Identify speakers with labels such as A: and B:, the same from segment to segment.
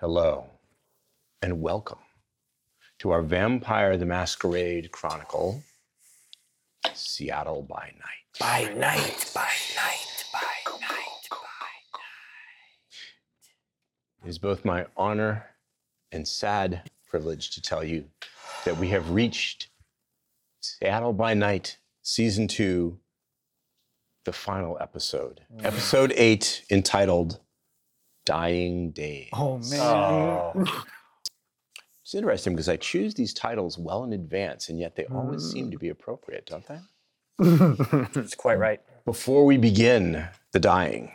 A: hello, and welcome to our Vampire the Masquerade Chronicle Seattle by Night.
B: By night, by night, by night, by
A: It is both my honor and sad privilege to tell you that we have reached Seattle by Night Season 2, the final episode.
B: Mm.
A: Episode 8, entitled Dying Days.
C: Oh man.
A: It's interesting because I choose these titles well in advance, and yet they always seem to be appropriate, don't they?
B: Oh. That's quite
C: Mm.
B: right.
A: Before we begin the dying,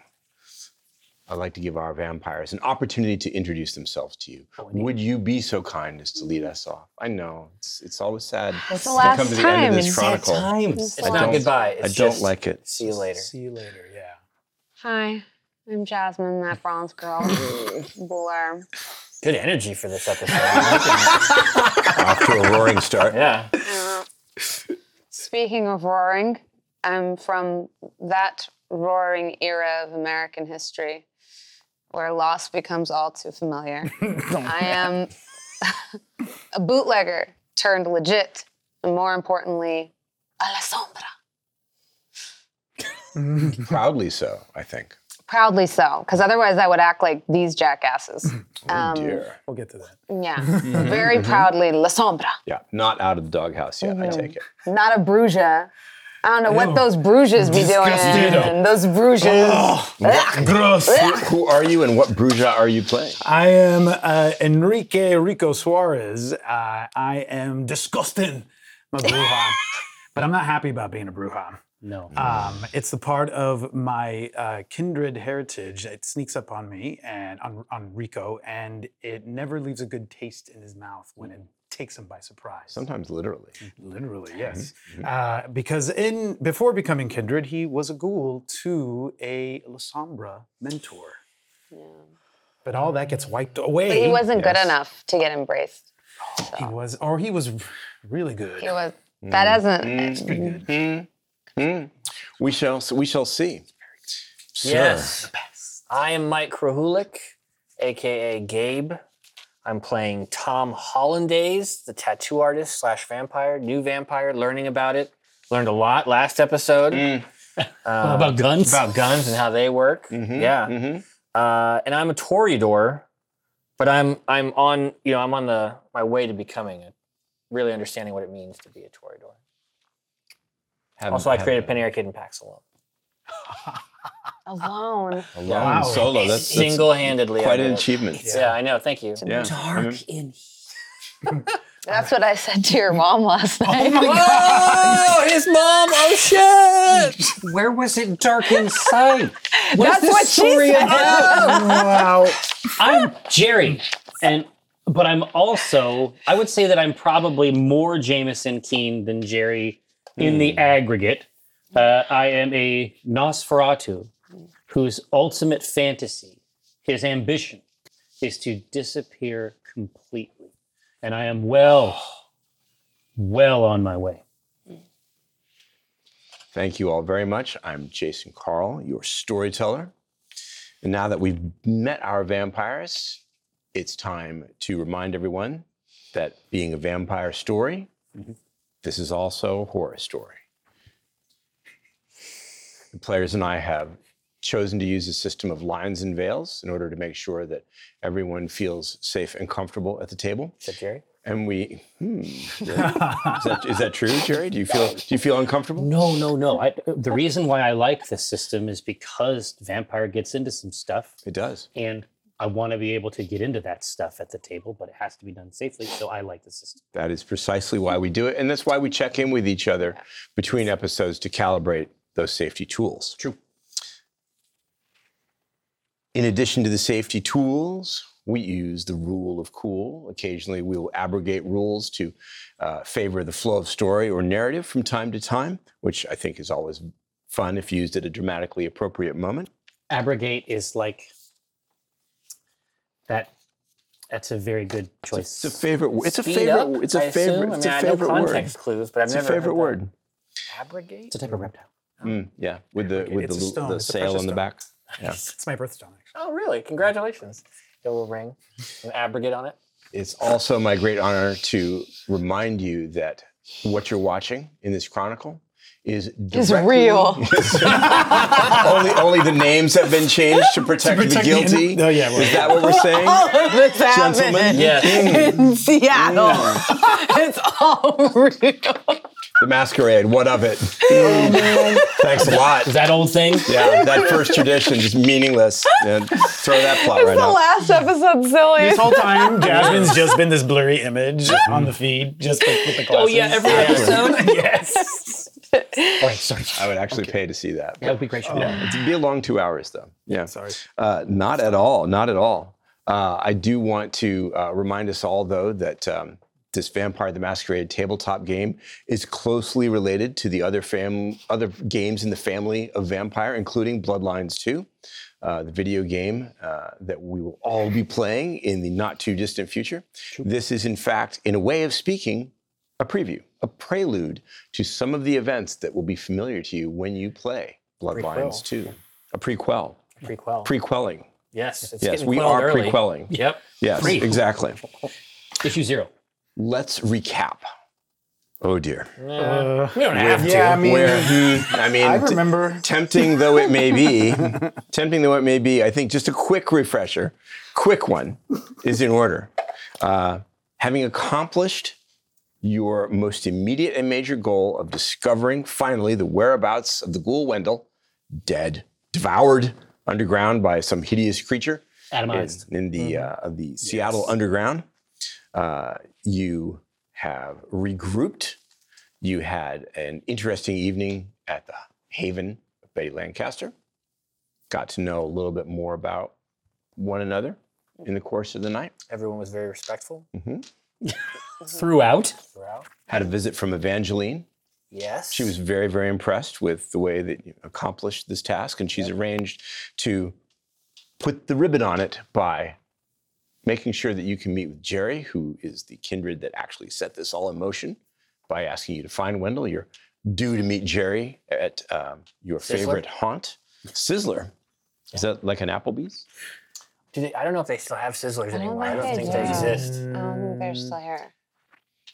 A: I'd like to give our vampires an opportunity to introduce themselves to you. Would you be so kind as to lead us off? I know it's it's always sad
D: That's the
A: to
D: last
A: come to the end of
D: time.
A: this chronicle.
D: It's
B: It's
D: I
B: not
D: don't-
B: goodbye.
A: I
B: It's
A: don't
B: just,
A: like it.
B: See you later.
C: See you later. Yeah.
D: Hi, I'm Jasmine, that bronze girl. Blur.
B: Good energy for this episode.
A: Off to a roaring start.
B: yeah.
D: Uh, Speaking of roaring, I'm from that roaring era of American history where loss becomes all too familiar. I am a bootlegger turned legit, and more importantly, a la sombra.
A: Proudly so, I think.
D: Proudly so, because otherwise I would act like these jackasses.
A: Oh
D: Um,
A: dear. Mm-hmm.
C: We'll get to that.
D: Yeah, very proudly, la sombra.
A: Yeah, not out of the doghouse yet. I take it.
D: not a bruja. I don't know what those bruges be doing.
C: Disgusting.
D: Those bruges.
C: Gross.
A: Who are you, and what Bruja are you playing?
C: I am uh, Enrique Rico Suarez. Uh, I am disgusting. I'm a bruja, but I'm not happy about being a bruja.
B: No.
C: Um, it's the part of my uh, kindred heritage. It sneaks up on me and on, on Rico, and it never leaves a good taste in his mouth when it takes him by surprise.
A: Sometimes literally.
C: Literally, yes. Uh, because in before becoming kindred, he was a ghoul to a La Sombra mentor. But all that gets wiped away.
D: But he wasn't good
A: Yes.
D: enough to get embraced.
C: He was, or he was really good. Mm.
D: He was. That doesn't.
B: Hmm.
A: We shall we shall see. Sir,
B: Yes. I am Mike Krahulik, aka Gabe. I'm playing Tom Hollandaise, the tattoo artist slash vampire, new vampire, learning about it. Learned a lot last episode.
A: Mm. Hmm.
B: Uh,
E: about guns?
B: about guns and how they work.
A: Mm-hmm.
B: yeah. Uh, and I'm a Toreador, but I'm I'm on you know I'm on the my way to becoming it, really understanding what it means to be a Toreador.
A: Have-
B: Also, I
A: have
B: created Panera Kid and Pax alone,
D: Alone.
A: Alone
C: Wow.
A: solo. That's, that's
B: single-handedly. I
A: quite
B: did
A: an
B: it.
A: achievement.
B: Yeah. I know. Thank you.
A: Yeah. I mean,
E: in
D: That's what I said to your mom last night.
B: Oh, his mom! Oh shit!
E: Where was it dark inside?
D: That's what she said.
C: wow.
E: I'm Jerry, and but I'm also I would say that I'm probably more Jameson Keen than Jerry in the aggregate. Uh, I am a Nosferatu, whose ultimate fantasy, his ambition, is to disappear completely, and I am well, well on my way.
A: Thank you all very much. I'm Jason Carl, your storyteller. And now that we've met our vampires, it's time to remind everyone that being a vampire story, this is also a horror story. The players and I have chosen to use a system of lines and veils in order to make sure that everyone feels safe and comfortable at the table.
B: Said Jerry.
A: And we, hmm, really? is, that, is that true, Jerry? Do you feel do you feel uncomfortable?
E: No, no, no. I, the reason why I like this system is because Vampire gets into some stuff,
A: It does.
E: and I want to be able to get into that stuff at the table, but it has to be done safely. So I like the system.
A: That is precisely why we do it. And that's why we check in with each other between episodes to calibrate those safety tools. True. In addition to the safety tools, we use the rule of cool. Occasionally, we will abrogate rules to uh, favor the flow of story or narrative from time to time, which I think is always fun if used at a dramatically appropriate moment.
E: Abrogate is like that. That's a very good choice.
A: It's a favorite. w- It's a
B: Speed
A: favorite.
B: up,
A: It's a
B: I assume.
A: favorite. It's
B: I
A: a
B: mean, I know
A: favorite word.
B: context clues, but I've
A: It's a
B: never heard
A: favorite
B: that.
A: word.
B: Abrogate.
E: it's a type of reptile.
C: Um,
A: Mm, yeah, with the with
C: It's a
A: the, l-
C: stone.
A: the
C: It's a
A: sail
C: precious
A: on the
C: stone.
A: back. Yeah.
C: It's my birthstone, actually.
B: Oh, really? Congratulations. a little ring, an abrogate on it.
A: It's also my great honor to remind you that what you're watching in this chronicle is
D: It's
A: directly-
D: real.
A: only, only the names have been changed to protect, the
C: protect the inno-
A: guilty.
C: Oh, yeah, well,
A: is that what we're saying?
D: Oh, It's
A: Gentlemen?
C: Mm.
D: in Seattle. it's all real.
A: The masquerade. What of it? Thanks a lot.
E: Is that old thing?
A: Yeah, that first tradition just meaningless. Yeah, throw that plot
D: It's
A: right
D: the
A: out.
D: last episode, silly.
C: This whole time, Jasmine's just been this blurry image on the feed, just with, with the
E: Oh
C: glasses.
E: yeah, every episode. yes.
A: I would actually pay to see that.
E: That would be
B: Oh.
E: great.
A: Yeah, it'd be a long two hours though. Yeah.
C: Oh, Sorry.
A: Uh, not at all. Not at all. Uh, I do want to uh, remind us all, though, that um, this Vampire the Masquerade tabletop game is closely related to the other fam- other games in the family of Vampire, including Bloodlines 2, uh, the video game uh, that we will all be playing in the not too distant future. This is, in fact, in a way of speaking, a preview, a prelude to some of the events that will be familiar to you when you play Bloodlines 2, a prequel
B: Prequel.
A: prequelling.
E: Yes. It's
A: Yes,
E: getting
A: we
E: quelled
A: are
E: early.
A: prequelling.
E: Yep.
A: Yes,
E: Pre.
A: exactly.
E: Issue zero.
A: Let's recap. Oh dear.
C: Uh,
E: We don't have
C: yeah, I
E: to.
C: mean,
A: Where he, I mean,
C: I
A: t-
C: remember.
A: tempting though it may be, tempting though it may be, I think just a quick refresher, quick one, is in order. Uh, having accomplished your most immediate and major goal of discovering finally the whereabouts of the ghoul Wendell, dead, devoured underground by some hideous creature, in,
E: Atomized.
A: in the uh, of the Seattle underground. Uh, you have regrouped. You had an interesting evening at the Haven of Betty Lancaster. Got to know a little bit more about one another in the course of the night. Mm-hmm.
B: Everyone was very respectful
E: Throughout.
B: throughout.
A: Had a visit from Evangeline.
B: Yes.
A: She was very, very impressed with the way that you accomplished this task, and she's arranged to put the ribbon on it by making sure that you can meet with Jerry, who is the kindred that actually set this all in motion, by asking you to find Wendell. You're due to meet Jerry at um, your favorite haunt, Sizzler. Is that like an Applebee's?
B: Do they, I don't know if they still have Sizzlers
D: don't
B: anymore. I
D: think
B: don't
D: they
B: think
D: do.
B: they exist.
D: Um, they're still here.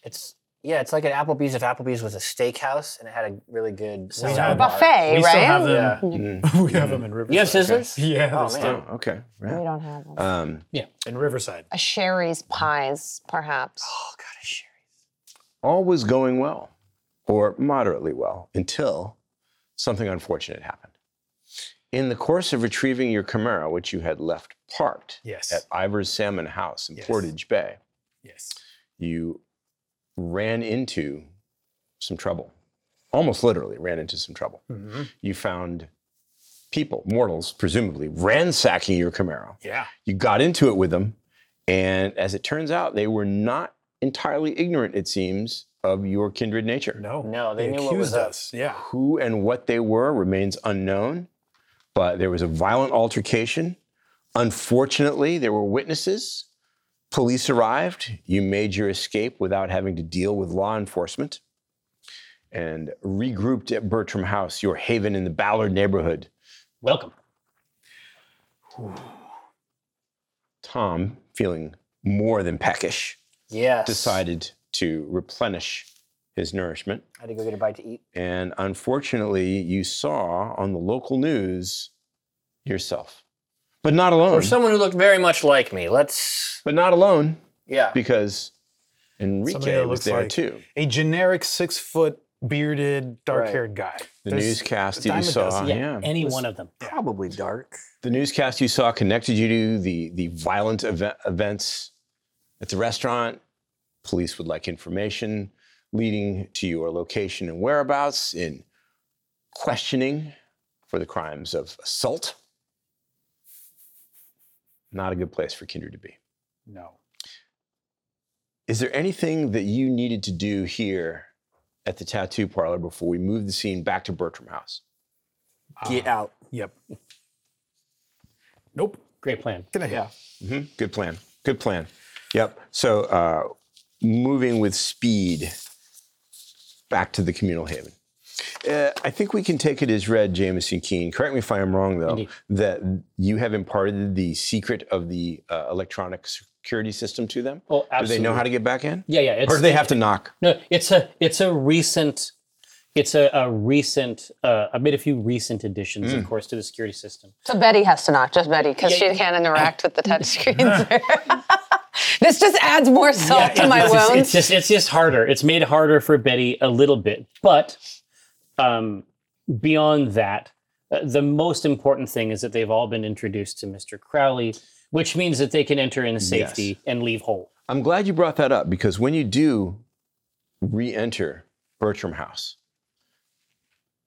B: It's yeah, it's like an Applebee's if Applebee's was a steakhouse and it had a really good salad
C: had
B: bar.
D: Buffet,
C: we
D: right?
C: still have
B: Yeah.
C: them. We
B: Mm-hmm.
C: have them in Riverside.
E: You have scissors?
C: Yeah, they're
B: Oh,
C: still-
B: man.
A: Oh, okay.
D: We
A: Right.
D: don't have them.
A: Um,
C: in Riverside.
D: a Sherry's pies, perhaps.
B: Oh god, a Sherry.
A: all was going well, or moderately well, until something unfortunate happened. In the course of retrieving your Camaro, which you had left parked
C: Yes.
A: at Ivor's Salmon House in
C: Yes.
A: Portage Bay,
C: Yes.
A: you ran into some trouble. Almost literally ran into some trouble.
B: Mm-hmm.
C: Mhm.
A: You found people, mortals, presumably, ransacking your Camaro
C: Yeah.
A: you got into it with them and as it turns out they were not entirely ignorant it seems of your kindred nature
C: No.
B: No, they knew what
C: accused
B: was up.
C: us. Yeah.
A: who and what they were remains unknown but there was a violent altercation unfortunately there were witnesses police arrived you made your escape without having to deal with law enforcement and regrouped at bertram house your haven in the ballard neighborhood
E: Welcome.
A: tom feeling more than peckish
B: Yes.
A: decided to replenish his nourishment.
B: I had to go get a bite to eat.
A: And unfortunately, you saw on the local news yourself, but not alone.
B: Or someone who looked very much like me. Let's
A: but not alone
B: yeah.
A: because Enrique
C: that
A: was
C: looks
A: there
C: like-
A: too.
C: A generic six foot bearded, dark haired guy.
A: The
C: There's-
A: newscast
C: a
A: that you
C: dime a
A: saw,
C: dozen.
A: yeah.
E: Any one of them.
B: Probably dark.
A: the newscast you saw connected you to the the violent eve- events at the restaurant. Police would like information leading to your location and whereabouts in questioning for the crimes of assault. Not a good place for Kindred to be.
C: No.
A: Is there anything that you needed to do here at the tattoo parlor before we move the scene back to Bertram House?
B: Get out.
C: Yep. Nope.
E: Great plan.
C: Can I yeah.
A: hmm Good plan. Good plan. Yep. So uh, moving with speed back to the communal haven. uh, I think we can take it as read, Jameson Keene. Correct me if I am wrong, though,
E: Indeed.
A: that you have imparted the secret of the uh, electronic security system to them.
E: Oh, absolutely.
A: Do they know how to get back in?
E: Yeah, yeah. It's,
A: Or do they have to knock?
E: No, it's a it's a recent it's a, a recent uh, I made a few recent additions,
A: Mm.
E: of course, to the security system.
D: So Betty has to knock, just Betty, because
E: Yeah,
D: she can't interact with the touchscreens. this just adds more salt to my
E: it's, just-
D: wounds.
E: it's just it's just harder. It's made harder for Betty a little bit, but um, beyond that, uh, the most important thing is that they've all been introduced to Mr. Crowley, which means that they can enter in safety and leave whole.
A: I'm glad you brought that up because when you do re enter Bertram House,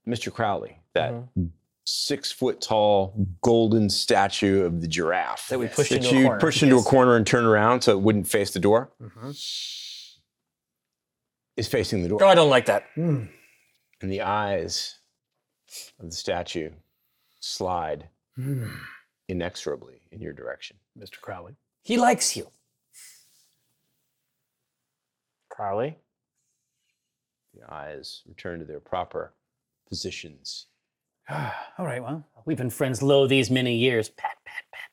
A: Mr. Crowley, that
B: Mm-hmm.
A: six foot tall golden statue of the giraffe
B: That we pushed
A: that
B: into a
A: you
B: corner.
A: pushed into
B: Yes. Mm-hmm.
A: a corner and turned around so it wouldn't face the door
C: Mhm.
A: is facing the door.
B: Oh, I don't like that.
C: Mm.
A: and the eyes of the statue slide
C: Mm.
A: inexorably in your direction.
C: Mr. Crowley.
B: He likes you. Crowley?
A: The eyes return to their proper positions.
C: All right, well,
E: We've been friends low these many years. Pat, pat, pat.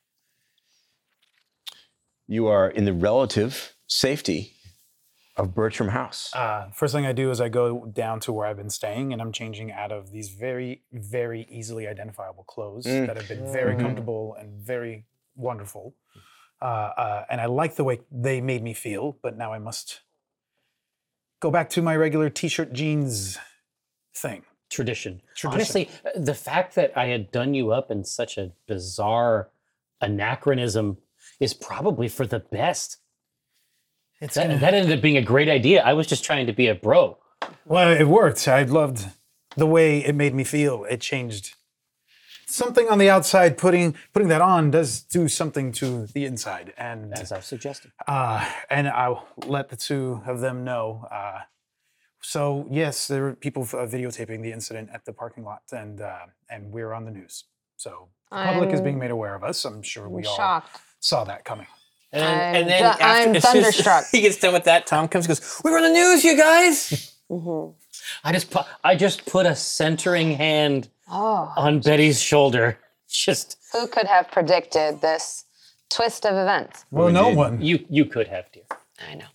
A: You are in the relative safety of Bertram House.
C: uh, first thing I do is I go down to where I've been staying and I'm changing out of these very, very easily identifiable clothes
A: Mm.
C: that have been very
B: Mhm.
C: comfortable and very wonderful. Uh, uh, and I like the way they made me feel, but now I must go back to my regular t shirt jeans thing.
E: tradition.
C: Tradition.
E: Honestly, uh, the fact that I had done you up in such a bizarre anachronism is probably for the best.
C: It's
E: That, that ended up being a great idea. I was just trying to be a bro.
C: Well, it worked. I loved the way it made me feel. It changed something on the outside. Putting putting that on does do something to the inside, and
E: As I've suggested.
C: uh, and I'll let the two of them know. Uh, so yes, there were people uh, videotaping the incident at the parking lot, and uh, and we're on the news. So the public is
D: I'm-
C: being made aware of us. I'm sure we
D: I'm
C: all
D: shocked.
C: saw that coming.
B: And,
D: I'm
B: and then
D: du-
B: after,
D: I'm
B: as soon as
D: thunderstruck.
B: He gets done with that. Tom comes and goes, We were on the news, you guys.
D: Mhm.
E: I just put I just put a centering hand
D: Oh,
E: on Betty's shoulder. Just
D: who could have predicted this twist of events?
C: Well,
A: We
C: no
A: did.
C: one.
E: you you could have, dear.
D: I know.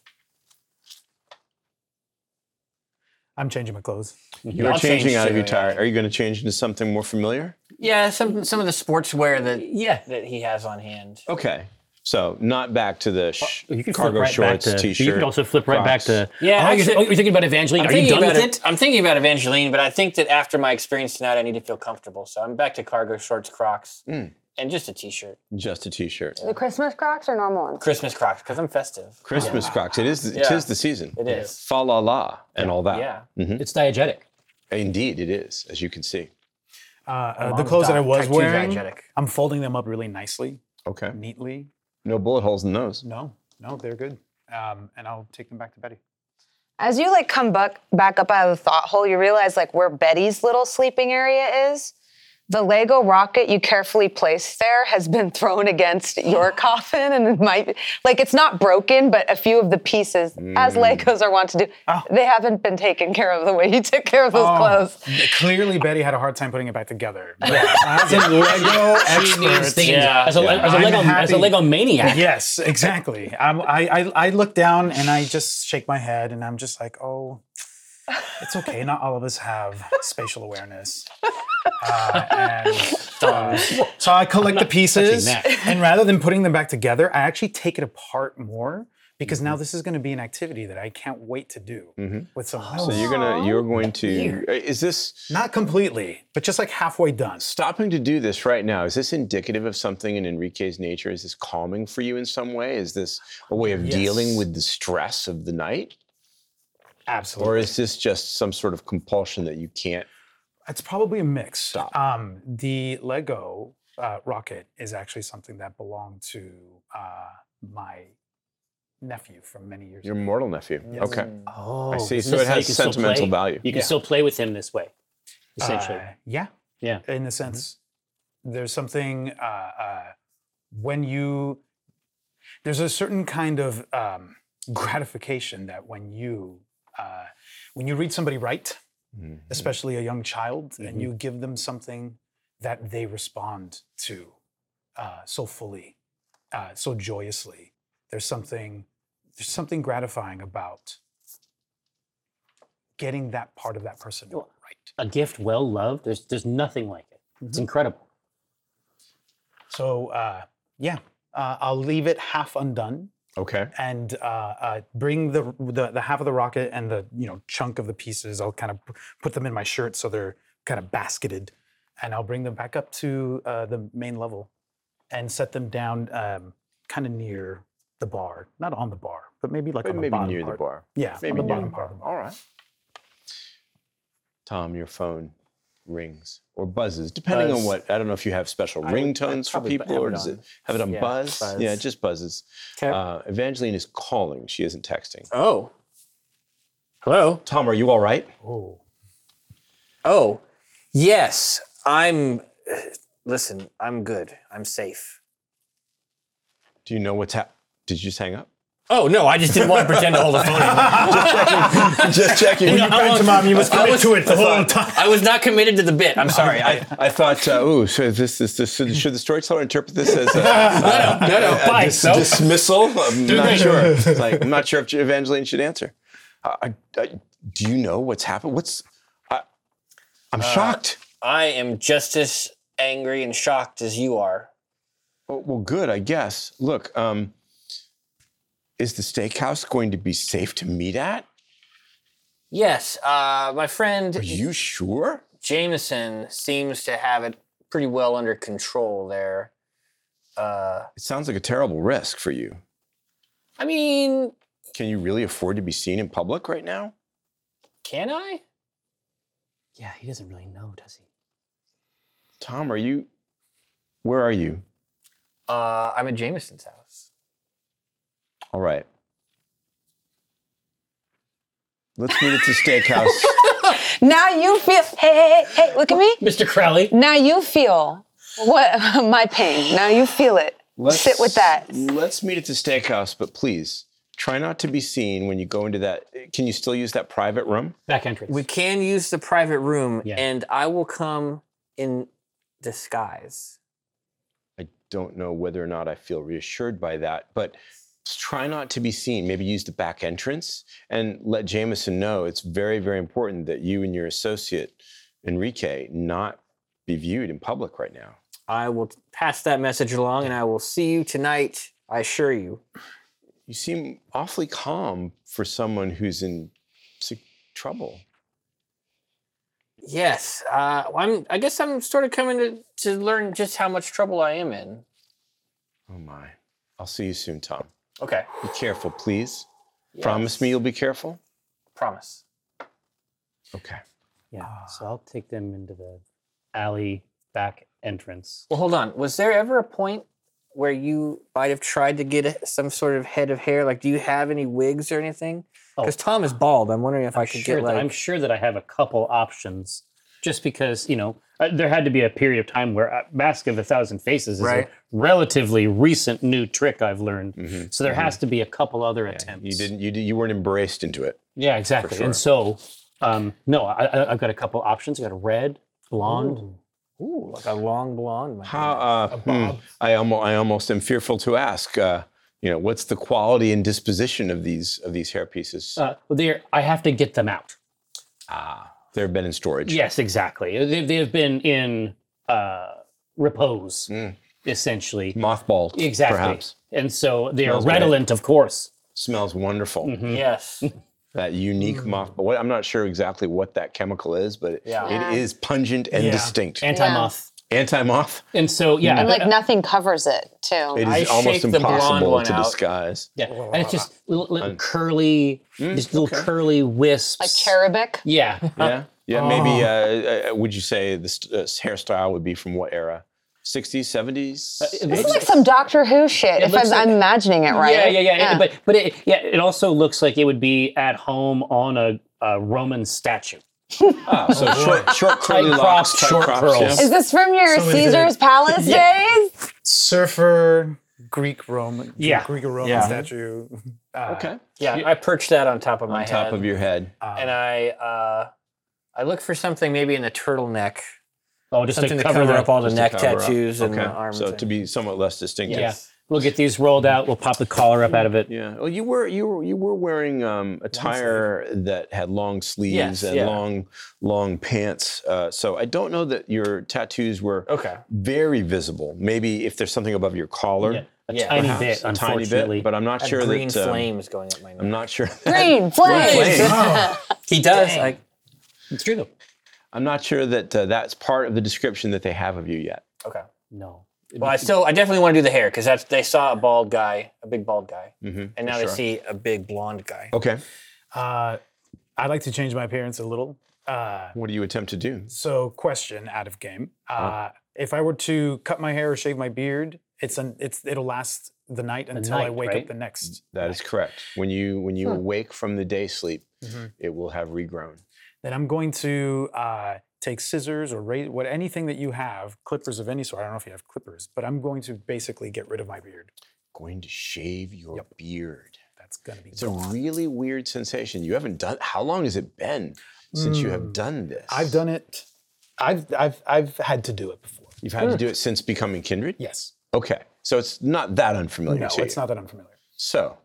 C: I'm changing my clothes.
A: You're
E: I'll change
A: changing out of your
E: to-
A: attire. Are you going to change into something more familiar?
B: Yeah, some some of the sportswear that
E: Yeah.
B: that he has on hand.
A: Okay. So not back to the sh-
E: You could
A: cargo
E: flip right
A: shorts,
E: back to,
A: t-shirt.
E: You could also flip right
A: Crocs.
E: back to.
B: Yeah,
E: Oh, you're,
B: actually-
E: oh, you're thinking about Evangeline.
B: I'm
E: Are you
B: thinking
E: done
B: about
E: with
B: it.
E: it?
B: I'm thinking about Evangeline, but I think that after my experience tonight, I need to feel comfortable. So I'm back to cargo shorts, Crocs, and just a t-shirt.
A: just a t-shirt.
D: The Christmas Crocs are normal ones.
B: Christmas Crocs because I'm festive.
A: Christmas Crocs. It is. It is
B: Yeah.
A: the season.
B: It is.
A: Fa la la and all that.
B: Yeah.
E: It's diegetic.
A: Indeed, it is, as you can see.
C: Uh, uh, the
B: mom's
C: clothes that I
B: di-
C: was
B: type two
C: wearing,
B: diegetic.
C: I'm folding them up really nicely,
A: Okay.
C: neatly,
A: No bullet holes in those.
C: No, no, they're good. Um, and I'll take them back to Betty.
D: As you like come back back up out of the thought hole, you realize like where Betty's little sleeping area is. The Lego rocket you carefully placed there has been thrown against your coffin, and it might be, like it's not broken, but a few of the pieces, as
A: Mm.
D: Legos are wont to do,
A: Oh.
D: they haven't been taken care of the way you took care of those clothes.
C: Oh, Clearly, Betty had a hard time putting it back together. As a Lego expert.
E: things.
B: Yeah.
E: As, a, as, a
C: I'm
E: Lego, as
C: happy.
E: a Lego maniac.
C: Yes, exactly. I'm, I, I I look down and I just shake my head and I'm just like, oh, it's okay. Not all of us have spatial awareness. Uh, and, uh, so I collect the pieces,
E: that.
C: and rather than putting them back together, I actually take it apart more because
A: Mm-hmm.
C: now this is going to be an activity that I can't wait to do with someone else.
A: Oh, So you're gonna. You're going to. Is this
C: Not completely, but just like halfway done.
A: stopping to do this right now? Is this indicative of something in Enrique's nature? Is this calming for you in some way? Is this a way of dealing
C: Yes.
A: with the stress of the night,
C: Absolutely.
A: or is this just some sort of compulsion that you can't?
C: It's probably a mix. Um, the Lego uh, rocket is actually something that belonged to uh, my nephew from many years
A: Your
C: ago.
A: mortal nephew. Okay.
E: Oh,
A: I see.
E: this
A: So
E: is
A: it
E: how you
A: has
E: can still
A: sentimental
E: play.
A: value.
E: You can
C: Yeah.
E: still play with him this way, essentially.
C: Uh, yeah.
E: Yeah.
C: In a sense, there's something uh, uh, when you, there's a certain kind of um, gratification that when you, uh, when you read somebody write,
A: Mhm.
C: especially a young child, and you give them something that they respond to uh, so fully, uh, so joyously. There's something, there's something gratifying about getting that part of that person right.
E: A gift well loved. There's there's nothing like it.
B: Mm-hmm.
E: It's incredible.
C: So uh, yeah, uh, I'll leave it half undone
A: Okay.
C: and uh, uh, bring the, the the half of the rocket and the you know chunk of the pieces. I'll kind of p- put them in my shirt so they're kind of basketed, and I'll bring them back up to uh, the main level, and set them down um, kind of near the bar, not on the bar, but maybe like
A: But
C: on the
A: maybe
C: bottom
A: near
C: part.
A: the bar.
C: Yeah,
A: Maybe
C: on the
A: near
C: bottom
A: the
C: part. Of the bar.
A: All right. Tom, your phone rings or buzzes, depending on
B: Buzz.
A: what. I don't know if you have special
B: I would-
A: ringtones
B: I'd
A: for
B: probably
A: people
B: have
A: or
B: it
A: does it
B: on.
A: have it on
B: Yeah,
A: buzz?
B: buzz.
A: Yeah, it just buzzes.
B: 'Kay.
A: Uh, Evangeline is calling. She isn't texting.
B: Oh. Hello.
A: Tom, are you all right?
C: Oh,
B: Oh. Yes, I'm. Listen, I'm good. I'm safe.
A: Do you know what's hap Did you just hang up?
B: Oh no, I just didn't want to pretend to hold the phone. anymore.
A: just checking.
B: I was-
C: Mom, you must
B: Oh, I
C: commit
B: was-
C: to it the whole time.
B: I was not committed to the bit. I'm sorry. I,
A: I thought, uh, ooh, so this, this, this should, should the storyteller interpret this as a, uh,
E: No, no,
A: a
E: bye.
A: dis-
E: so-
A: dismissal? I'm not sure. It's like, I'm not sure if Evangeline should answer. Uh, I, I, I- do you know what's happened? What's? I, I'm shocked.
B: I am just as angry and shocked as you are.
A: Well, well, good, I guess. Look, um, is the steakhouse going to be safe to meet at?
B: Yes, uh, my friend
A: Are you sure?
B: Jameson seems to have it pretty well under control there. Uh,
A: It sounds like a terrible risk for you.
B: I mean,
A: Can you really afford to be seen in public right now?
B: can I?
E: Yeah, he doesn't really know, does he?
A: Tom, are you? Where are you?
B: Uh, I'm at Jameson's house.
A: All right. Let's meet at the steakhouse.
D: Now you feel. Hey, hey, hey! Look at me.
E: Mr. Crowley.
D: Now you feel what my pain. Now you feel it.
A: Let's,
D: Sit with that.
A: Let's meet at the steakhouse, but please try not to be seen when you go into that. Can you still use that private room?
E: Back entrance.
B: We can use the private room,
E: Yeah.
B: and I will come in disguise.
A: I don't know whether or not I feel reassured by that, but try not to be seen. Maybe use the back entrance and let Jameson know it's very, very important that you and your associate, Enrique, not be viewed in public right now.
B: I will pass that message along, and I will see you tonight. I assure you.
A: You seem awfully calm for someone who's in si- trouble.
B: Yes, uh, well, I'm. I guess I'm sort of coming to to learn just how much trouble I am in.
A: Oh my. I'll see you soon, Tom.
B: Okay,
A: Be careful, please.
B: Yes.
A: Promise me you'll be careful.
B: promise.
A: Okay.
E: yeah. So I'll take them into the alley back entrance.
B: Well, hold on. Was there ever a point where you might have tried to get a, some sort of head of hair? Like, do you have any wigs or anything? Because Tom is bald. I'm wondering if i
E: Oh, uh, I'm
B: could
E: sure
B: get
E: that,
B: like.
E: I'm sure that I have a couple options, just because you know uh, there had to be a period of time where uh, Mask of a Thousand Faces is
B: Right. Mm.
E: a relatively recent new trick I've learned.
A: Mhm,
E: So there has to be a couple other attempts.
A: You didn't. You did, You weren't embraced into it.
E: Yeah, exactly.
A: sure.
E: And so, um, no, I, I- I've got a couple options. I got a red, blonde.
B: Ooh, like a long blonde. might be
A: How?
B: nice.
A: Uh, hmm, I almost. I almost am fearful to ask. Uh, you know, what's the quality and disposition of these of these hair pieces?
E: Uh, there, I have to get them out.
A: ah, they've been in storage.
E: Yes, exactly. They, they have been in uh, repose,
A: Mm.
E: essentially.
A: Mothballed.
E: Exactly.
A: Perhaps
E: And so they are
A: Smells great.
E: redolent, of course.
A: smells wonderful.
B: Mm. yes.
A: That unique moth. What, I'm not sure exactly what that chemical is, but it-
B: Mm. Yeah.
D: Yeah.
A: it is pungent and
C: Yeah.
A: distinct.
E: Anti moth.
A: Anti moth.
E: And so, yeah.
D: And
E: I-
D: like
E: I-
D: nothing covers it, too.
A: It is
B: I
A: almost
B: shake the blonde
A: impossible
B: one
A: to
B: out.
A: disguise.
E: yeah. And it's just little, little curly, just little curly wisps.
D: like cherubic.
E: Yeah.
A: Yeah, yeah. Maybe
B: Oh.
A: uh, uh, would you say this uh, hairstyle would be from what era? 60s, 70s?
E: it
D: This is like some Doctor Who shit, if I'm,
E: looks like-
D: I'm imagining it right.
E: Yeah, yeah, yeah. It- but but it, yeah, it also looks like it would be at home on a, a Roman statue.
A: Ah, so short, short curly
E: Tight
A: locks,
E: crops,
A: tight
E: short
A: crops,
E: curls.
A: yeah.
D: Is this from your
C: So is
D: Caesar's
C: it-
D: Palace days?
C: surfer, Greek Roman,
E: Yeah.
C: Greek or Roman
B: Yeah.
C: statue. Uh,
A: Okay,
B: Yeah, I perched that on top of
A: on
B: my head.
A: top of your head.
C: uh,
B: and I uh, I look for something maybe in the turtleneck.
E: Oh, just
B: Something
E: to cover, the-
B: up all the
A: Just to
B: neck
A: cover up.
B: tattoos and
A: Okay.
B: the arms.
A: So to be somewhat less distinctive.
E: Yeah. We'll get these rolled out. We'll pop the collar up out of it.
A: Yeah. Well, you were you were you were wearing um, attire that had long sleeves
B: Yes,
A: and
B: yeah.
A: long long pants. Uh, so I don't know that your tattoos were
B: okay.
A: very visible. Maybe if there's something above your collar,
E: Yeah, a
B: Yeah.
E: tiny
A: perhaps,
E: bit,
A: a tiny
E: unfortunately.
A: bit. But I'm not
B: I have
A: sure
B: green
A: that um,
B: flames going up my
A: I'm
B: nose.
A: not sure. That,
D: Green flames.
A: flames.
B: He does.
E: Dang.
B: I,
E: it's true though.
A: I'm not sure that uh, that's part of the description that they have of you yet.
B: okay.
E: No.
B: Well, I still, I definitely want to do the hair because that's they saw a bald guy, a big bald guy,
A: Mhm,
B: and now
A: sure.
B: they see a big blonde guy.
A: Okay.
C: Uh, I'd like to change my appearance a little. Uh,
A: What do you attempt to do?
C: so, question out of game. Uh, if I were to cut my hair or shave my beard, it's an it's it'll last the night until I
E: night,
C: wake
E: right?
C: up the next.
A: That is correct. When you when you awake from the day sleep,
C: Mm-hmm.
A: it will have regrown.
C: Then I'm going to uh, take scissors or ra- what anything that you have, clippers of any sort. I don't know if you have clippers, but I'm going to basically get rid of my beard.
A: Going to shave your beard.
C: That's gonna be.
A: It's a really weird sensation. You haven't done. How long has it been since you have done this?
C: Mm. I've done it. I've I've I've had to do it before.
A: You've had to do it since becoming kindred.
C: Yes.
A: Okay, so it's not that unfamiliar
C: No,
A: to
C: it's
A: you.
C: not that I'm familiar.
A: So,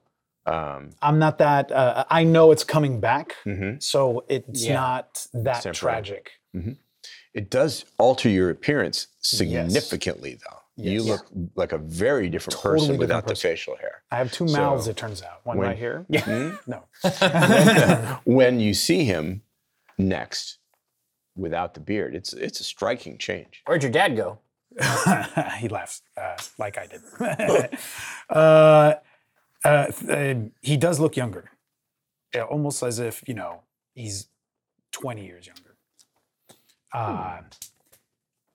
A: um,
C: I'm not that. Uh, I know it's coming back,
A: mhm.
C: so it's
E: Yeah.
C: not that
A: Temporary.
C: tragic.
A: it does alter your appearance significantly, though. You
C: Yes.
A: look like a very different
C: Totally
A: person
C: different
A: without the
C: person.
A: facial hair.
C: I have two mouths.
A: So,
C: It turns out one
A: when-
C: right here.
A: Hmm?
C: No.
A: when you see him next, without the beard, it's it's a striking change.
B: Where'd your dad go?
C: he laughs uh, like I did. uh, uh, th- uh, he does look younger, Yeah, almost as if you know he's 20 years younger. Uh,
A: Hmm.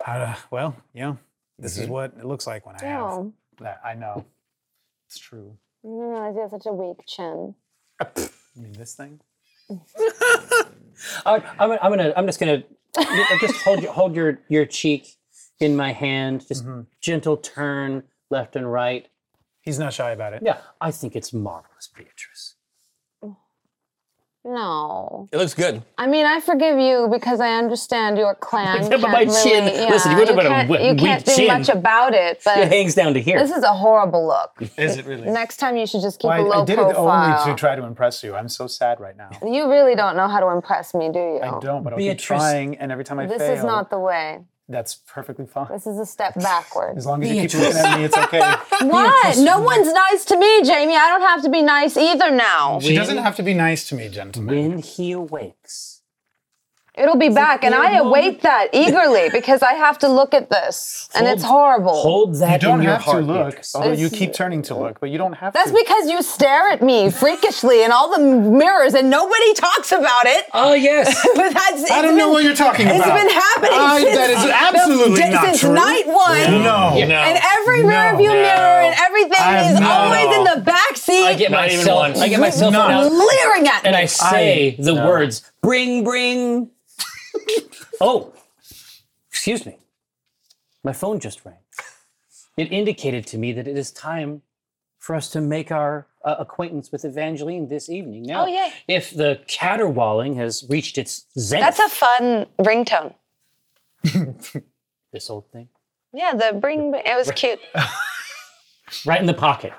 C: uh, well, you know, this
A: Mm-hmm.
C: is what it looks like when I have.
D: No,
C: That I know. It's true.
D: I didn't realize you had such a weak chin.
C: I mean, this thing.
E: I, I'm, gonna- I'm gonna. I'm just gonna. just hold your hold your your cheek in my hand. Just gentle turn left and right.
C: He's not shy about it.
E: Yeah, I think it's marvelous, Beatrice.
D: No.
B: It looks good.
D: I mean, I forgive you because I understand your clan.
E: Except for
D: can't
E: my
D: really,
E: chin.
D: Yeah,
E: Listen, you were talking about a
D: can't,
E: we-
D: you
E: weak
D: can't do
E: chin.
D: much about it,
E: It
D: but
E: hangs down to here.
D: this is a horrible look.
C: Is it really?
D: Next time, you should just keep
C: Well, I,
D: a low
C: I did
D: profile.
C: it only to try to impress you. I'm so sad right now.
D: you really don't know how to impress me, do you?
C: I don't, but I'll keep
E: Beatrice,
C: trying. And every time I
D: This
C: fail,
D: is not the way.
C: that's perfectly fine.
D: This is a step backward.
C: As long as you keep looking at me, it's okay.
D: What? No one's nice to me, Jamie. I don't have to be nice either now.
C: She doesn't have to be nice to me, gentlemen.
E: when he awakes.
D: It'll be back, and I await that eagerly because I have to look at this, and it's horrible.
E: Hold
C: You
E: that
C: don't
E: in your
C: have
E: heart,
C: to look,
E: Beatrice.
C: although you
D: It's-
C: keep turning to look, but you don't have
D: That's
C: to.
D: because you stare at me freakishly in all the mirrors, and nobody talks about it.
E: Oh yes.
D: But that's,
C: I don't
D: it's
C: know
D: been-
C: what you're talking
D: It's
C: about.
D: been happening
C: I-
D: since,
C: that is
D: the-
C: absolutely
D: di-
C: not
D: since
C: true.
D: night one.
C: No.
D: And every rearview
B: No.
D: mirror and everything
C: I have
D: is
C: not at
D: always in
C: all.
D: the back seat.
E: I get
B: Not even
E: myself.
B: once.
E: I get myself
C: No.
E: out
D: leering at
E: and
D: me.
E: I say the
B: no.
E: words "bring, bring." oh, excuse me. My phone just rang. It indicated to me that it is time for us to make our uh, acquaintance with Evangeline this evening. Now,
D: Oh, yay.
E: if the caterwauling has reached its zenith,
D: That's a fun ringtone.
E: this old thing.
D: Yeah, the bring. It was cute.
E: right in the pocket.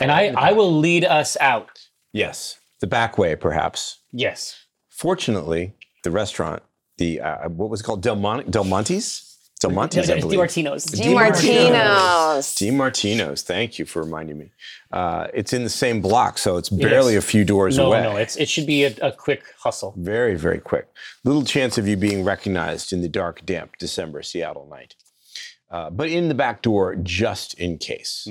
E: And I, I will lead us out.
A: Yes, the back way, perhaps.
E: Yes.
A: Fortunately, the restaurant, the uh, what was it called Del, Mon- Del Monte's, Del Monte's, I believe.
E: DiMartino's.
D: DiMartino's.
A: Di Martino's. Thank you for reminding me. Uh, it's in the same block, so it's barely a few doors
E: No,
A: away.
E: no, it's, it should be a, a quick hustle.
A: very, very quick. Little chance of you being recognized in the dark, damp December Seattle night. Uh, but in the back door, just in case.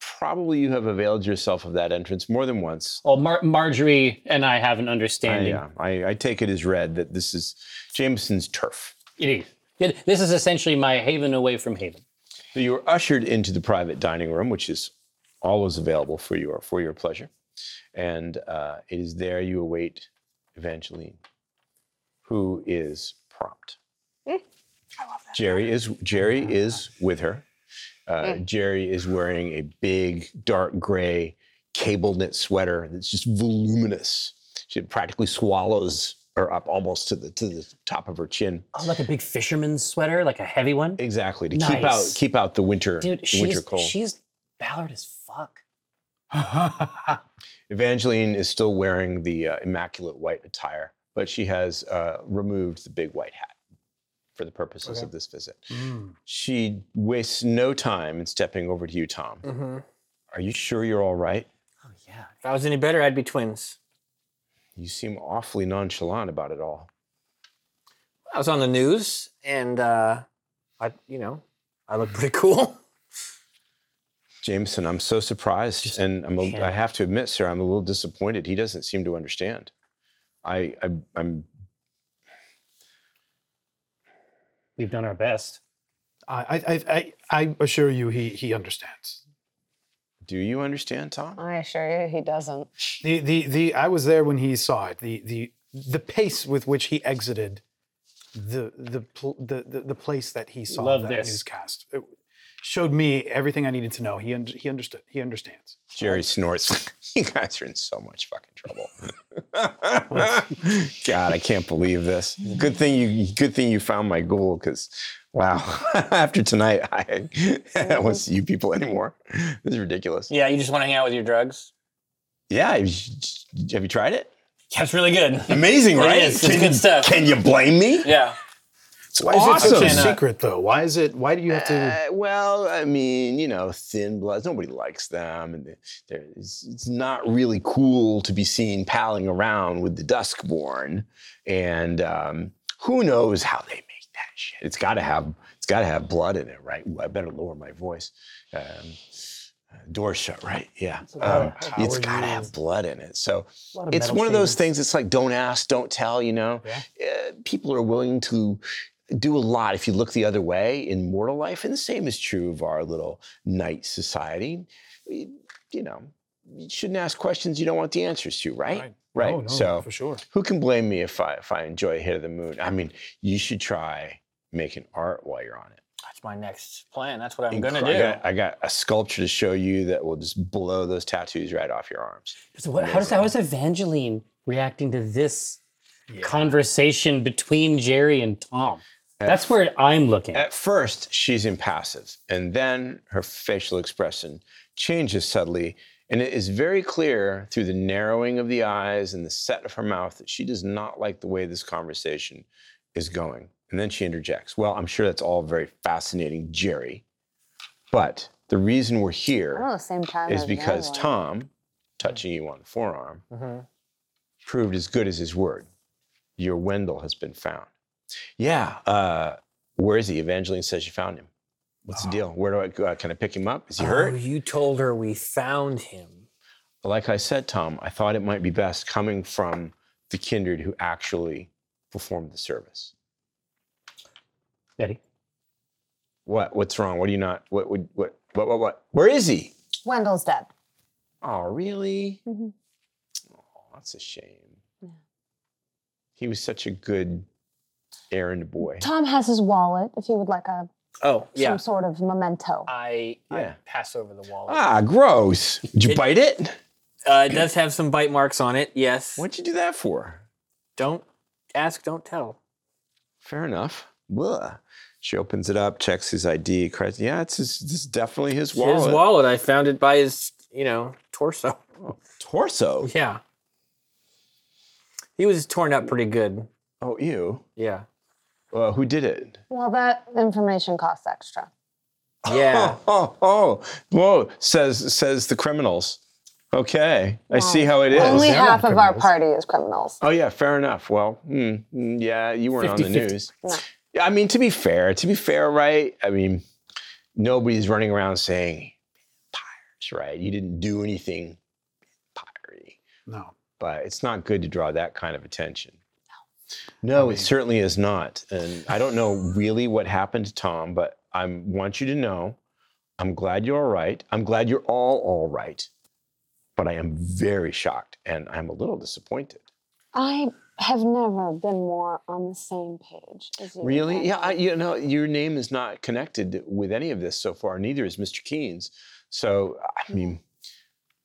A: Probably you have availed yourself of that entrance more than once.
E: Well, Mar- Marjorie and I have an understanding.
A: Yeah, I, I take it as read that this is Jameson's turf.
E: It is. It- This is essentially my haven away from haven.
A: So you were ushered into the private dining room, which is always available for your for your pleasure, and uh, it is there you await Evangeline, who is prompt. Jerry is Jerry is with her. Uh, Jerry is wearing a big dark gray cable knit sweater that's just voluminous. She practically swallows or up almost to the to the top of her chin.
E: Oh, like a big fisherman's sweater, like a heavy one.
A: Exactly to keep out
E: Nice.
A: keep out the winter
E: Dude,
A: winter
E: she's
A: cold.
E: she's Ballard as fuck.
A: Evangeline is still wearing the uh, immaculate white attire, but she has uh, removed the big white hat for the purposes
C: Okay.
A: of this visit.
C: Mm.
A: She wastes no time in stepping over to you, Tom.
B: Mm-hmm.
A: Are you sure you're all right?
E: Oh yeah.
B: If I was any better, I'd be twins.
A: You seem awfully nonchalant about it all.
B: I was on the news, and uh, I, you know, I look pretty cool.
A: Jameson, I'm so surprised,
E: Just
A: and I'm a,
E: hand
A: I
E: it.
A: have to admit, sir, I'm a little disappointed. He doesn't seem to understand. I, I I'm
E: We've done our best.
F: I, I, I, I assure you, he, he understands.
A: do you understand, Tom?
D: I assure you, he doesn't.
F: The, the, the, I was there when he saw it. The, the, the pace with which he exited the, the, pl- the, the, the place that he saw
E: Love
F: that
E: this.
F: newscast it showed me everything I needed to know. He, und- he understood. He understands.
A: Jerry snorts. you guys are in so much fucking trouble. God, I can't believe this. Good thing you good thing you found my ghoul, because wow, after tonight, I, I don't want to see you people anymore. This is ridiculous.
B: Yeah, you just want to hang out with your drugs.
A: Yeah, have you- have you tried it?
B: Yeah, it's really good.
A: Amazing,
B: It
A: right?
B: is. It's
A: Can
B: good
A: you-
B: stuff.
A: Can you blame me?
B: Yeah.
F: Why is
A: awesome.
F: it such a
A: Can, uh,
F: secret, though? Why is it? Why do you have to?
A: Uh, well, I mean, you know, thin bloods. Nobody likes them, and there is, it's not really cool to be seen palling around with the Duskborn. And um, who knows how they make that shit? It's got to have it's got to have blood in it, right? Ooh, I better lower my voice. Um, uh, door shut, right? Yeah, um, it's got to have blood in it. So it's one of those things. It's like don't ask, don't tell. You know, Uh, people are willing to do a lot if you look the other way in mortal life, and the same is true of our little night society. We- You know, you shouldn't ask questions you don't want the answers to, right? Right.
F: Oh, no,
A: so
F: for sure.
A: who can blame me if I if I enjoy a hit of the moon? I mean, you should try making art while you're on it.
B: That's my next plan. That's what I'm gonna
A: Incre-
B: do.
A: I got, I got a sculpture to show you that will just blow those tattoos right off your arms.
E: So what, how does how is Evangeline reacting to this conversation between Jerry and Tom? That's where I'm looking.
A: At first, she's impassive, and then her facial expression changes subtly, and it is very clear through the narrowing of the eyes and the set of her mouth that she does not like the way this conversation is going. And then she interjects, Well, I'm sure that's all very fascinating, Jerry, but the reason we're
D: Well,
A: here
D: the Oh, same time
A: is
D: as the
A: because
D: other one.
A: Tom, touching you on the forearm,
B: Mhm.
A: proved as good as his word. Your Wendell has been found. Yeah. Uh, where is he? Evangeline says you found him. What's the deal? Where do I go? Uh, Can I pick him up? Is he
B: Oh,
A: hurt?
B: you told her we found him.
A: Like I said, Tom, I thought it might be best coming from the kindred who actually performed the service.
E: Betty.
A: What? What's wrong? What are you not? What would? What? What? What? What? Where is he?
D: Wendell's dead.
A: Oh, really?
D: Mhm.
A: Oh, that's a shame. He was such a good errand boy.
D: Tom has his wallet. If you would like a
B: Oh
D: some sort of memento.
B: I,
A: Yeah.
B: I pass over the wallet.
A: Ah, gross. Did you
B: It-
A: bite it?
B: Uh, it does have some bite marks on it. Yes.
A: What'd you do that for?
B: Don't ask, don't tell.
A: Fair enough. Blah. She opens it up, checks his ID, cries, Yeah, it's his, this is definitely his
B: It's
A: wallet.
B: His wallet. I found it by his, you know, torso.
A: Torso.
B: Yeah. He was torn up pretty good.
A: Oh, ew.
B: Yeah.
A: Uh, who did it?
D: Well, that information costs extra.
B: Yeah.
A: Oh, oh, whoa, says says the criminals. Okay. I see how it is.
D: Only
F: they're
D: half
F: not
D: of our
F: criminals.
D: party is criminals.
A: Oh yeah, fair enough. Well, hmm, hmm, yeah, you weren't on the
E: 50-50.
A: news.
D: No.
A: Yeah, I mean, to be fair, to be fair, right? I mean, nobody's running around saying vampires, right? You didn't do anything vampire
F: No.
A: but it's not good to draw that kind of attention. No, it certainly is not. And I don't know really what happened to Tom, but I want you to know I'm glad you're all right. I'm glad you're all all right. But I am very shocked and I'm a little disappointed.
D: I have never been more on the same page as you.
A: Really?
D: have.
A: Yeah, I, you know, your name is not connected with any of this so far, neither is Mr. Keynes. So, I mean,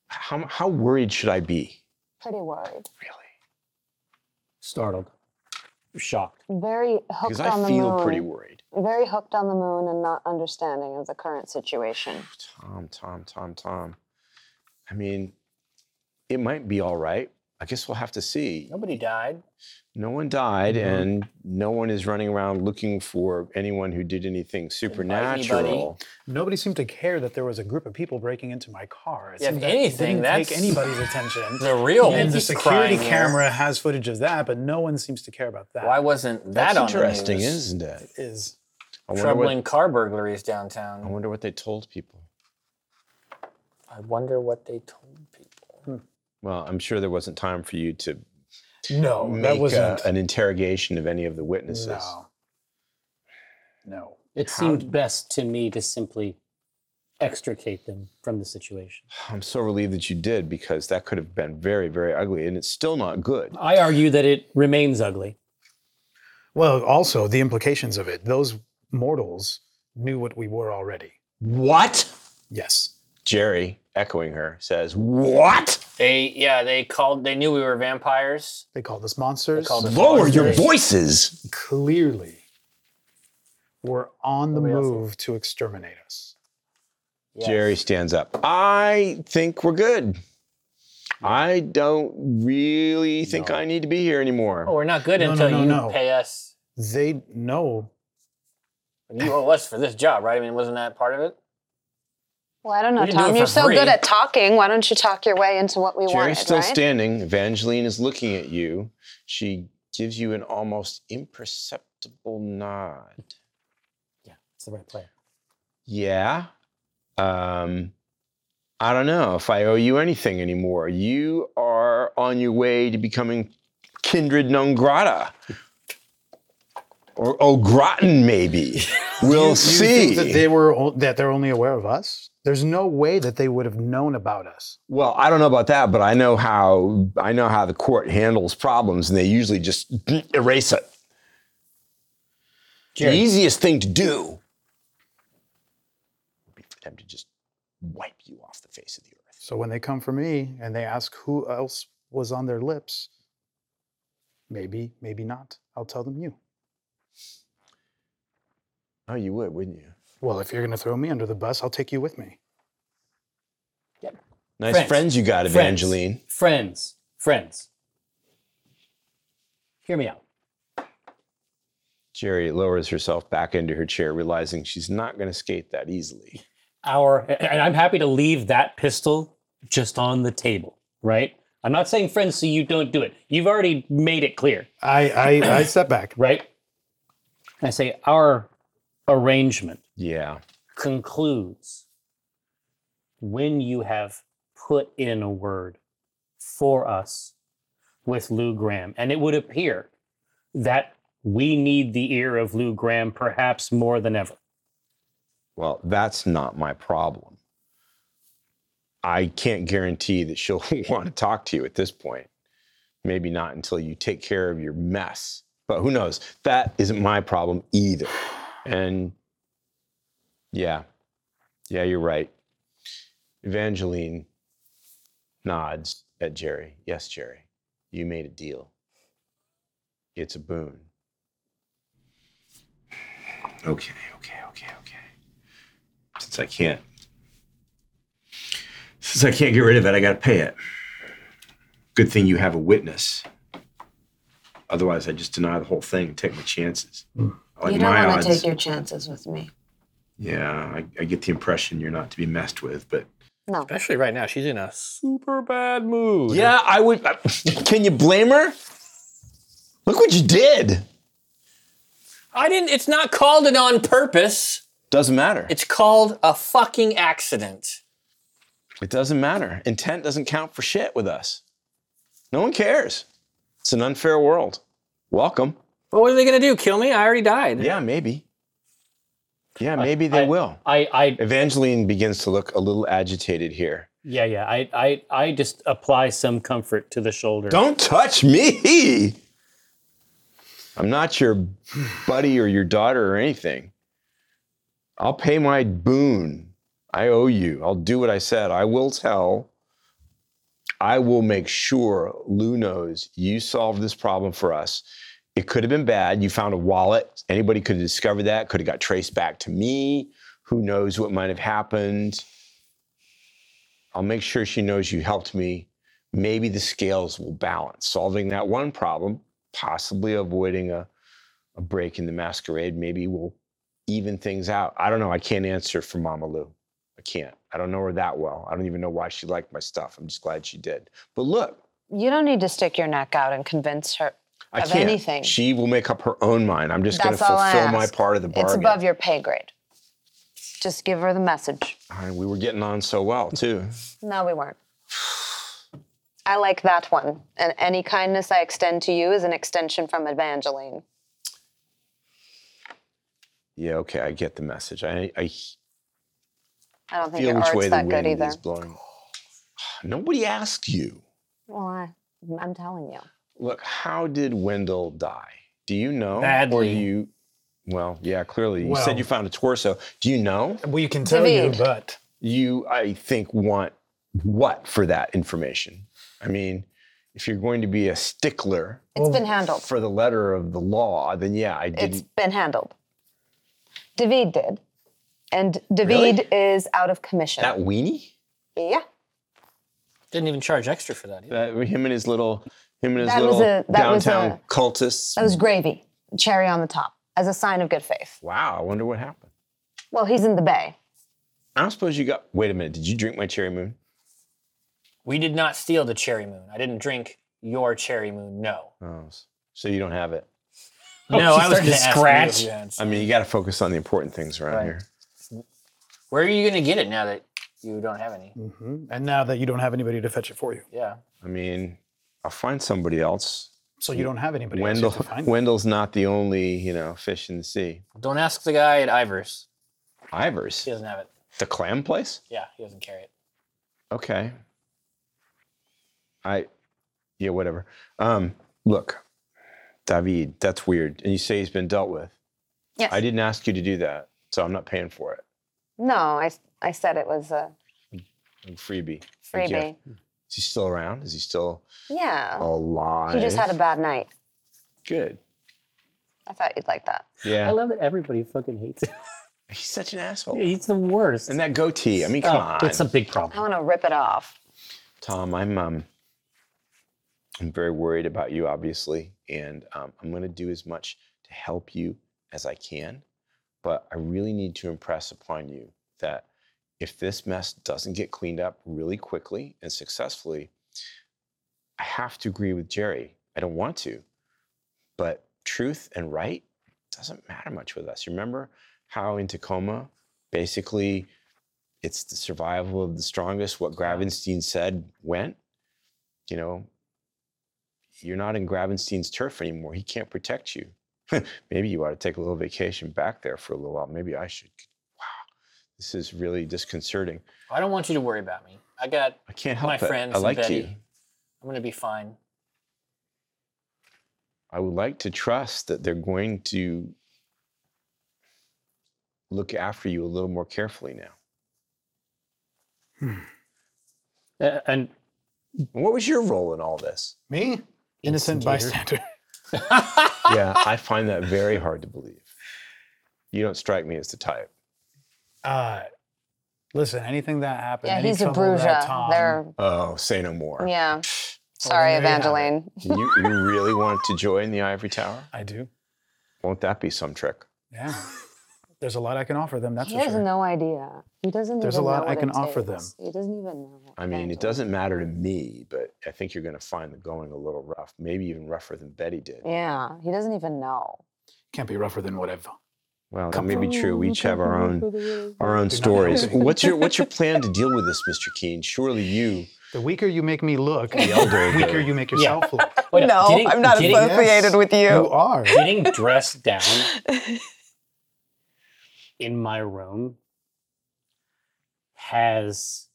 A: how, how worried should I be?
D: Pretty worried.
A: Really?
E: Startled. shocked.
D: Very hooked
A: Because
D: on
A: I
D: the
A: feel
D: moon.
A: pretty worried.
D: very hooked on the moon and not understanding of the current situation.
A: Tom, Tom, Tom, Tom. I mean, it might be all right. I guess we'll have to see.
B: Nobody died.
A: No one died,
E: Mhm.
A: and no one is running around looking for anyone who did anything supernatural.
F: Nobody seemed to care that there was a group of people breaking into my car. It
B: Yeah, if
F: seemed that it
B: anything,
F: didn't
B: that's-
F: take anybody's attention.
B: The real
F: and the
B: he's
F: security
B: crying there.
F: camera has footage of that, but no one seems to care about that.
B: Why wasn't that
A: That's
B: on
A: interesting,
B: the news?
A: isn't it?
F: is
A: I wonder,
B: Troubling
A: what,
B: car burglaries
A: I
B: downtown.
A: wonder what they told people.
B: I wonder what they told people.
A: Well, I'm sure there wasn't time for you to
C: Oh,
F: no,
A: make
F: that
A: uh,
F: wasn't
A: an interrogation of any of the witnesses.
F: no, no.
E: It seemed best to me to simply extricate them from the situation.
A: I'm so relieved that you did because that could have been very, very ugly, and it's still not good.
E: I argue that it remains ugly.
F: Well, also the implications of it. Those mortals knew what we were already.
E: What?
F: Yes.
A: Jerry, echoing her, says, "What?
B: They yeah, they called they knew we were vampires.
F: They called us monsters.
B: They called us
A: Lower your
B: monsters.
A: voices."
F: Clearly, were on the
B: Nobody else-
F: move to exterminate us.
B: Yes.
A: Jerry stands up. I think we're good. I don't really think I need to be here anymore.
B: Oh, we're not good
F: No, no,
B: until
F: no,
B: you
F: no.
B: pay us.
F: They know
B: You owe us for this job, right? I mean, wasn't that part of it?
D: Well, I don't know,
B: We didn't do
D: Tom.
B: it
D: You're
B: for
D: so
B: free.
D: good at talking. Why don't you talk your way into what we
A: Jerry's
D: wanted,
A: still
D: right?
A: standing. Evangeline is looking at you. She gives you an almost imperceptible nod.
E: Yeah, it's the right player.
A: Yeah. Um, I don't know if I owe you anything anymore. You are on your way to becoming kindred non grata. Or oh gratin maybe. We'll
F: You think
A: see.
F: that they were o- that they're only aware of us. There's no way that they would have known about us.
A: well, I don't know about that, but I know how I know how the court handles problems and they usually just erase it. The easiest thing to do would be for them to just wipe you off the face of the earth.
F: So when they come for me and they ask who else was on their lips, maybe, maybe not. I'll tell them you.
A: Oh, you would, wouldn't you?
F: Well, if you're going to throw me under the bus, I'll take you with me.
A: Nice friends,
E: Friends.
A: you got,
E: Friends.
A: Evangeline.
E: Friends, friends. Hear me out.
A: Jerry lowers herself back into her chair, realizing she's not going to skate that easily.
E: our and I'm happy to leave that pistol just on the table, right? I'm not saying friends so you don't do it. You've already made it clear,
F: I I, I step back.
E: right? I say our arrangement
A: Yeah.
E: concludes when you have put in a word for us with Lou Graham. And it would appear that we need the ear of Lou Graham perhaps more than ever.
A: Well, that's not my problem. I can't guarantee that she'll want to talk to you at this point. Maybe not until you take care of your mess. But who knows? That isn't my problem either. And yeah. Yeah, you're right. Evangeline nods at Jerry. Yes, Jerry. You made a deal. It's a boon. Okay, okay, okay, okay since I can't since I can't get rid of it, I gotta pay it. Good thing you have a witness. Otherwise, I just deny the whole thing and take my chances. I Like
D: Hmm. you don't
A: my odds.
D: want to take your chances with me.
A: yeah, I, I get the impression you're not to be messed with, but
D: No.
B: Especially right now, she's in a super bad mood.
A: yeah, I would. I- can you blame her? Look what you did.
B: I didn't. It's not called it on purpose.
A: Doesn't matter.
B: It's called a fucking accident.
A: It doesn't matter. Intent doesn't count for shit with us. No one cares. It's an unfair world. Welcome.
B: But what are they gonna do? Kill me? I already died.
A: Yeah, maybe. Yeah, maybe they
E: I-
A: will.
E: I, I
A: Evangeline begins to look a little agitated here.
E: Yeah, yeah. I, I, I just apply some comfort to the shoulder.
A: Don't touch me. I'm not your buddy or your daughter or anything. I'll pay my boon. I owe you. I'll do what I said. I will tell. I will make sure Lou knows you solved this problem for us It could have been bad. You found a wallet. Anybody could have discovered that. Could have got traced back to me. Who knows what might have happened? I'll make sure she knows you helped me. Maybe the scales will balance. Solving that one problem, possibly avoiding a, a break in the masquerade, maybe we'll even things out. I don't know. I can't answer for Mama Lou. I can't. I don't know her that well. I don't even know why she liked my stuff. I'm just glad she did. But look,
D: You don't need to stick your neck out and convince her.
A: I
D: of
A: can't.
D: anything.
A: She will make up her own mind. I'm just going to
D: That's all I
A: fulfill my
D: ask.
A: part of the bargain.
D: It's above your pay grade. Just give her the message.
A: All right, we were getting on so well too.
D: No, we weren't. I like that one. And any kindness I extend to you is an extension from Evangeline.
A: Yeah, okay, I get the message. I, I
D: I don't think
A: feel
D: your
A: which way
D: art's
A: the
D: that good
A: wind
D: either.
A: is blowing. Nobody asked you.
D: Well, I, I'm telling you.
A: Look, how did Wendell die? Do you know? Or
B: Badly.
A: you? Well, yeah, clearly. You
F: Well-
A: said you found a torso. Do you know?
F: We can tell
D: David.
F: you, but
A: you i think want what for that information i mean if you're going to be a stickler
D: It's been handled.
A: for the letter of the law then yeah i
D: It's
A: didn't
D: been handled. David did. And David
A: Really?
D: is out of commission.
A: that weenie
D: yeah.
B: Didn't even charge extra for that. Either.
A: that, him and his little him and his
D: That was
A: little
D: a- that was
A: downtown
D: a-
A: cultists
D: That was gravy, cherry on the top, as a sign of good faith.
A: wow i wonder what happened
D: Well, he's in the bay.
A: i don't suppose you got wait a minute did you drink my cherry moon
B: We did not steal the cherry moon. I didn't drink your cherry moon. No.
A: oh s- so you don't have it
B: no,
E: she's
B: I was
E: starting
B: going
E: to
B: Oh, to
E: scratch.
B: scratch.
A: i mean you got to focus on the important things around
B: Right.
A: here
B: Where are you going to get it now that you don't have any?
F: Mhm. and now that you don't have anybody to fetch it for you,
B: Yeah.
A: i mean i'll find somebody else
F: so you don't have anybody. else, you
A: wendell
F: have to find
A: wendell's not the only you know fish in the sea
B: Don't ask the guy at Ivers.
A: Ivers.
B: He doesn't have it.
A: The clam place?
B: Yeah, he doesn't carry it.
A: Okay. I, yeah, whatever. Um, look, David, that's weird. And you say he's been dealt with.
D: Yes.
A: I didn't ask you to do that, so I'm not paying for it.
D: No, I, I said it was a
A: I'm freebie. Thank you.
D: freebie.
A: Is he still around? Is he still
D: Yeah.
A: alive?
D: He just had a bad night.
A: good.
D: I thought you'd like that.
E: I
A: Yeah.
E: love that everybody fucking hates him.
A: He's such an asshole.
E: He's the worst.
A: and that goatee. I mean, come
E: Oh,
A: on.
E: it's a big
D: I
E: problem.
D: want to rip it off.
A: Tom, I'm um, I'm very worried about you, obviously, and um, I'm going to do as much to help you as I can. But I really need to impress upon you that if this mess doesn't get cleaned up really quickly and successfully, I have to agree with Jerry. I don't want to, but truth and right doesn't matter much with us. You Remember how in Tacoma, basically, it's the survival of the strongest. What Gravenstein said went. You know, you're not in Gravenstein's turf anymore. He can't protect you. Maybe you ought to take a little vacation back there for a little while. Maybe I should. Wow, this is really disconcerting.
B: I don't want you to worry about me. I got.
A: I can't help
B: My
A: it.
B: friends
A: I
B: and
A: like
B: Betty.
A: you.
B: I'm gonna be fine.
A: I would like to trust that they're going to look after you a little more carefully now.
E: Uh, and
A: What was your role in all this?
F: me, innocent bystander.
A: yeah, I find that very hard to believe. You don't strike me as the type.
F: Uh, listen, anything that happened.
D: Yeah,
F: any
D: he's a
F: trouble that
D: bruja.
F: Tom-
D: They're,
A: Oh, say no more.
D: yeah. Sorry,
F: there you have it.
D: Evangeline.
A: You, you really want to join the ivory tower?
F: I do.
A: Won't that be some trick?
F: Yeah, there's a lot I can offer them. That's
D: He
F: for
D: has
F: sure.
D: no idea. He doesn't
F: There's a
D: even
F: lot
D: know
F: I
D: what
F: can
D: it
F: offer
D: takes. He doesn't even know.
A: I mean, it
D: Evangeline.
A: doesn't matter to me, but I think you're going to find the going a little rough, maybe even rougher than Betty did.
D: Yeah, he doesn't even know.
F: Can't be rougher than whatever.
A: Well, that may be true. We each have our own our own
F: You're not
A: stories.
F: helping.
A: What's your What's your plan to deal with this, Mr. Keene? Surely you,
F: The weaker you make me look, the
A: elder
F: weaker
A: goes.
F: you make yourself look.
E: wait, getting- getting,
F: associated
D: with
F: You are.
E: getting dressed down in my room has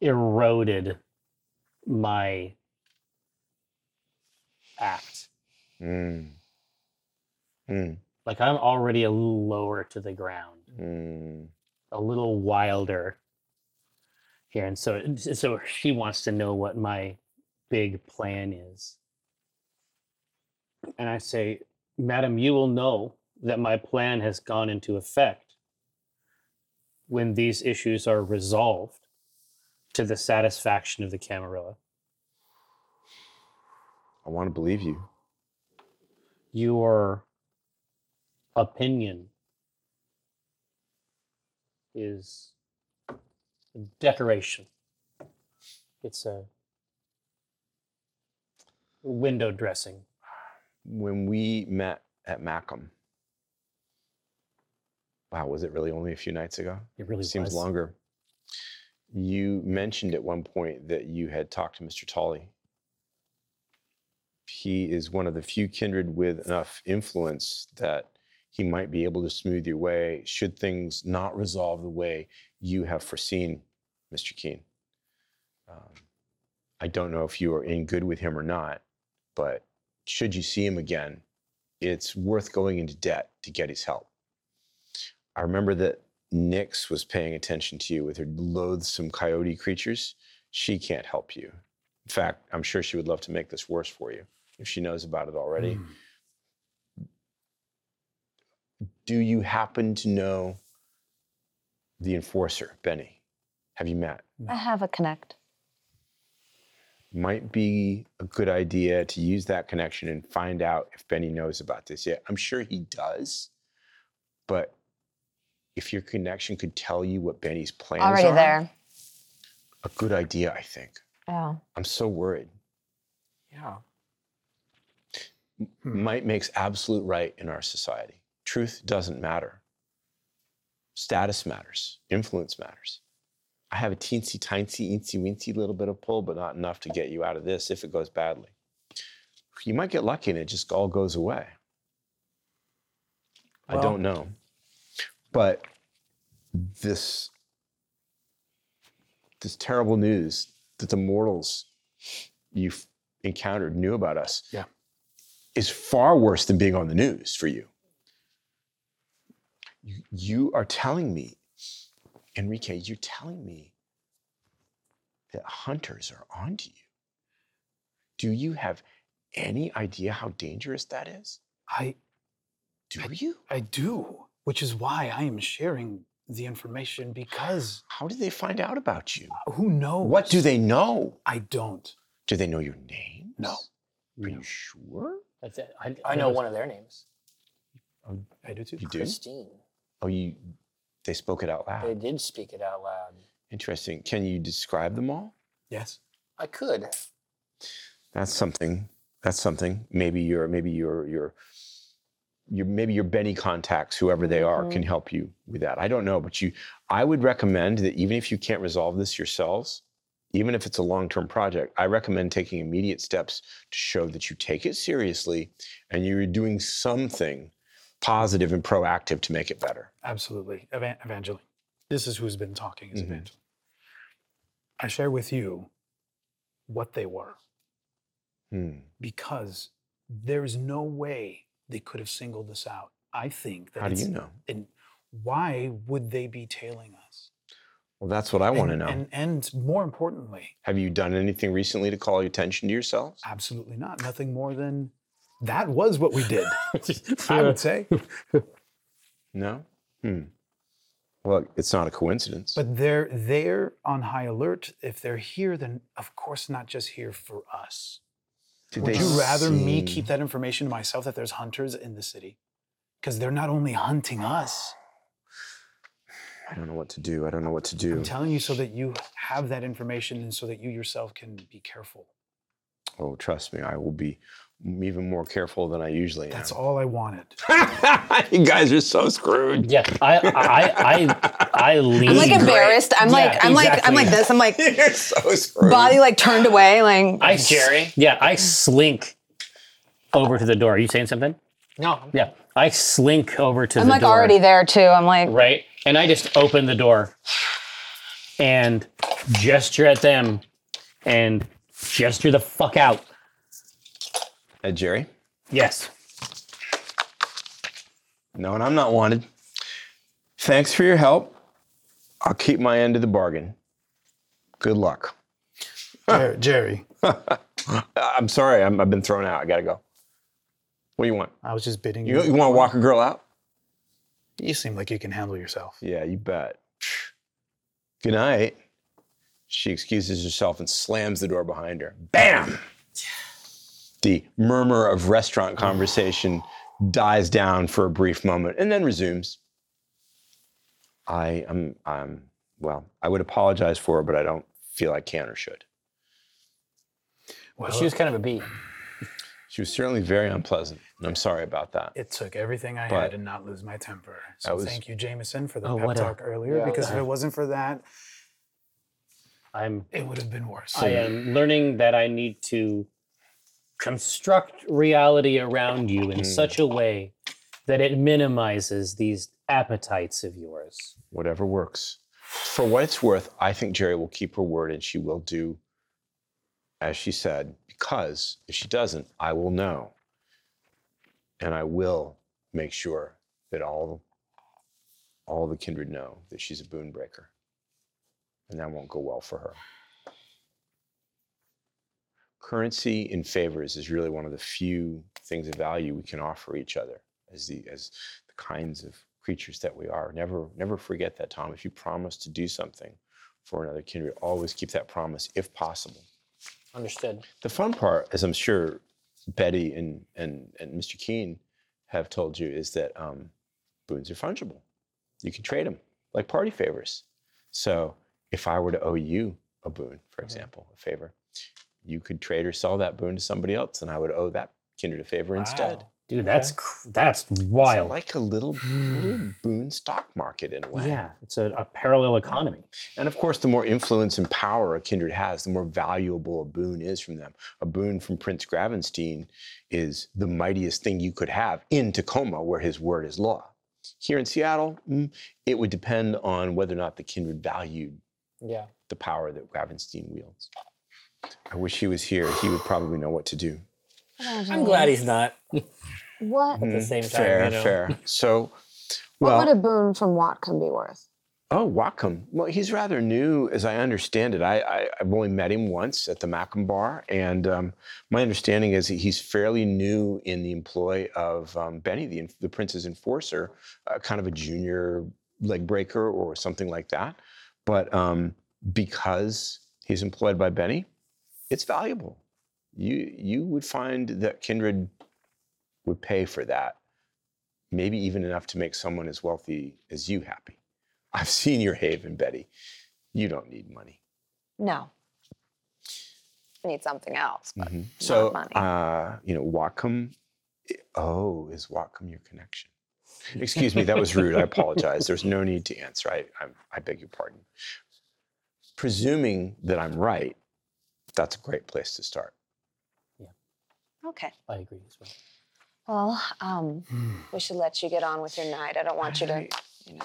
E: eroded my act.
A: Mm. Mm.
E: Like I'm already a little lower to the ground,
A: Mm.
E: a little wilder here, and so so she wants to know what my big plan is. and I say, Madam, you will know that my plan has gone into effect when these issues are resolved to the satisfaction of the Camarilla.
A: I want to believe you.
E: Your opinion is a decoration. It's a window dressing.
A: When we met at Macum, wow, was it really only a few nights ago?
E: It really
A: seems
E: was.
A: longer. You mentioned at one point that you had talked to Mr. Tolley. He is one of the few kindred with enough influence that he might be able to smooth your way should things not resolve the way you have foreseen, Mr. Keene. Um, I don't know if you are in good with him or not, but should you see him again, it's worth going into debt to get his help. I remember that Nyx was paying attention to you with her loathsome coyote creatures. She can't help you. In fact, I'm sure she would love to make this worse for you if she knows about it already.
C: Hmm.
A: Do you happen to know the enforcer, Benny? Have you met?
D: I have a connect.
A: might be a good idea to use that connection and find out if Benny knows about this yet. I'm sure he does, but if your connection could tell you what Benny's plans
D: Already
A: are,
D: there.
A: a good idea, I think.
D: Oh.
A: I'm so worried.
B: Yeah.
A: Might makes absolute right in our society. Truth doesn't matter. Status matters. Influence matters. I have a teensy, tiny, eensy, weensy little bit of pull, but not enough to get you out of this if it goes badly. You might get lucky and it just all goes away. I don't know. But this this terrible news that the mortals you've encountered knew about us
C: Yeah.
A: is far worse than being on the news for you. You, you are telling me, Enrique, you're telling me that hunters are onto you. Do you have any idea how dangerous that is?
C: I
A: Do you?
C: I do, which is why I am sharing the information because
A: How did they find out about you?
C: who knows?
A: What do they know?
C: I don't.
A: Do they know your name?
C: No.
A: Are you sure?
E: That's it. I,
B: I know one of their names.
C: I do too.
A: You do?
B: Christine.
A: Oh, you. They spoke it out
B: They
A: loud.
B: did speak it out loud.
A: Interesting. Can you describe them all?
C: Yes.
B: I could.
A: That's something. That's something. Maybe your maybe your your your maybe your Benny contacts, whoever they are,
C: Mm-hmm.
A: can help you with that. I don't know, but you I would recommend that even if you can't resolve this yourselves, even if it's a long-term project, I recommend taking immediate steps to show that you take it seriously and you're doing something positive and proactive to make it better.
C: Absolutely. Evan- Evangeline. This is who's been talking, is
A: Mhm.
C: Evangeline. I share with you what they were
A: Hmm.
C: because there is no way they could have singled us out. I think that
A: How do
C: it's-
A: you know?
C: And why would they be tailing us?
A: Well, that's what I want to
C: And-
A: know.
C: And, and more importantly,
A: Have you done anything recently to call your attention to yourselves?
C: absolutely not. Nothing more than that was what we did, I would say.
A: No. Hmm. Well, it's not a coincidence.
C: But they're they're on high alert. If they're here, then of course not just here for us.
A: Did
C: Would
A: they
C: you rather me
A: seem-
C: keep that information to myself that there's hunters in the city? Because they're not only hunting us.
A: I don't know what to do. I don't know what to do.
C: I'm telling you so that you have that information and so that you yourself can be careful.
A: oh, trust me, I will be m- even more careful than I usually
C: That's
A: am.
C: all I wanted.
A: you guys are so screwed.
E: Yeah, I I I, I lean.
D: I'm like embarrassed. I'm
E: Yeah,
D: like I'm like I'm like this. I'm like
A: You're so screwed.
D: body like turned away. Like
E: I Jerry. Yeah, I slink over to the door. Are you saying something?
B: No.
E: Yeah, I slink over to
D: I'm
E: the
D: like
E: door.
D: already there too. I'm like
E: right, and I just open the door and gesture at them and gesture the fuck out.
A: Uh, Jerry?
E: Yes.
A: No, and I'm not wanted. Thanks for your help. I'll keep my end of the bargain. Good luck.
C: Jer- Jerry,
A: I- I'm sorry. I'm, I've been thrown out. I got to go. What do you want?
F: I was just bidding
A: You, you want to walk a girl out?
F: You seem like you can handle yourself.
A: Yeah, you bet. Good night. She excuses herself and slams the door behind her. Bam! The murmur of restaurant conversation dies down for a brief moment and then resumes. I am, um, well, I would apologize for her, but I don't feel I can or should.
F: Well,
B: She was kind of a bee.
A: She was certainly very unpleasant, and I'm sorry about that.
F: it took everything I
A: But-
F: had to not lose my temper. So
A: That was-
F: thank you, Jameson, for the
E: Oh,
F: pep
E: what a-
F: talk earlier. because if it wasn't for that,
E: I'm
F: it would have been worse.
E: I am learning that I need to construct reality around you
A: Hmm.
E: in such a way that it minimizes these appetites of yours.
A: whatever works. For what it's worth, I think Jerry will keep her word and she will do as she said, because if she doesn't, I will know. And I will make sure that all all the kindred know that she's a boon breaker. And that won't go well for her. Currency in favors is really one of the few things of value we can offer each other as the as the kinds of creatures that we are. Never, never forget that, Tom. If you promise to do something for another kindred, always keep that promise if possible.
B: Understood.
A: The fun part, as I'm sure Betty and and and Mr. Keene have told you, is that um, boons are fungible. You can trade them like party favors. So if I were to owe you a boon, for example, a favor, you could trade or sell that boon to somebody else, and I would owe that kindred a favor instead.
E: Dude, that's cr- that's
A: It's
E: wild.
A: like a little, little boon stock market in a way.
E: yeah, it's a, a parallel economy.
A: And of course, the more influence and power a kindred has, the more valuable a boon is from them. A boon from Prince Gravenstein is the mightiest thing you could have in Tacoma, where his word is law. Here in Seattle, mm, it would depend on whether or not the kindred valued
B: Yeah.
A: the power that Gravenstein wields. I wish he was here. He would probably know what to do.
B: I'm glad he's not.
D: Oh, What,
B: At the same time,
A: Mm, Fair,
B: you know.
A: fair. So, well,
D: what would a boon from Watcom be worth?
A: Oh, Wacom. Well, he's rather new, as I understand it. I, I, I've only met him once at the Macum Bar, and um, my understanding is that he's fairly new in the employ of um, Benny, the, en- the prince's enforcer, uh, kind of a junior leg breaker or something like that. But um, because he's employed by Benny, it's valuable. You you would find that Kindred would pay for that, maybe even enough to make someone as wealthy as you happy. I've seen your haven, Betty. You don't need money.
D: No. I need something else. But
A: So,
D: money.
A: uh, you know, Wacom. Oh, is Wacom your connection? Excuse me, that was rude. I apologize. There's no need to answer. I, I, I beg your pardon. Presuming that I'm right, that's a great place to start.
D: okay.
E: I agree as well.
D: Well, um,
F: Hmm.
D: we should let you get on with your night. I don't want you to, you know.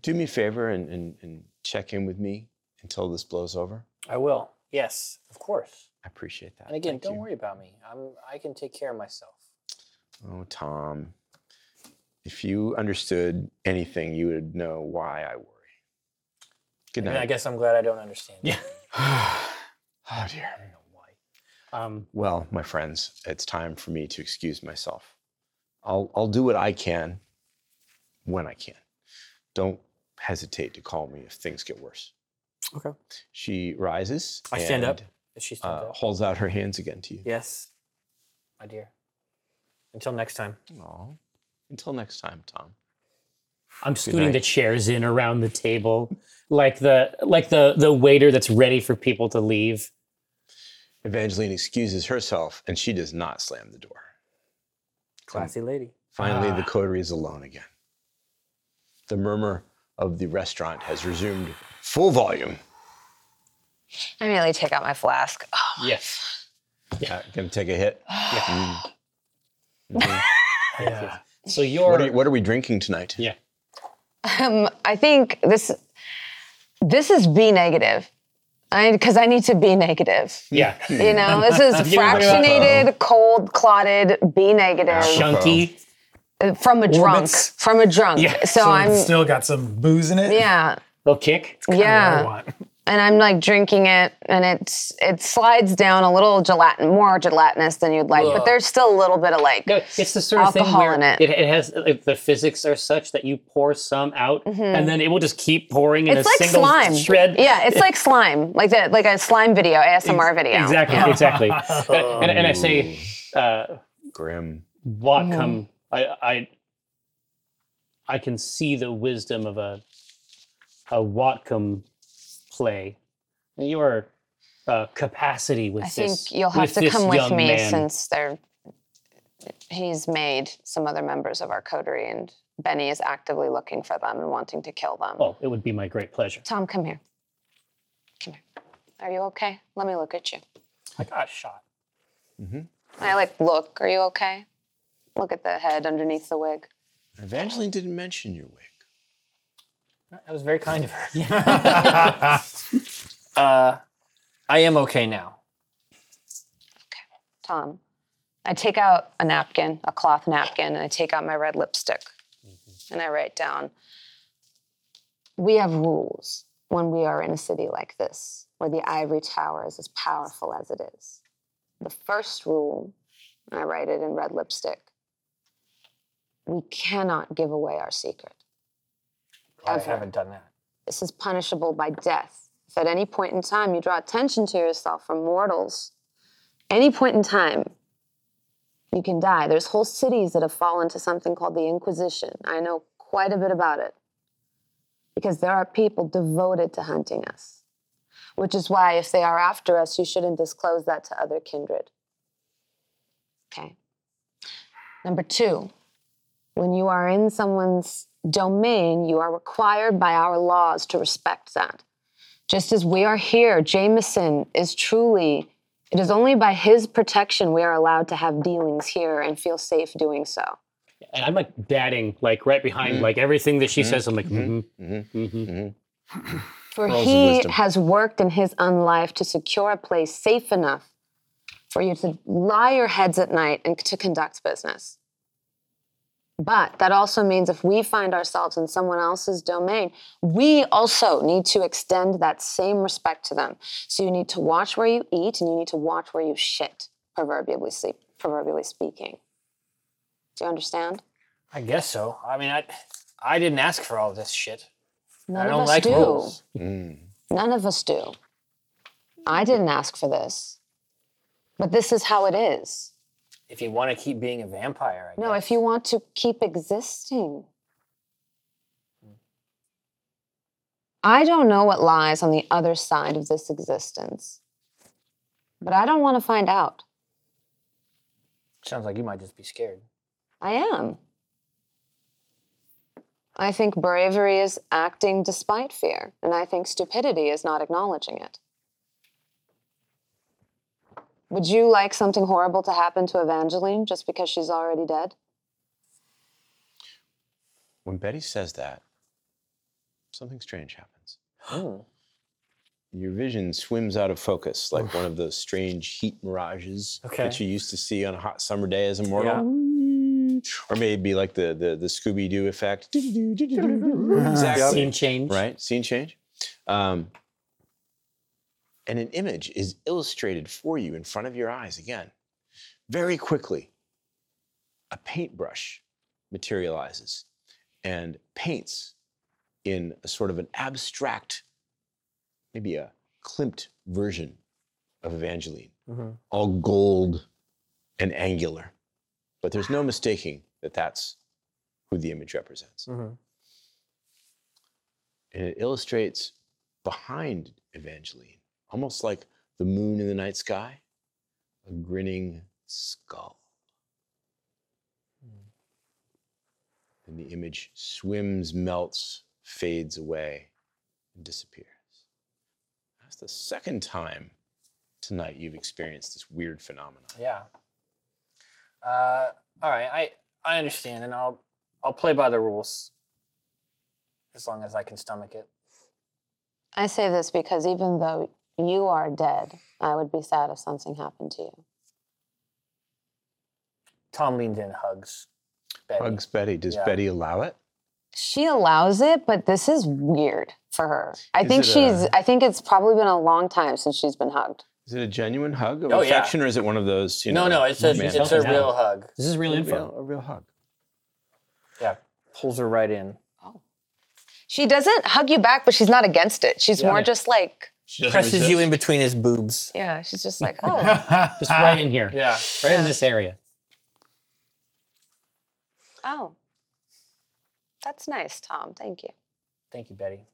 A: Do me a favor and, and, and check in with me until this blows over.
B: I will. Yes, of course.
A: I appreciate that.
B: And again,
A: Thank
B: don't
A: you.
B: worry about me. I'm. I can take care of myself.
A: Oh, Tom, if you understood anything, you would know why I worry. Good
B: I mean, I
A: night.
B: guess I'm glad I don't understand.
E: Yeah.
A: Oh, dear.
E: I don't know why. Um,
A: Well, my friends, it's time for me to excuse myself. I'll, I'll do what I can when I can. Don't hesitate to call me if things get worse.
B: Okay.
A: She rises.
B: I stand up.
A: and,
B: Is she still
A: Uh,
B: there?
A: holds out her hands again to you.
B: Yes, my dear. Until next time.
A: Aw. Until next time, Tom.
E: I'm scooting
A: night.
E: the chairs in around the table, like the like the the waiter that's ready for people to leave.
A: Evangeline excuses herself, and she does not slam the door.
B: Classy lady.
A: Finally,
E: Ah.
A: the coterie is alone again. The murmur of the restaurant has resumed full volume.
D: I immediately take out my flask. Oh,
E: Yes.
A: Uh, gonna take a hit. Mm. Mhm.
F: yeah.
E: So
A: what,
E: you're
A: are, what are we drinking tonight?
E: yeah.
D: Um, I think this this is B negative. I because I need to be negative.
E: Yeah.
A: Hmm.
D: You know, this is
E: You remember that?
D: fractionated, cold, clotted B negative
E: Chunky.
D: uh, from a drunk.
E: Orbits.
D: From a drunk.
E: Yeah,
D: So
C: So
D: I'm
C: it's still got some booze in it.
D: yeah.
E: They'll kick.
C: Kinda what I
D: Yeah.
C: want.
D: and I'm like drinking it, and it's it slides down a little gelatin, more gelatinous than you'd like, but there's still a little bit of like
E: No, it's the sort of thing
D: Alcohol
E: where
D: in it.
E: It, has if the physics are such that you pour some out and then it will just keep pouring in
D: Mm-hmm. it's
E: a
D: like
E: single
D: slime.
E: shred.
D: Yeah, it's like slime, like that, like a slime video, ASMR video.
E: Exactly, exactly. and, and I say, uh,
A: Grim.
E: what come? I, I, I can see the wisdom of a, a Watcom play. Your uh, capacity with
D: I think
E: this.
D: you'll have
E: with
D: to
E: this
D: come with
E: young
D: me
E: man.
D: since they're he's made some other members of our coterie, and Benny is actively looking for them and wanting to kill them.
E: Oh, it would be my great pleasure.
D: Tom, come here. Come here. Are you okay? Let me look at you.
E: I got shot.
D: I like look. Are you okay? Look at the head underneath the wig.
A: Evangeline didn't mention your wig.
B: That was very kind of her. uh, I am okay now.
D: Tom. I take out a napkin, a cloth napkin, and I take out my red lipstick and I write down We have rules when we are in a city like this, where the ivory tower is as powerful as it is. The first rule, and I write it in red lipstick we cannot give away our secret.
B: I
D: Ever.
B: haven't done that.
D: This is punishable by death. If at any point in time you draw attention to yourself from mortals, any point in time, you can die. There's whole cities that have fallen to something called the Inquisition. I know quite a bit about it because there are people devoted to hunting us, which is why if they are after us, you shouldn't disclose that to other kindred. Okay. Number two, when you are in someone's domain, you are required by our laws to respect that. Just as we are here, Jameson is truly, it is only by his protection we are allowed to have dealings here and feel safe doing so.
E: And I'm like batting, like right behind, like everything that she says. I'm like, mhm, mhm.
D: For
A: Pearls of
D: he
A: wisdom.
D: has worked in his own life to secure a place safe enough for you to lie your heads at night and to conduct business. But that also means if we find ourselves in someone else's domain, we also need to extend that same respect to them. So you need to watch where you eat and you need to watch where you shit, proverbially, sleep, proverbially speaking. Do you understand?
B: I guess so. I mean, I, I didn't ask for all this shit.
D: None
B: I
D: of
B: don't
D: us
B: like
D: do.
B: rules.
A: Mm.
D: None of us do. I didn't ask for this. But this is how it is.
B: If you want to keep being a vampire, I guess.
D: No, if you want to keep existing. I don't know what lies on the other side of this existence, but I don't want to find out.
B: sounds like you might just be scared.
D: I am. I think bravery is acting despite fear, and I think stupidity is not acknowledging it. Would you like something horrible to happen to Evangeline just because she's already dead?
A: When Betty says that, something strange happens. Your vision swims out of focus like one of those strange heat mirages
B: Okay.
A: that you used to see on a hot summer day as a mortal. Or maybe like the, the, the Scooby Doo effect. exactly.
E: Scene change.
A: Right? Scene change. Um, and an image is illustrated for you in front of your eyes again. Very quickly, a paintbrush materializes and paints in a sort of an abstract, maybe a Klimt version of Evangeline,
B: Mhm.
A: all gold and angular. But there's no mistaking that that's who the image represents
B: Mhm.
A: and it illustrates behind Evangeline, almost like the moon in the night sky, a grinning skull.
B: Hmm.
A: And the image swims, melts, fades away, and disappears. That's the second time tonight you've experienced this weird phenomenon.
B: Yeah. Uh, all right, I I understand, and I'll I'll play by the rules as long as I can stomach it.
D: I say this because even though you are dead, I would be sad if something happened to you.
B: Tom leans in, hugs. Betty.
A: Hugs Betty. Does
B: Yeah.
A: Betty allow it?
D: she allows it, but this is weird for her. I
A: Is
D: think
A: it uh, a-
D: she's. I think it's probably been a long time since she's been hugged.
A: Is it a genuine hug of
B: Oh, yeah.
A: affection, or is it one of those? You
B: No,
A: know,
B: no, it's a,
A: man-
B: it's a real hug.
E: This is real info.
A: a real hug.
B: Yeah, pulls her right in.
G: She doesn't hug you back, but she's not against it. She's more just like,
A: She doesn't
B: Presses you
A: resist.
B: in between his boobs.
G: yeah, she's just like, oh,
E: Just right in here.
B: Yeah.
E: Right in this area.
D: Oh, that's nice, Tom. Thank you.
B: Thank you, Betty.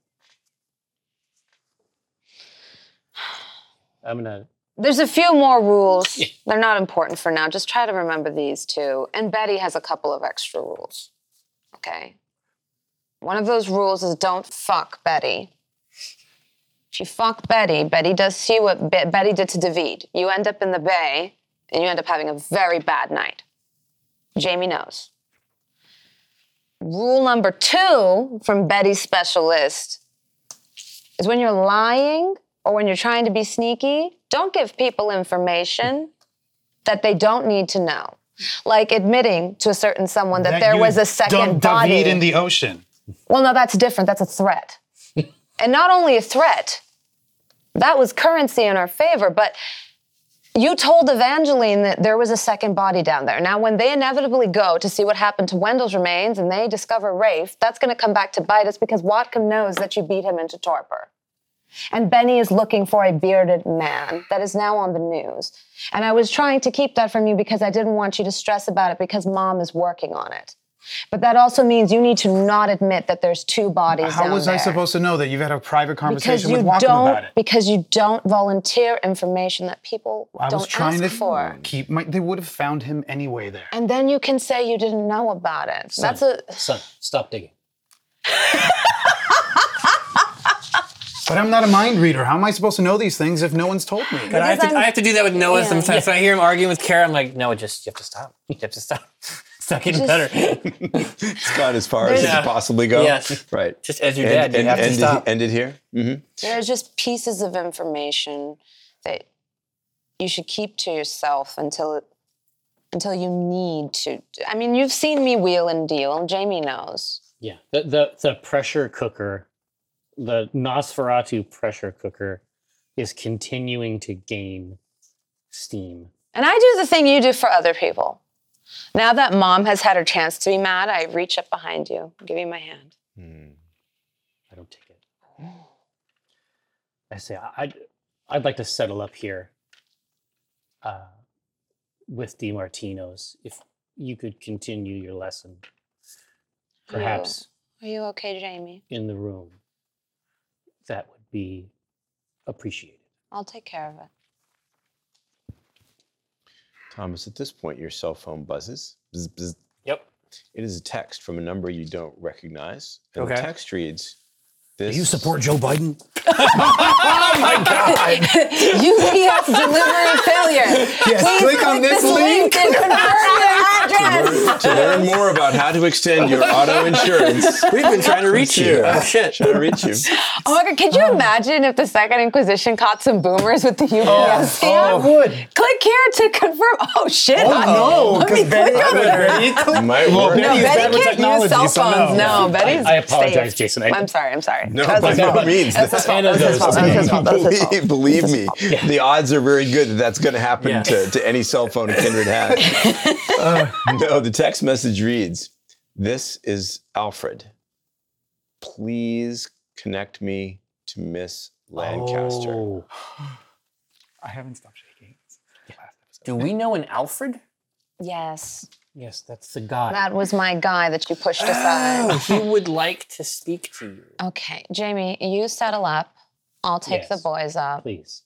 E: I'm gonna
D: There's a few more rules. They're not important for now. Just try to remember these two. And Betty has a couple of extra rules. Okay. One of those rules is don't fuck Betty. If you fuck Betty, Betty does see what Be- Betty did to David. You end up in the bay and you end up having a very bad night. Jamie knows. Rule number two from Betty's special list is when you're lying or when you're trying to be sneaky, don't give people information that they don't need to know. Like admitting to a certain someone that, there
F: you
D: was a
F: dumped
D: second body.
F: David in the ocean.
D: Well, no, that's different. That's a threat. and not only a threat, that was currency in our favor, but you told Evangeline that there was a second body down there. Now, when they inevitably go to see what happened to Wendell's remains and they discover Rafe, that's going to come back to bite us because Watcom knows that you beat him into torpor. And Benny is looking for a bearded man that is now on the news. And I was trying to keep that from you because I didn't want you to stress about it because mom is working on it. But that also means you need to not admit that there's two bodies.
F: How
D: down
F: was I
D: there.
F: supposed to know that you've had a private
D: Because
F: conversation
D: you
F: with Wacom
D: don't,
F: about it?
D: because you don't volunteer information that people
F: I
D: don't
F: was trying to
D: ask for.
F: keep my. They would have found him anyway there.
D: And then you can say you didn't know about it. That's a
E: son, stop digging.
F: But I'm not a mind reader. How am I supposed to know these things if no one's told me?
B: But I have, to,
D: I'm-
B: I have to do that with Noah
D: Yeah.
B: sometimes. When I hear him arguing with Kara, I'm like, Noah, just you have to stop. You have to stop. It's not getting better.
A: It's gone as far as it
B: Yeah.
A: could possibly go.
B: Yes.
A: Right.
B: Just as your
A: End-
B: dad, you
A: end-
B: have to
A: ended-
B: stop.
A: Ended here. hmm
D: there's just pieces of information that you should keep to yourself until until you need to. I mean, you've seen me wheel and deal, and Jamie knows.
E: Yeah, the the the pressure cooker, the Nosferatu pressure cooker, is continuing to gain steam.
D: And I do the thing you do for other people. Now that mom has had her chance to be mad, I reach up behind you, give you my hand.
A: Hmm.
E: I don't take it. I say I- I'd I'd like to settle up here uh, with DiMartino's. If you could continue your lesson, perhaps
D: Are you okay, Jamie?
E: in the room, that would be appreciated.
D: I'll take care of it.
A: Thomas, at this point, your cell phone buzzes. Bzz, bzz.
B: Yep.
A: It is a text from a number you don't recognize. And the
B: Okay.
A: text reads, this,
E: Joe Biden?
G: UPS delivery failure. Please
F: click on this link.
G: and confirm your address.
A: To learn more about how to extend your auto insurance,
B: We've been trying to reach you. Oh, shit.
A: try to reach you.
G: Oh my God, could you imagine if the Second Inquisition caught some boomers with the UPS stamp?
F: Oh, would.
G: Click here to confirm. Oh shit.
F: Oh no,
G: Let me
F: because Betty,
G: click on it.
A: You might work.
F: Betty
G: No, Betty
F: used that with
G: can't
F: technology,
G: use cell
F: so no.
G: phones. No, Betty's.
E: I apologize,
G: safe.
E: Jason. I-
G: I'm sorry. I'm sorry.
A: No,
G: That
A: by
G: was his
A: no
G: fault.
A: means.
G: That's his fault. That's his fault. That's his fault. That's his fault.
A: Believe, believe me, the odds are very good that that's going to happen
B: Yeah.
A: to, to any cell phone Kindred has. no, the text message reads This is Alfred. Please connect me to Miss Lancaster.
E: Oh,
C: I haven't stopped shaking.
B: Do we know an Alfred?
D: Yes,
E: yes, that's the guy.
D: that was my guy that you pushed aside.
B: He would like to speak to you.
D: Okay, Jamie, you settle up. I'll take the
E: Yes.
D: boys up.
E: Please.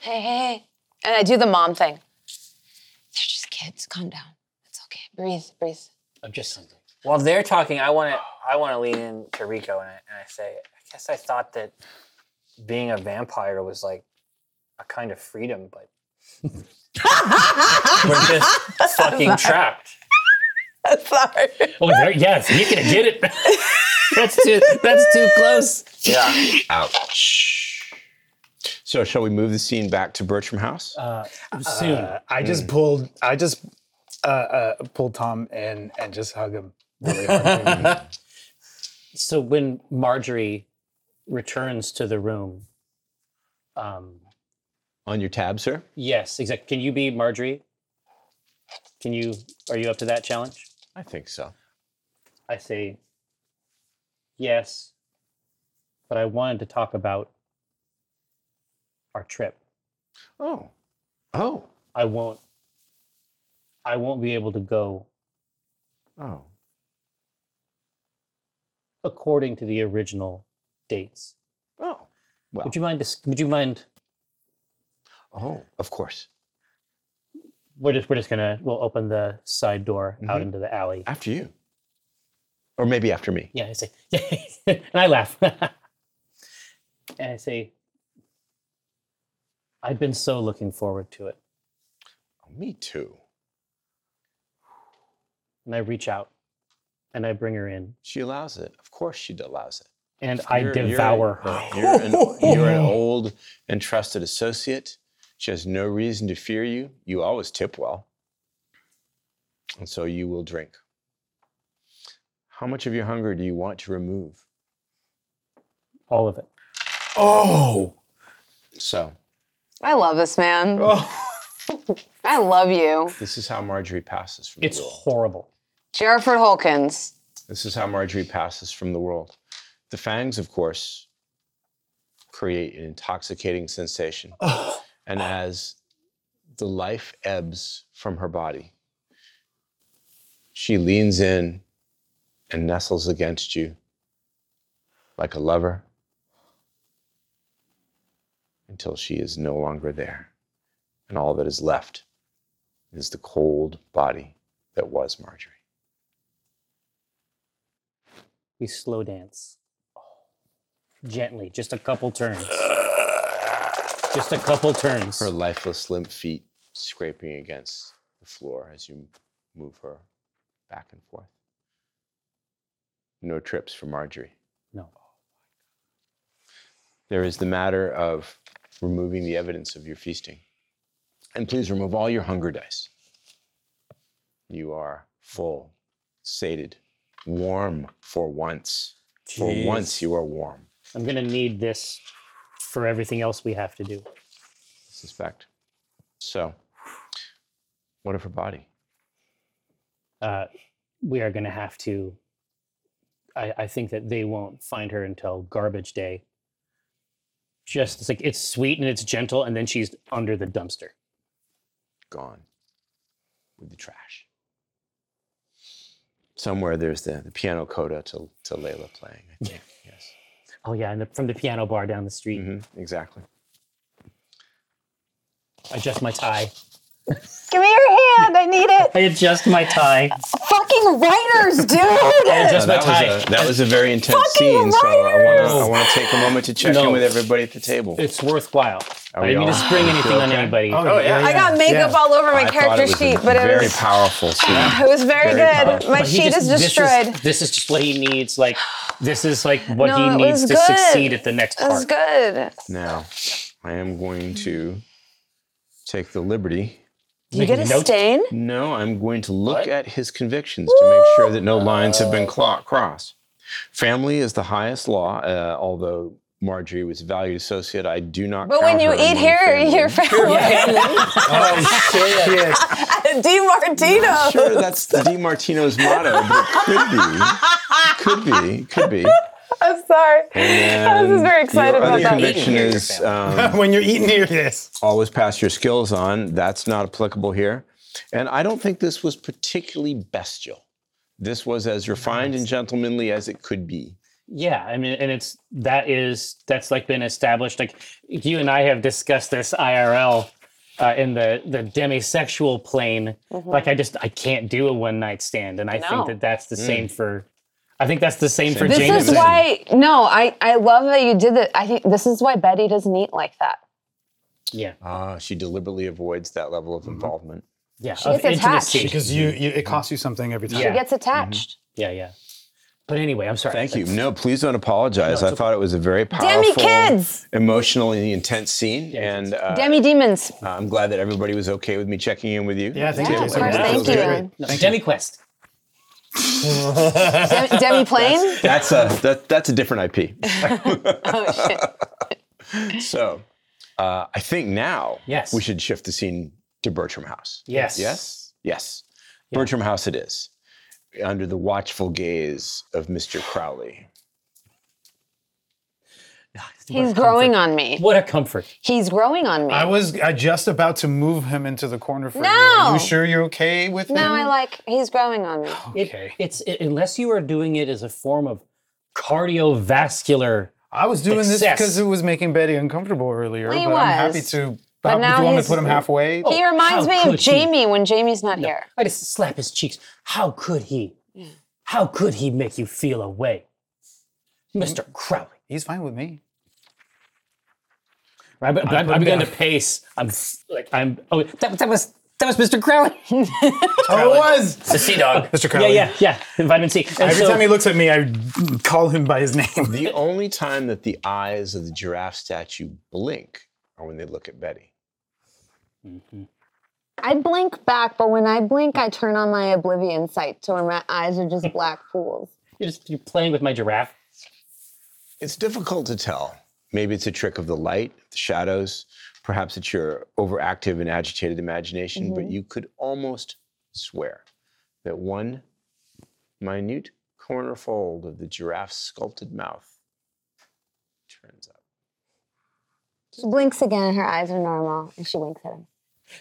D: Hey, hey, hey. And I do the mom thing. They're just kids. Calm down. It's okay. Breathe, breathe.
E: I'm just hungry.
B: While they're talking, I want to I want to lean in to Rico and I, and I say, I guess I thought that being a vampire was like a kind of freedom, but we're just fucking trapped.
G: Sorry.
E: Oh, there, yes, you can get it. that's too. That's too close.
B: Yeah.
A: Ouch. So, shall we move the scene back to Bertram House?
E: Soon.
C: uh,
F: I just pulled. I just uh, uh, pulled Tom and and just hug him. really hard to read.
E: So when Marjorie returns to the room, um,
A: On your tab, sir?
E: yes, exactly. Can you be Marjorie? Can you? Are you up to that challenge?
A: I think so.
E: I say, yes, but I wanted to talk about our trip.
A: Oh. Oh.
E: I won't. I won't be able to go
A: Oh.
E: according to the original dates.
A: Oh. Well.
E: Would you mind? dis- Would you mind?
A: Oh. Of course.
E: We're just we're just gonna we'll open the side door out
A: Mhm.
E: into the alley.
A: After you. Or maybe after me.
E: Yeah, I say, and I laugh. and I say, I've been so looking forward to it.
A: Me too.
E: And I reach out and I bring her in
A: She allows it. Of course she allows it.
E: and I
A: You're- you're-
E: devour
A: uh,
E: her.
A: You're an, you're an old and trusted associate. She has no reason to fear you. You always tip well. And so you will drink. How much of your hunger do you want to remove?
E: All of it.
F: Oh,
A: So
G: I love this man. I love you.
A: this is how Marjorie passes from
E: It's
A: the world.
E: horrible.
G: Jerford Holkins.
A: This is how Marjorie passes from the world. The fangs, of course, create an intoxicating sensation. And as the life ebbs from her body, she leans in and nestles against you like a lover until she is no longer there. And all that is left is the cold body that was Marjorie.
E: We slow dance. Gently, just a couple turns. Just a couple turns.
A: her lifeless limp feet scraping against the floor as you move her back and forth. No trips for Marjorie.
E: No.
A: There is the matter of removing the evidence of your feasting. And please remove all your hunger dice. You are full, sated, warm for once. For once, you are warm,
E: I'm gonna need this for everything else we have to do.
A: I suspect. So, what of her body?
E: uh, we are going to have to. I, I think that they won't find her until garbage day. Just it's like it's sweet and it's gentle, and then she's under the dumpster.
A: gone with the trash. Somewhere there's the, the piano coda to, to Layla playing, I think. yes.
E: Oh yeah, and the, from the piano bar down the street.
A: hmm exactly. Mm-hmm.
E: I adjust my tie.
G: Give me your hand. I need it.
E: I adjust my tie.
G: Fucking writers, dude.
E: I adjust my
A: that,
E: tie.
A: was a, that was a very intense scene, so I want to I wanna take a moment to check
E: No.
A: in with everybody at the table.
E: it's worthwhile.
A: Are we
E: I didn't mean to
A: all-
E: spring
A: you
E: anything on
A: okay?
E: anybody.
F: oh yeah,
G: I got makeup all over my
A: I thought
G: character
A: it was
G: sheet,
A: a
G: but it
A: very
G: was
A: powerful scene.
G: it was very,
A: very
G: good.
A: powerful.
G: My
E: But he
G: sheet is
E: this
G: destroyed.
E: This is just what he needs. Like this is like what
G: No,
E: he
G: it
E: needs
G: was
E: to
G: good.
E: succeed at the next
G: it was
E: part.
G: good.
A: Now, I am going to take the liberty.
G: You get a
E: Making notes.
G: stain?
A: No, I'm going to look at his convictions to make sure that no lines have been clo- crossed. Family is the highest law, uh, although Marjorie was a valued associate. I do not.
G: But when
A: count
G: you
A: her
G: eat
A: among
G: here,
A: family.
G: your family. Di Martino.
A: Sure, that's the Di Martino's motto, but it could be, could be, could be.
G: I'm sorry. I was
A: And
G: just very excited
A: your
G: about
A: other
G: that.
A: conviction is um,
F: when you're eating here, yes.
A: always pass your skills on. That's not applicable here. And I don't think this was particularly bestial. This was as refined and gentlemanly as it could be.
E: Yeah, I mean, and it's that is that's like been established. Like you and I have discussed this IRL uh, in the the demisexual plane.
G: Mm-hmm.
E: Like I just I can't do a one night stand, and I
D: No.
E: think that that's the same for. I think that's the same, for
A: Same.
G: This
E: Jameson.
G: is why no, I I love that you did that. I think this is why Betty doesn't eat like that.
E: yeah,
A: Ah, she deliberately avoids that level of involvement.
E: yeah,
G: She
E: of
G: gets attached.
E: intimacy.
F: Because you, you, it costs you something every time.
G: She
E: Yeah.
G: gets attached.
E: Yeah, yeah. But anyway, I'm sorry.
A: Thank you. No, please don't apologize. I thought it was a very
G: Demi
A: powerful,
G: kids!
A: emotionally intense scene, and uh,
G: Demi demons.
A: I'm glad that everybody was okay with me checking in with you.
F: Yeah, thank you.
G: of course.
A: Yeah.
G: Thank
A: Feels
G: you.
A: great.
E: No, DemiQuest.
D: Dem- Demi plane?
A: That's a that, that's a different IP.
D: oh shit.
A: So uh, I think now
E: Yes.
A: we should shift the scene to Bertram House.
E: Yes.
A: Yes. Yes. Bertram House it is. Under the watchful gaze of Mr. Crowley.
D: He's growing on me.
E: What a comfort.
D: He's growing on me.
C: I was I just about to move him into the corner for you.
D: No.
C: Are you sure you're okay with
D: no,
C: him?
D: I like he's growing on me.
E: It-
C: Okay.
E: it's it, unless you are doing it as a form of cardiovascular.
C: I was doing
E: Excess.
C: this because it was making Betty uncomfortable earlier.
D: Well, he
C: but I'm happy
D: was.
C: to.
D: But
C: Bob, do
D: now
C: you want me
D: he's-
C: to put him halfway? Oh,
D: he reminds
E: how
D: me
E: could
D: of
E: he?
D: Jamie when Jamie's not here.
E: I just slap his cheeks. How could he? How could he make you feel away, Mister Crowley?
C: He's fine with me.
E: Right, but, but I'm, I'm beginning to pace. I'm s- like I'm. Oh, that, that was that was Mister Crowley.
C: Oh, it was.
B: It's a sea dog.
C: Mr.
E: yeah,
C: Crowley.
E: yeah, yeah. Vitamin C. And
H: Every
E: so-
H: time he looks at me, I call him by his name.
A: The only time that the eyes of the giraffe statue blink are when they look at Betty.
D: I blink back, but when I blink, I turn on my oblivion sight to where my eyes are just black pools.
E: you're just you're playing with my giraffe.
A: It's difficult to tell. Maybe it's a trick of the light, the shadows. Perhaps it's your overactive and agitated imagination,
E: Mm-hmm.
A: but you could almost swear that one minute corner fold of the giraffe's sculpted mouth turns up.
D: She blinks again, and her eyes are normal, and she winks at him.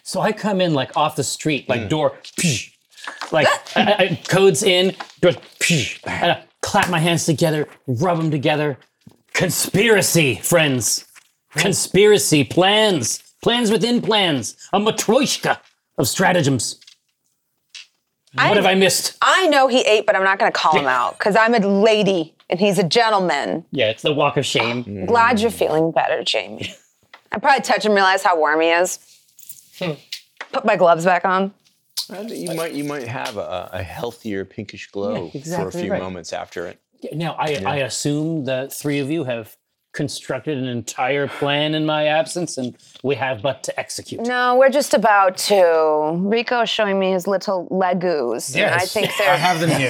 E: So I come in like off the street, like door, psh, like I, I- I- codes in, door, psh, and I clap my hands together, rub them together. Conspiracy, friends. Conspiracy, plans, plans within plans, a matryoshka of stratagems.
D: I-
E: what have I missed?
D: I know he ate, but I'm not going to call him out because I'm a lady and he's a gentleman.
E: Yeah, it's the walk of
C: Mm.
E: shame.
D: Glad you're feeling better, Jamie. I probably touch and realize how warm he is.
C: Hmm.
D: Put my gloves back on.
A: And you might you might have a, a healthier pinkish glow for a
E: exactly
A: few
E: right.
A: moments after it.
E: Now, I, I assume the three of you have constructed an entire plan in my absence, and we have but to execute.
D: No, we're just about to. Rico's showing me his little legoos. and I
C: Yes,
D: think
C: I
D: they're.
C: have them here.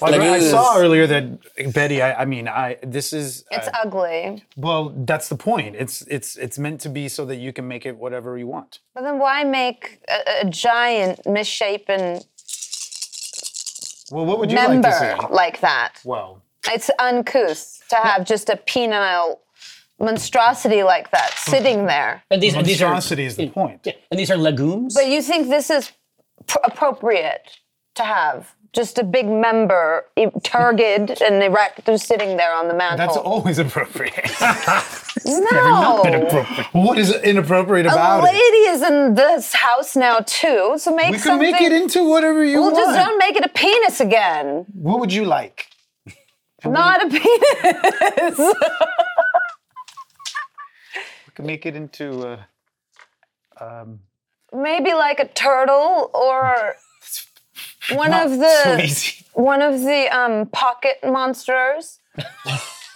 C: Well, I saw earlier that Betty. I, I mean, I. This is.
D: it's
C: uh,
D: ugly.
C: well, that's the point. It's it's it's meant to be so that you can make it whatever you want.
D: But then why make a, a giant misshapen
C: Well, what would you
D: member
C: like to
D: like,
C: see?
D: that?
C: Well,
D: It's uncouth to have just a penile monstrosity like that sitting there.
E: And these, and these are
C: monstrosity is the point.
E: and these are legumes.
D: But you think this is pr- appropriate to have just a big member, e- turgid and erect, just sitting there on the mantle?
C: That's always appropriate.
D: no.
C: what is inappropriate
D: A
C: about
D: lady
C: it?
D: is in this house now too, so make
C: We can
D: something.
C: make it into whatever you
D: well,
C: want.
D: just don't make it a penis again.
C: What would you like?
D: Not a penis.
C: We can make it into. Uh, um,
D: Maybe like a turtle or one of
C: so
D: the
C: easy.
D: one of the um, pocket monsters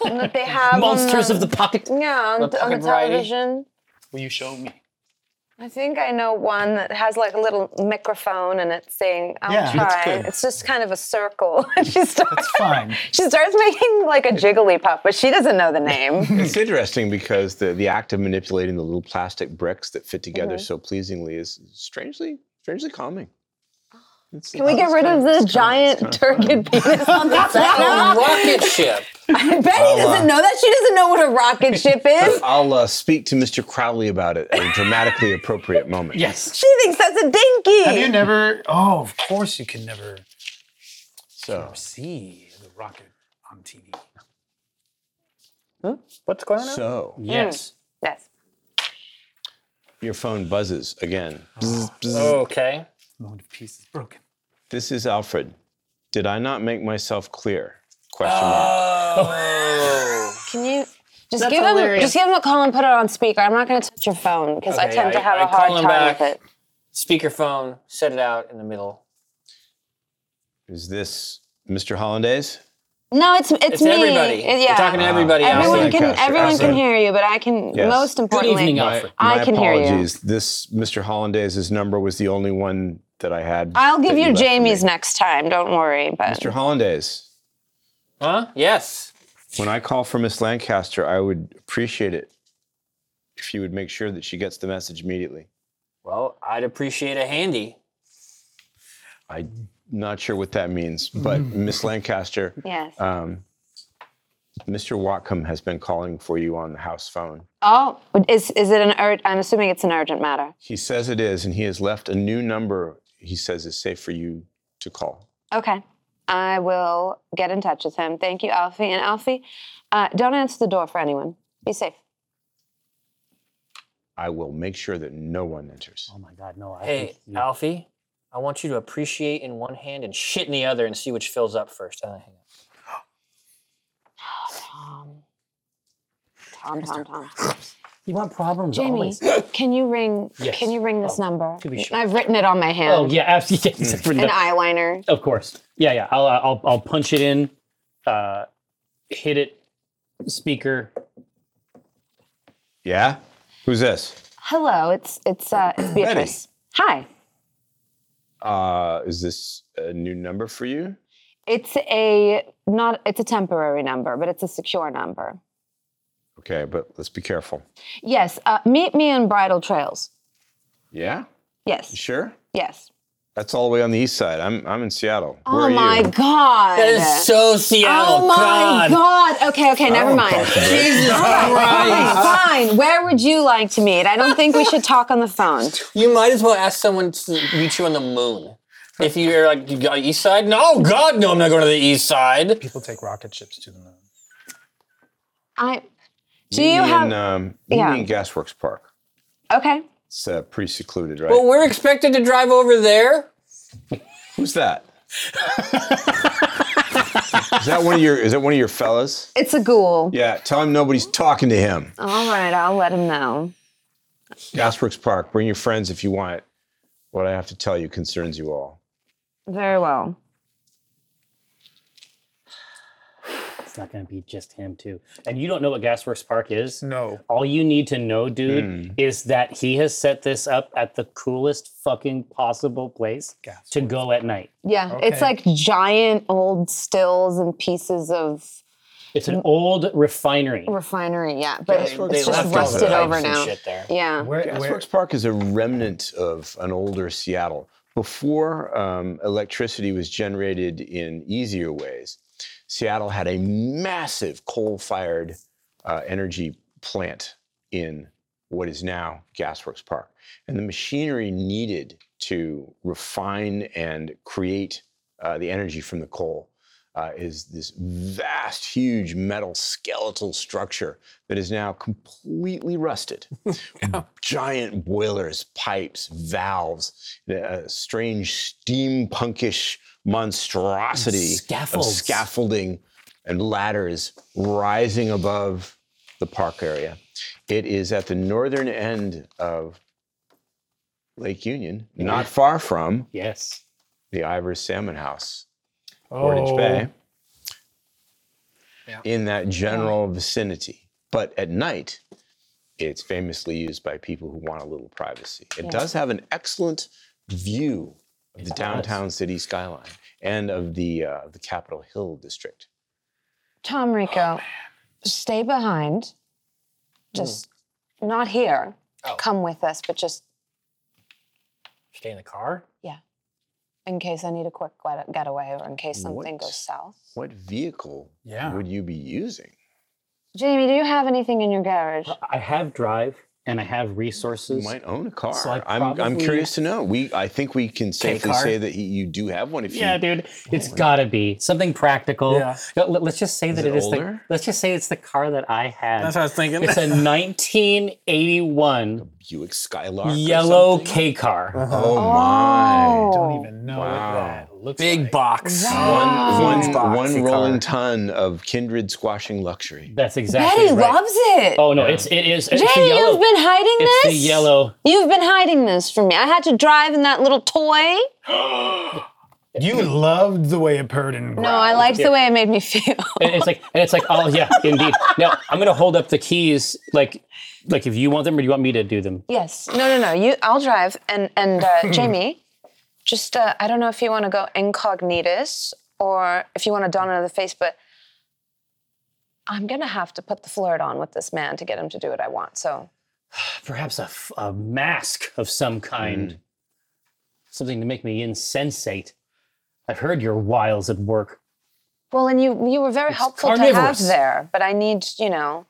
D: that they have.
E: Monsters
D: on
E: of the pocket.
D: Yeah, on,
B: The
D: t- on the
B: pocket variety?
D: television.
C: Will you show me?
D: I think I know one that has like a little microphone and it's saying, I'll
C: Yeah,
D: try.
C: that's good.
D: It's just kind of a circle. she starts
C: It's fine.
D: she starts making like a jigglypuff, but she doesn't know the name.
A: It's interesting because the, the act of manipulating the little plastic bricks that fit together
D: Mm-hmm.
A: so pleasingly is strangely, strangely calming. It's-
D: Oh. Can we get rid of the giant turgid penis on the set
B: A
D: now?
B: rocket ship.
D: Betty doesn't know that. She doesn't know what a rocket ship is.
A: I'll uh, speak to Mr. Crowley about it at a dramatically appropriate moment.
E: Yes.
D: She thinks that's a dinky.
C: Have you never? Oh, of course you can never
A: So
C: see the rocket on TV.
B: What's going on?
D: Mm.
A: So
E: Yes.
D: yes.
A: your phone buzzes again.
B: Okay.
C: Moment of peace is broken.
A: This is Alfred. Did I not make myself clear? Question
D: Ah.
A: mark.
B: Oh.
D: Can you just
E: That's
D: give him
E: hilarious.
D: just give him a call and put it on speaker. I'm not going to touch your phone because I
B: Okay,
D: tend to
B: I-
D: have a
B: I call
D: hard
B: him
D: time
B: back.
D: with it.
B: Speakerphone. Set it out in the middle.
A: Is this Mr. Hollandaise?
D: No, it's it's,
B: It's
D: me.
B: everybody.
D: It- yeah.
B: We're talking to everybody. out
D: everyone
B: there.
A: Alfred.
D: can
A: Okay, sure,
D: everyone
A: Alfred.
D: can hear you, but I can
A: Yes.
D: most
E: Good
D: importantly.
E: evening,
A: My-
E: Alfred.
D: I
A: my
D: can hear you.
A: apologies. This Mr. Hollandaise's number was the only one that I had.
D: I'll give
A: that
D: you
A: left for me.
D: Jamie's next time. Don't worry. But
A: Mr. Hollandaise,
B: Huh? Yes.
A: when I call for Miss Lancaster, I would appreciate it if you would make sure that she gets the message immediately.
B: Well, I'd appreciate a handy.
A: I'm not sure what that means, but
E: Mm.
A: Miss Lancaster,
D: yes.
A: um, Mr. Watcom has been calling for you on the house phone.
D: Oh, is is it an urgent? I'm assuming it's an urgent matter.
A: He says it is, and he has left a new number he says is safe for you to call.
D: Okay. I will get in touch with him. Thank you, Alfie. And Alfie, uh, don't answer the door for anyone. Be safe.
A: I will make sure that no one enters.
E: Oh my God, no! I
B: Hey,
E: think you-
B: Alfie, I want you to appreciate in one hand and shit in the other and see which fills up first. And I hang up.
D: Tom. Tom, Tom, Tom.
E: you want problems
D: Jamie,
E: always.
D: can you ring
E: Yes.
D: can you ring this number?
E: to be sure.
D: I've written it on my hand.
E: Oh yeah, absolutely. yes, for
D: An
E: no-
D: eyeliner.
E: Of course. Yeah, yeah. I'll uh, I'll I'll punch it in, uh, hit it, speaker.
A: Yeah? Who's this?
D: Hello, it's it's uh it's Beatrice. Hi.
A: Uh, is this a new number for you?
D: It's a not it's a temporary number, but it's a secure number.
A: Okay, but let's be careful.
D: Yes, uh, meet me in Bridal Trails.
A: Yeah? You
D: Yes.
A: sure?
D: Yes.
A: That's all the way on the east side. I'm I'm in Seattle. Where
D: oh
A: are
D: my
A: you?
D: god.
B: That is so Seattle.
D: Oh my god. Okay, okay, never
A: wanna
D: mind.
A: talk to her.
B: Jesus Christ.
D: Fine. Where would you like to meet? I don't think we should talk on the phone.
B: You might as well ask someone to meet you on the moon. If you're like, you got east side? No, God, no, I'm not going to the east side.
C: People take rocket ships to the moon.
D: I do
A: Meet
D: you
A: me
D: have
A: in, um, meet me
D: yeah.
A: in Gasworks Park?
D: Okay.
A: It's uh, pretty secluded, right?
B: Well, we're expected to drive over there.
A: Who's that? is that one of your is that one of your fellas?
D: It's a ghoul.
A: Yeah, tell him nobody's talking to him.
D: All right, I'll let him know.
A: Gasworks Park, bring your friends if you want. What I have to tell you concerns you all.
D: Very well.
E: It's not going to be just him too. And you don't know what Gasworks Park is.
F: No.
E: All you need to know, dude,
D: Mm.
E: is that he has set this up at the coolest fucking possible place to go at night.
D: Yeah, it's
F: Okay.
D: like giant old stills and pieces of
E: It's
D: Mm.
E: an old refinery.
D: refinery. Yeah, but
A: That's where
D: it's
A: they
D: just
A: left all the
D: rusted
A: pipes
D: over
B: and
D: now.
B: shit there.
D: Yeah.
F: Where, where,
A: Gasworks Park is a remnant of an older Seattle. Before um, electricity was generated in easier ways, Seattle had a massive coal fired uh, energy plant in what is now Gasworks Park. And the machinery needed to refine and create uh, the energy from the coal uh, is this vast, huge metal skeletal structure that is now completely rusted. Giant boilers, pipes, valves, a strange steampunkish monstrosity of
E: Scaffolds.
A: scaffolding and ladders rising above the park area. It is at the northern end of Lake Union, not far from
E: Yes.
A: the Ivers Salmon House, Portage
F: oh,
A: Bay, in that general vicinity. But at night, it's famously used by people who want a little privacy. It does have an excellent view of the downtown city skyline and of the uh, the Capitol Hill district.
D: Tom Rico, stay behind. Just not here.
B: Oh.
D: Come with us, but just
B: Stay in the car?
D: in case I need a quick get- getaway or in case something
A: What?
D: goes south.
A: What vehicle
C: Yeah.
A: would you be using?
D: Jamie, do you have anything in your garage?
E: I have drive and I have resources.
A: You might own a car.
E: So I
A: I'm, I'm
E: probably-
A: curious to know. We I think we can safely
B: car?
A: say that he, you do have one. If
E: yeah,
A: you,
E: dude, it's gotta be something practical.
C: Yeah.
E: No, let- Let's just say that
A: it
E: it is the.
A: older?
E: Let's just say it's the car that I had.
C: That's what I was thinking.
E: It's a 1981
A: Buick Skylark, or
E: yellow
A: something?
E: K
C: Uh-huh.
E: car.
A: Oh, my!
C: don't
D: Oh,
C: even know
A: Wow.
C: what that looks
B: Big
C: like.
B: box.
D: Wow.
A: One,
B: Huge box.
A: one rolling ton of kindred squashing luxury.
E: That's exactly
D: Betty
E: right.
D: loves it.
E: Oh no, it's it is it's the
D: Jamie,
E: yellow.
D: you've been hiding
E: it's
D: this?
E: the yellow.
D: You've been hiding this from me. I had to drive in that little toy.
F: You loved the way it purred and
D: No, I liked the way it made me feel.
E: And it's like and it's like oh yeah, indeed. Now I'm gonna hold up the keys like like if you want them or do you want me to do them? Hmm.
D: yes. No, no, no. You, I'll drive. And and uh, Jamie, Just, uh, I don't know if you want to go incognitus or if you want to don another face, but I'm going to have to put the flirt on with this man to get him to do what I want. So,
E: Perhaps a, f- a mask of some kind. Something to make me insensate. I've heard your wiles at work.
D: well, and you you were very helpful to have
E: carnivorous.
D: there, but I need, you know,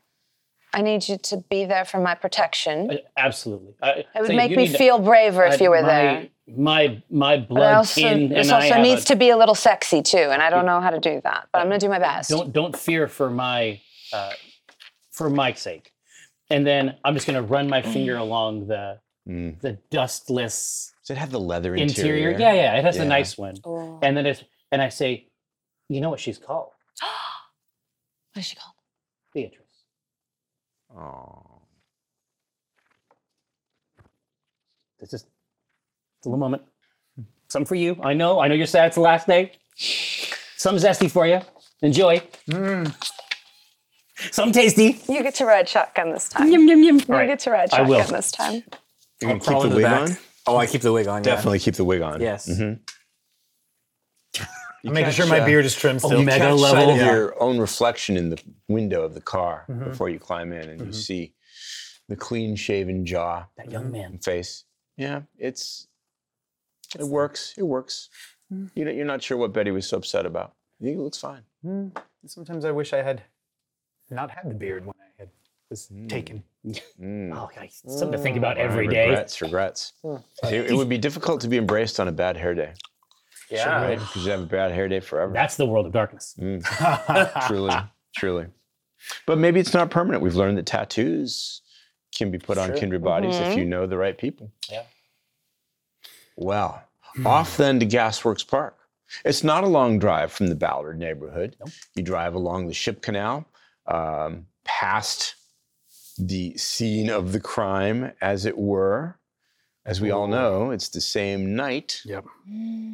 D: I need you to be there for my protection.
E: Uh, Absolutely. I,
D: It would
E: so
D: make
E: you
D: me
E: need to-
D: feel braver if
E: I-
D: you were
E: my,
D: there.
E: My my
D: But I
E: blood
D: also,
E: kin
D: this
E: and I
D: also
E: have
D: needs
E: a-
D: to be a little sexy too, and I don't know how to do that, but I'm going to do my best.
E: don't don't fear for my uh, for Mike's sake. And then I'm just gonna run my finger along the
A: Mm.
E: the dustless
A: Does it have the leather
E: interior.
A: interior?
E: Yeah, yeah, it has
A: Yeah.
E: a nice one.
D: Ooh.
E: And then it's and I say, you know what she's called?
D: What is she called?
E: Beatrice.
A: Oh.
E: This is it's a little moment. Some for you. I know. I know you're sad. It's the last day. Some zesty for you. Enjoy. Some tasty.
D: You get to ride shotgun this time.
E: Yum yum yum. All
D: You get
E: right.
D: to ride
E: I will.
D: shotgun this time.
A: You're going to
B: Crawl
A: keep the
B: into
A: wig
B: back.
A: on?
B: Oh, I keep the wig on. yeah.
A: Definitely keep the wig on.
B: Yes.
A: Mhm. You
C: I'm making
A: catch,
C: sure my
A: uh,
C: beard is trimmed still.
A: you
C: Mega
A: catch
C: level.
A: sight of your own reflection in the window of the car before you climb in, and you see the clean-shaven jaw
E: That young man.
A: and face. Yeah, it's it works. It works. You know, you're not sure what Betty was so upset about. I think it looks fine.
F: Sometimes I wish I had not had the beard when I had was
B: Hmm.
F: taken.
A: Mm.
E: Oh, God, something to think about
A: All right,
E: every day.
A: Regrets, regrets. It, it would be difficult to be embraced on a bad hair day,
E: Uh.
B: Yeah.
A: right? Because you have a bad hair day forever.
E: That's the world of darkness.
A: truly, truly. But maybe it's not permanent. We've learned that tattoos can be put on kindred bodies if you know the right people.
B: Yeah.
A: Well, off then to Gasworks Park. It's not a long drive from the Ballard neighborhood. You drive along the ship canal, um, past the scene of the crime, as it were. As we all know, it's the same night.
F: Yep.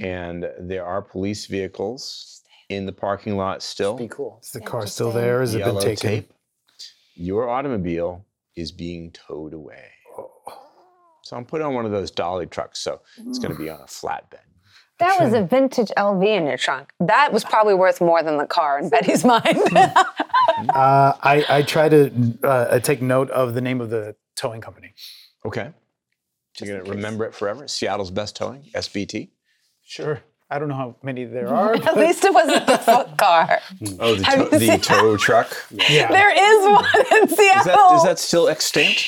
A: And there are police vehicles in the parking lot still
B: Be cool.
F: Is the car still there? Has it been
A: yellow
F: taken?
A: tape. Your automobile is being towed away. So I'm putting on one of those dolly trucks, so it's going to be on a flatbed.
G: That was a vintage LV in your trunk.
D: That was probably worth more than the car in Betty's mind.
F: Uh, I, I try to uh, uh, take note of the name of the towing company.
A: Okay. You're going to remember it forever. Seattle's best towing, SBT.
F: Sure. I don't know how many there are.
D: At least it wasn't the foot car.
A: Oh, the, to- the tow truck.
D: There is one in Seattle.
A: Is that, is that still extinct?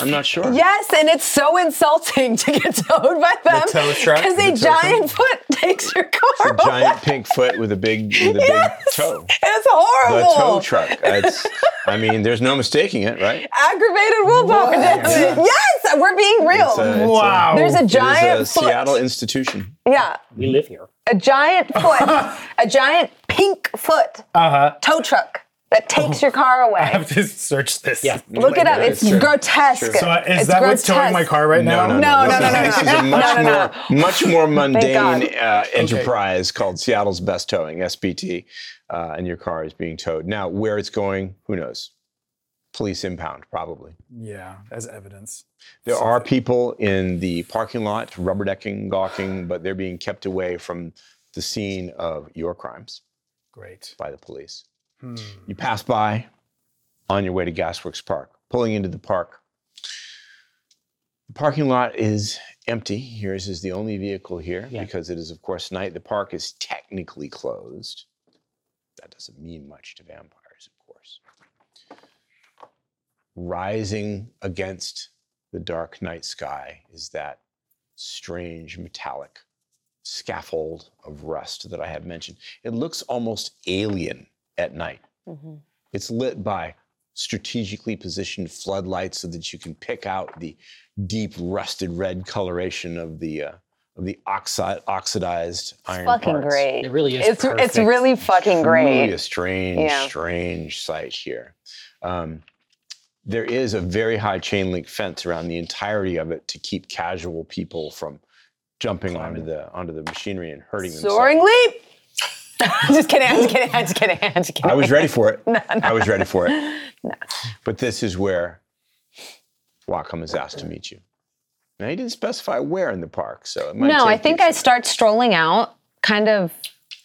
A: I'm not sure.
D: Yes, and it's so insulting to get towed by them
C: tow truck?
D: because
C: The
D: a
C: tow
D: giant foot takes your car.
A: A giant pink foot with a big with a big
D: Yes.
A: toe.
D: It's
A: The
D: horrible.
A: tow truck. It's, I mean, there's no mistaking it, right?
D: Aggravated willpower damage. Yes, we're being
A: It's a-
D: real.
A: it's a-
C: Wow.
D: There's a
A: it is
D: giant
A: a
D: foot.
A: Seattle institution.
D: Yeah,
A: Mm-hmm.
E: We live here.
D: a giant foot, a giant pink foot tow truck that takes your car
C: Uh-huh. I
D: away.
C: have to search this.
E: Yeah.
D: Look it up.
A: God,
D: It's,
A: it's true.
D: grotesque.
C: So uh, is
D: It's
C: that what's towing my
D: grotesque.
C: car right now?
D: No, no, no, no,
A: This
D: no.
A: is a much
D: No, no,
A: more, much more mundane
D: God.
A: uh, enterprise called Seattle's Best Towing (SBT), uh, and your car is being towed. Now, where it's going, who knows? Police impound, probably.
F: yeah, as evidence.
A: There are people in the parking lot rubberdecking, gawking, but they're being kept away from the scene of your crimes
F: Great.
A: by the police. You pass by on your way to Gasworks Park, pulling into the park. The parking lot is empty. Yours is the only vehicle here
E: Yeah.
A: because it is, of course, night. The park is technically closed. That doesn't mean much to vampires, of course. Rising against the dark night sky is that strange metallic scaffold of rust that I had mentioned. It looks almost alien at night.
D: Mm-hmm.
A: It's lit by strategically positioned floodlights so that you can pick out the deep rusted red coloration of the uh, of the oxi- oxidized iron
G: Fucking
A: parts.
G: great.
E: It really is.
G: It's
E: perfect.
G: it's really fucking
A: Really
G: great.
A: a strange,
G: Yeah.
A: strange sight here. Um, there is a very high chain link fence around the entirety of it to keep casual people from jumping onto the onto the machinery and hurting
G: Soaring
A: themselves.
G: leap.
D: Just kidding. I'm just kidding. I'm just kidding. I'm just kidding.
A: I was ready for it. I was ready for it. But this is where Wacom is asked to meet you. Now he didn't specify where in the park, so it might
D: No, I
A: take
D: think
A: you-
D: I start strolling out, kind of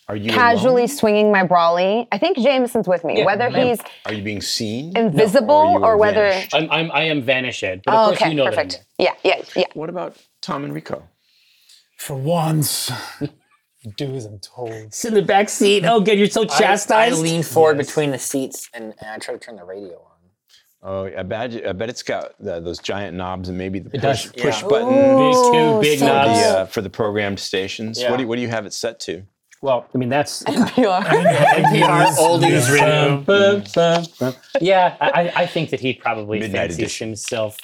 A: are you
D: casually
A: alone?
D: swinging my brawly. I think Jameson's with me, whether he's
A: Are you being seen?
D: invisible
A: you
D: or whether.
A: vanished?
E: I'm, I'm I am vanished, Ed, but of
D: Oh,
E: course
D: okay,
E: you know that
D: perfect. Yeah, yeah, yeah.
A: What about Tom and Rico?
C: For once, do as I'm told.
E: Sit in the back seat. Oh, good. You're so
B: I
E: chastised.
B: lean forward between the seats and, and I try to turn the radio on.
A: Oh, I bet, I bet it's got the, those giant knobs and maybe the
E: does.
A: push, push
B: Yeah.
A: button
E: These two big
A: for the,
E: knobs.
A: uh, for the programmed stations. What,
B: Yeah.
A: do you, what do you have it set to?
E: Well, I mean that's
B: NPR oldies
E: Bum, bum, bum, bum. yeah. I, I- I think that he probably
A: Midnight
E: fancies
A: edition.
E: himself.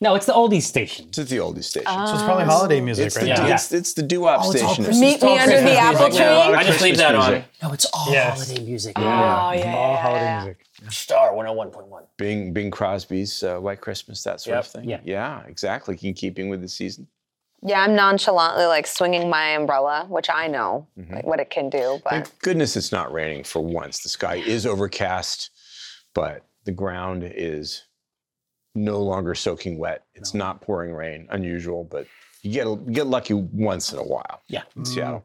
E: No, it's the oldies station.
A: It's at the oldies station.
D: Uh,
C: So it's probably holiday music
A: it's,
C: right
A: the,
C: now.
E: yeah.
A: it's, it's the doo-wop
D: Oh,
A: station. It's
D: Meet me under the apple tree.
B: I just leave that on.
E: No, it's all
C: Yes.
E: holiday music.
I: Oh, yeah.
C: All
I: yeah,
C: holiday
I: yeah.
C: music.
B: Star 101.1.
A: Bing, Bing Crosby's uh, White Christmas, that sort of thing.
E: yeah.
A: exactly. In keeping with the season.
D: Yeah, I'm nonchalantly like swinging my umbrella, which I know like, what it can do, but
A: Thank goodness it's not raining for once. The sky is overcast, but the ground is no longer soaking wet. It's not pouring rain. Unusual, but you get you get lucky once in a while.
E: Yeah.
C: Mm.
A: in Seattle.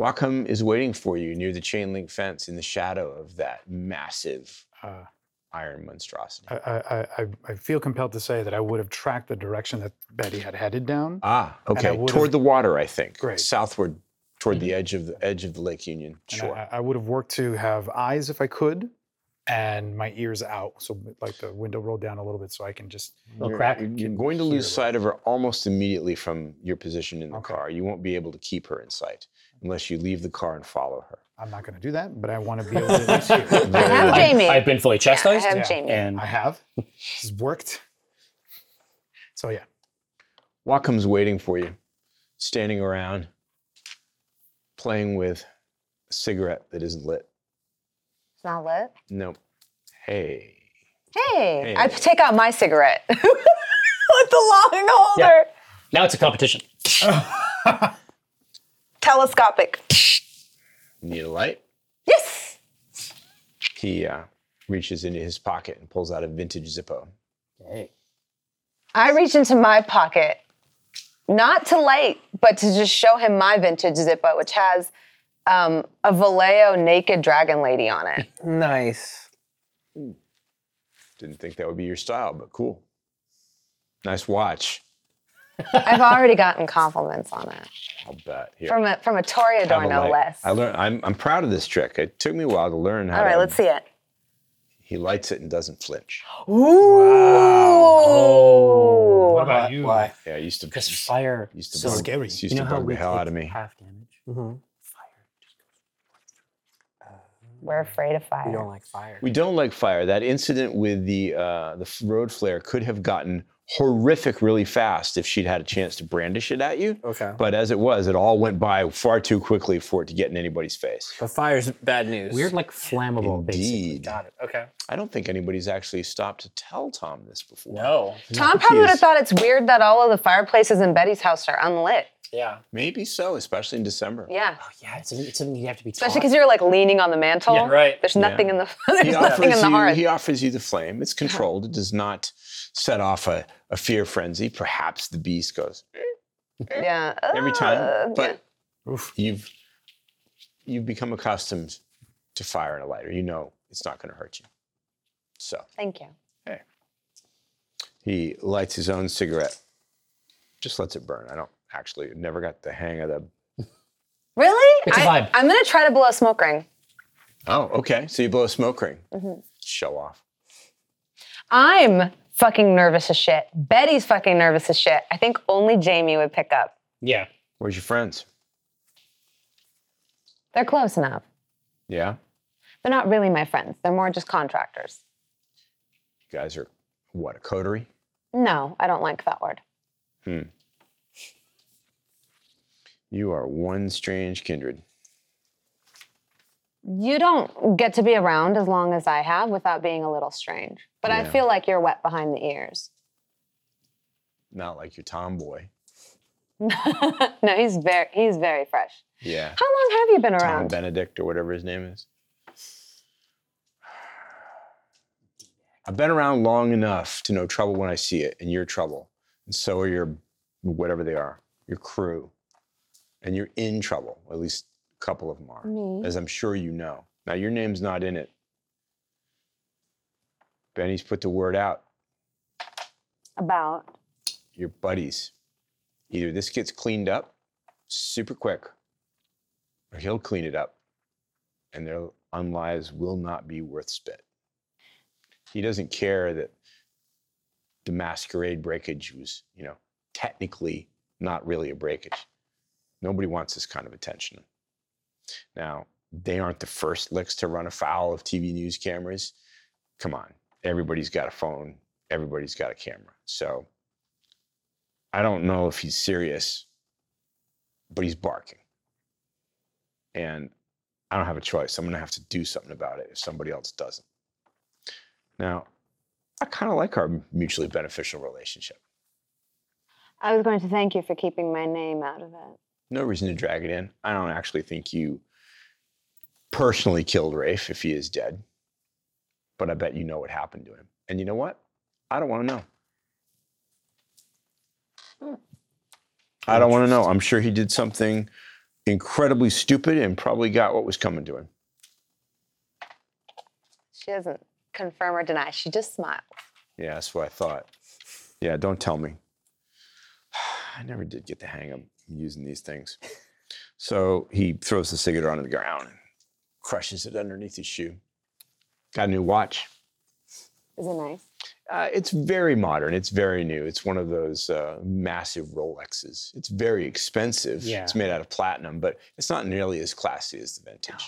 A: Wacom is waiting for you near the chain link fence in the shadow of that massive
C: Uh,
A: iron monstrosity.
C: I, I, I, I feel compelled to say that I would have tracked the direction that Betty had headed down.
A: Ah,
C: I
A: okay.
C: would've-
A: Toward the water, I think.
C: Great. Mm-hmm.
A: Southward, toward the edge of the edge of the Lake Union
C: And
A: shore.
C: I, I would have worked to have eyes if I could, and my ears out, so like the window rolled down a little bit, so I can just.
E: Little crack.
A: You're going to lose
C: Clearly.
A: sight of her almost immediately from your position in the
C: Okay.
A: car. You won't be able to keep her in sight unless you leave the car and follow her.
C: I'm not going to do that, but I want to be able to. at least hear.
D: I have Jamie.
E: I've been fully
D: Yeah, I
E: chastised.
D: have
C: Yeah.
D: Jamie.
E: And
C: I have. This has worked. So yeah,
A: Wacom's waiting for you, standing around, playing with a cigarette that isn't lit.
D: it's not lit.
A: Nope. Hey.
D: Hey,
A: Hey.
D: I p- take out my cigarette with the long holder,
E: now it's a competition.
D: telescopic.
A: Need a light?
D: Yes.
A: He uh, reaches into his pocket and pulls out a vintage Zippo.
D: I reach into my pocket, not to light, but to just show him my vintage Zippo, which has um, a Vallejo naked dragon lady on it.
B: Nice.
A: Didn't think that would be your style, but cool. Nice watch.
D: I've already gotten compliments on it
A: I'll bet. Here,
D: from a from a Toreador,
A: have a
D: no
A: light.
D: less.
A: I learned. I'm, I'm proud of this trick. It took me a while to learn how.
D: All right,
A: to,
D: let's see it.
A: He lights it and doesn't flinch.
E: Oh.
C: what about you?
B: Why?
A: Yeah, I used to.
E: Because fire.
A: Used to
E: so
A: bug,
C: scary.
A: Used to bug the
E: we
A: hell
E: take
A: out of me.
E: Half damage.
B: Mm-hmm.
D: We're afraid of
B: You
D: fire.
B: don't like fire.
A: We don't like fire. That incident with the uh, the f- road flare could have gotten horrific really fast if she'd had a chance to brandish it at
E: Oh,
A: you.
B: Okay.
A: But as it was, it all went by far too quickly for it to get in anybody's face.
B: But fire's bad news.
E: We're like flammable. Basically.
A: Indeed.
B: Got it. Okay.
A: I don't think anybody's actually stopped to tell Tom this before.
B: No.
D: Tom probably would
A: Jeez.
D: have thought it's weird that all of the fireplaces in Betty's house are unlit.
B: Yeah.
A: Maybe so, especially in December.
D: Yeah.
E: Oh, yeah, it's something, it's something you have to be
D: Especially
E: taught.
D: because you're like leaning on the mantle.
B: Yeah, right.
D: There's nothing in the there's
A: He
D: nothing
A: offers,
D: in the
A: you,
D: hearth.
A: he offers you the flame. It's controlled. It does not set off a, a fear frenzy. Perhaps the beast goes
D: yeah.
A: every
D: Uh,
A: time,
D: yeah.
A: but you've you've become accustomed to fire and a lighter. You know it's not going to hurt you. So
D: thank you.
A: he lights his own cigarette, just lets it burn. I don't actually never got the hang of the.
D: Really?
E: It's a
D: I-
E: vibe.
D: I'm gonna try to blow a smoke ring.
A: Oh, okay. So you blow a smoke ring.
D: Mm-hmm.
A: Show off.
D: I'm fucking nervous as shit. Betty's fucking nervous as shit. I think only Jamie would pick up.
E: Yeah.
A: Where's your friends?
D: They're close enough.
A: Yeah,
D: They're not really my friends. They're more just contractors.
A: you guys are what a coterie.
D: No, I don't like that word.
A: You are one strange kindred.
D: You don't get to be around as long as I have without being a little strange. But I
A: Yeah.
D: feel like you're wet behind the ears.
A: Not like your tomboy.
D: no, he's very he's very fresh.
A: Yeah.
D: How long have you been
A: Tom
D: around?
A: Benedict or whatever his name is. I've been around long enough to know trouble when I see it, and you're trouble. And so are your whatever they are, your crew, and you're in trouble. At least a couple of them are,
E: Uh,
D: Me.
A: as I'm sure you know. Now, your name's not in it. Benny's put the word out.
D: About.
A: Your buddies. Either this gets cleaned up super quick, or he'll clean it up, and their unlives will not be worth spit. He doesn't care that the masquerade breakage was, you know, technically not really a breakage. Nobody wants this kind of attention. Now, they aren't the first licks to run afoul of TV news cameras. Come on, everybody's got a phone, everybody's got a camera. So I don't know if he's serious, but he's barking. And I don't have a choice. I'm going to have to do something about it if somebody else doesn't. Now, I kind of like our mutually beneficial relationship.
D: I was going to thank you for keeping my name out of it.
A: no reason to drag it in. I don't actually think you personally killed Rafe if he is dead, but I bet you know what happened to him. And you know what? I don't want to know. I don't want to know. I'm sure he did something incredibly stupid and probably got what was coming to him.
D: She doesn't confirm or deny. She just smiles.
A: Yeah, that's what I thought. Yeah, don't tell me. I never did get the hang of using these things. So he throws the cigarette onto the ground and crushes it underneath his shoe. Got a new watch.
D: Is it nice?
A: Uh, it's very modern. It's very new. It's one of those uh, massive Rolexes. It's very expensive. It's made out of platinum, but it's not nearly as classy as the vintage.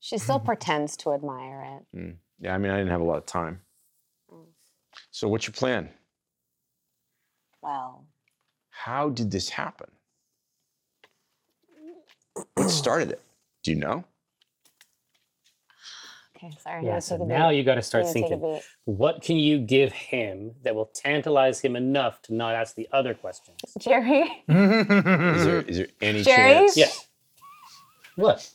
D: She still
E: Mm-hmm.
D: pretends to admire it.
A: Yeah, I mean, I didn't have a lot of time. So, what's your plan?
D: Well,
A: How did this happen? What started it? Do you know?
D: okay, sorry.
E: Yeah,
D: now
E: so
D: take a
E: now
D: beat.
E: you got to start
D: Now take a
E: thinking.
D: beat.
E: What can you give him that will tantalize him enough to not ask the other questions?
D: Jerry,
A: Is there, is there any
D: Jerry?
A: chance?
E: Yeah. What?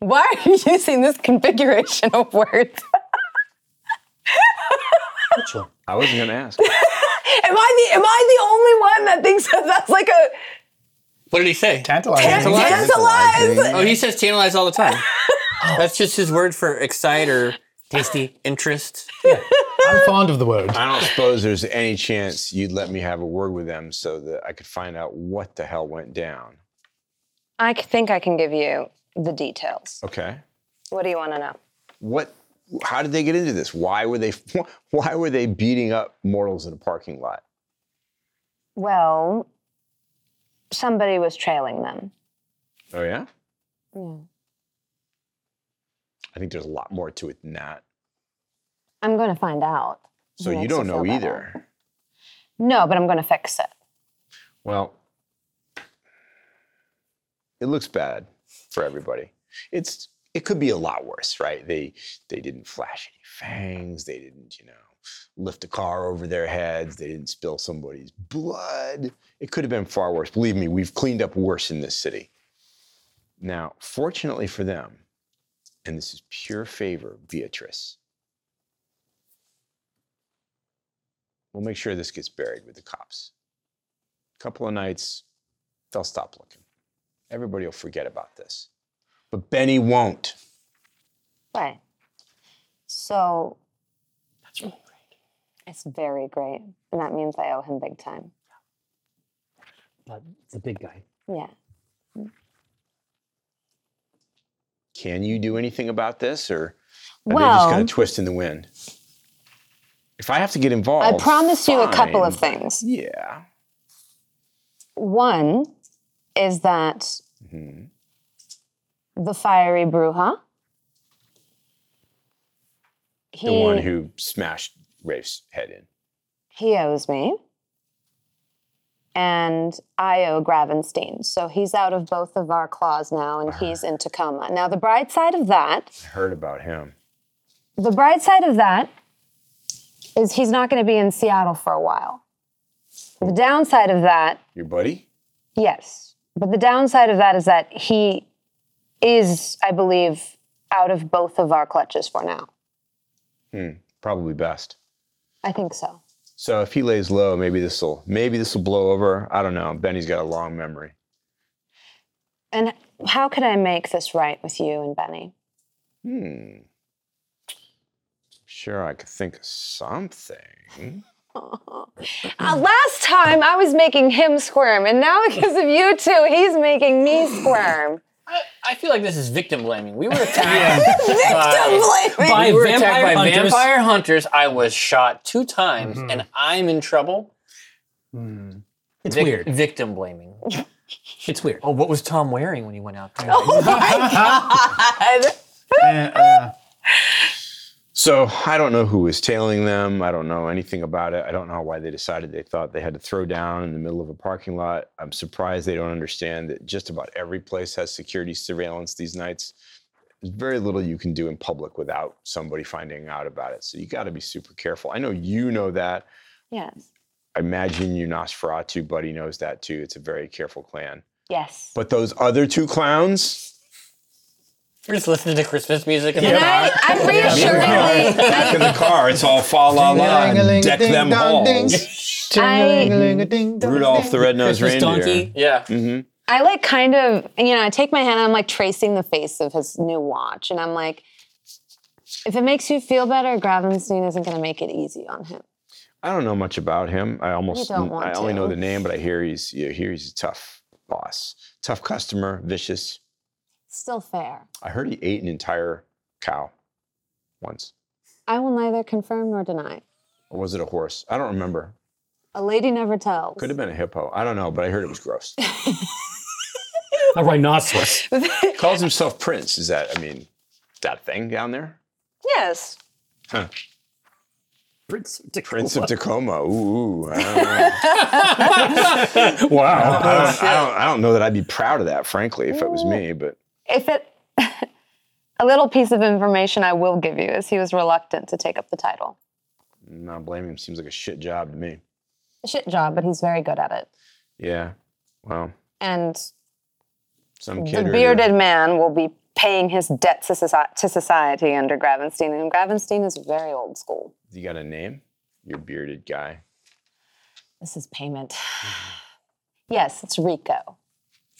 G: Why are you using this configuration of words?
E: Which one?
A: I wasn't going to ask.
G: Am I the am I the only one that thinks that that's like a
J: What did he say?
C: Tantalizing.
J: Tantalizing.
G: tantalize?
J: Oh, he says tantalize all the time. That's just his word for excite or tasty interest.
F: I'm fond of the word.
C: Uh,
A: I don't suppose there's any chance you'd let me have a word with them so that I could find out what the hell went down.
D: I c- think I can give you the details.
A: Okay.
D: What do you want to know?
A: What? How did they get into this? Why were they? Why were they beating up mortals in a parking lot?
D: Well, somebody was trailing them.
A: Oh yeah.
D: Yeah.
A: I think there's a lot more to it than that.
D: I'm going to find out.
A: So
D: Makes
A: you
D: you
A: don't know
D: feel
A: either.
D: better. No, but I'm going to fix it.
A: Well, it looks bad for everybody. It's it could be a lot worse, right? They they didn't flash any fangs. They didn't, you know, lift a car over their heads. They didn't spill somebody's blood. It could have been far worse. Believe me, we've cleaned up worse in this city. Now, fortunately for them, and this is pure favor, Beatrice. We'll make sure this gets buried with the cops couple of nights, they'll stop looking. Everybody will forget about this. But Benny won't.
D: Right. So. That's really great. It's very great. And that means I owe him big time.
E: But Uh, the big guy.
D: Yeah.
A: Can you do anything about this or are they just
D: Well,
A: going to twist in the wind? If I have to get
D: I
A: involved,
D: promised you a couple of
A: fine, but-
D: things.
A: Yeah.
D: One is that
A: Mhm.
D: the fiery Bruja. He,
A: The one who smashed Rafe's head in.
D: he owes me. And I owe Gravenstein. So he's out of both of our claws now, and he's in Tacoma. Now, the bright side of that
A: I heard about him.
D: The bright side of that is he's not going to be in Seattle for a while. The downside of that,
A: Your buddy?
D: yes. But the downside of that is that he is, I believe, out of both of our clutches for now.
A: Hmm, probably best.
D: I think so.
A: So if he lays low, maybe this will maybe this will blow over. I don't know. Benny's got a long memory.
D: And how could I make this right with you and Benny?
A: Hmm. Sure, I could think of something.
D: Uh, last time I was making him squirm, and now because of you two, he's making me squirm.
B: I, I feel like this is victim blaming. We were attacked. by,
E: By
B: we were attacked
E: vampire
B: by
E: hunters.
B: vampire hunters. I was shot two times,
J: Mm-hmm.
B: and I'm in trouble.
J: Hmm.
E: It's
B: Vic-
E: weird.
B: Victim blaming.
E: It's weird.
B: Oh, what was Tom wearing when he went out there?
J: Oh.
C: uh,
A: So I don't know who was tailing them. I don't know anything about it. I don't know why they decided they thought they had to throw down in the middle of a parking lot. I'm surprised they don't understand that just about every place has security surveillance these nights. There's very little you can do in public without somebody finding out about it. So you got to be super careful. I know you know that.
D: Yes.
A: I imagine you Nosferatu buddy knows that too. It's a very careful clan.
D: Yes.
A: But those other two clowns,
B: We're just listening to Christmas music.
D: And I, I'm reassuringly,
A: back in the car, it's all fa la la, and deck them halls.
D: I,
A: Rudolph the Red-Nosed
E: Christmas
A: Reindeer. Mm-hmm.
E: donkey.
B: yeah.
D: I like kind of, you know, I take my hand and I'm like tracing the face of his new watch, and I'm like, if it makes you feel better, Gravenstein isn't going to make it easy on him.
A: I don't know much about him. I almost,
D: You don't want
A: I only
D: to.
A: know the name, but I hear he's, yeah, I hear he's a tough boss, tough customer, vicious.
D: Still fair.
A: I heard he ate an entire cow once.
D: I will neither confirm nor deny.
A: Or was it a horse? I don't remember.
D: A lady never tells.
A: Could have been a hippo. I don't know, but I heard it was gross.
E: A rhinoceros.
A: Calls himself Prince. Is that, I mean, that a thing down there?
D: Yes.
E: Prince of Dakota.
A: Prince of Tacoma. Ooh, ooh, I don't know.
E: Wow.
A: I don't, I, don't, I don't know that I'd be proud of that, frankly, if it was me, but
D: If it, a little piece of information I will give you is he was reluctant to take up the title.
A: not blaming him seems like a shit job to me.
D: Shit job, but he's very good at it.
A: Yeah. Well,
D: And
A: some
D: the
A: kid. or-
D: bearded man will be paying his debt to, soci- to society under Gravenstein, and Gravenstein is very old school.
A: You got a name? Your bearded guy.
D: This is payment. Yes, it's Rico.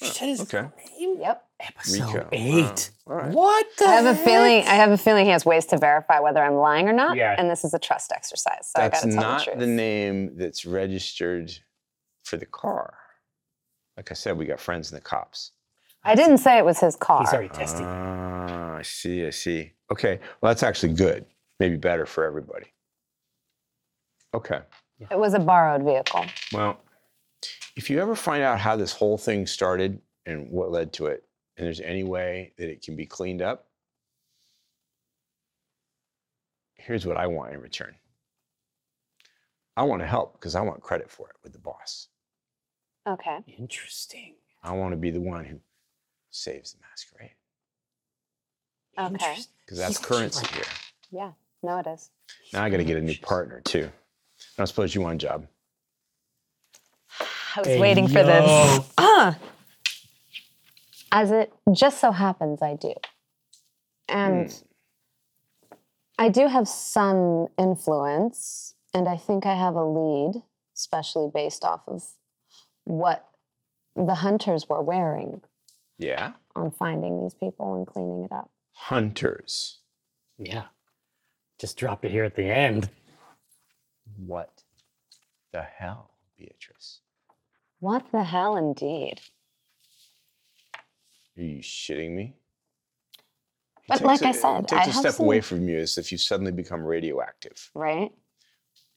A: Okay.
D: Yep.
A: Rico.
E: Eight.
A: All right.
K: What the?
D: I have a feeling. I have a feeling he has ways to verify whether I'm lying or not.
E: Yeah.
D: And this is a trust exercise, so I
A: That's
D: got to tell
A: not
D: the truth.
A: the name that's registered for the car. Like I said, we got friends in the cops.
D: I didn't say it was his car.
E: He's already testing.
A: Ah, I see. I see. Okay. Well, that's actually good. Maybe better for everybody. Okay.
D: It was a borrowed vehicle.
A: Well, if you ever find out how this whole thing started and what led to it, and there's any way that it can be cleaned up, here's what I want in return. I want to help because I want credit for it with the boss.
D: Okay.
E: Interesting.
A: I want to be the one who saves the masquerade
D: Okay.
A: because that's currency here.
D: Yeah. No, it is.
A: Now I got to get a new partner too. I don't suppose you want a job.
D: I was waiting for this. Ah. As it just so happens, I do. And Hmm. I do have some influence, and I think I have a lead, especially based off of what the hunters were wearing
A: Yeah.
D: on finding these people and cleaning it up.
A: Hunters.
E: Yeah. Just drop it here at the end.
A: What the hell, Beatrice?
D: What the hell, indeed.
A: Are you shitting me? It
D: But
A: takes
D: like
A: a-
D: I said,
A: it
D: I
A: takes a
D: have
A: step
D: some-
A: away from you as if you suddenly become radioactive.
D: Right?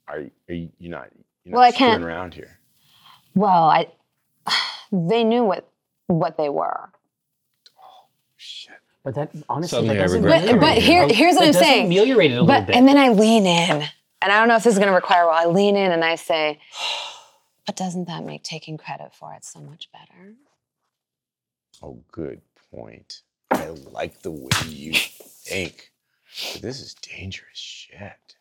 A: Are, you- are you you're not? You're
D: Well,
A: not
D: I can't-
A: screwing around here.
D: Well, I they knew what what they were.
E: But that honestly,
A: Suddenly
E: that
A: I
E: doesn't
A: regret
E: ameliorate
D: But but
E: it.
D: here
E: That
D: here's what I'm
E: doesn't
D: saying.
E: Ameliorate it a little
D: But
E: bit.
D: and then I lean in, and I don't know if this is going to require. Well, I lean in and I say, "But doesn't that make taking credit for it so much better?"
A: Oh, good point. I like the way you think. But this is dangerous shit.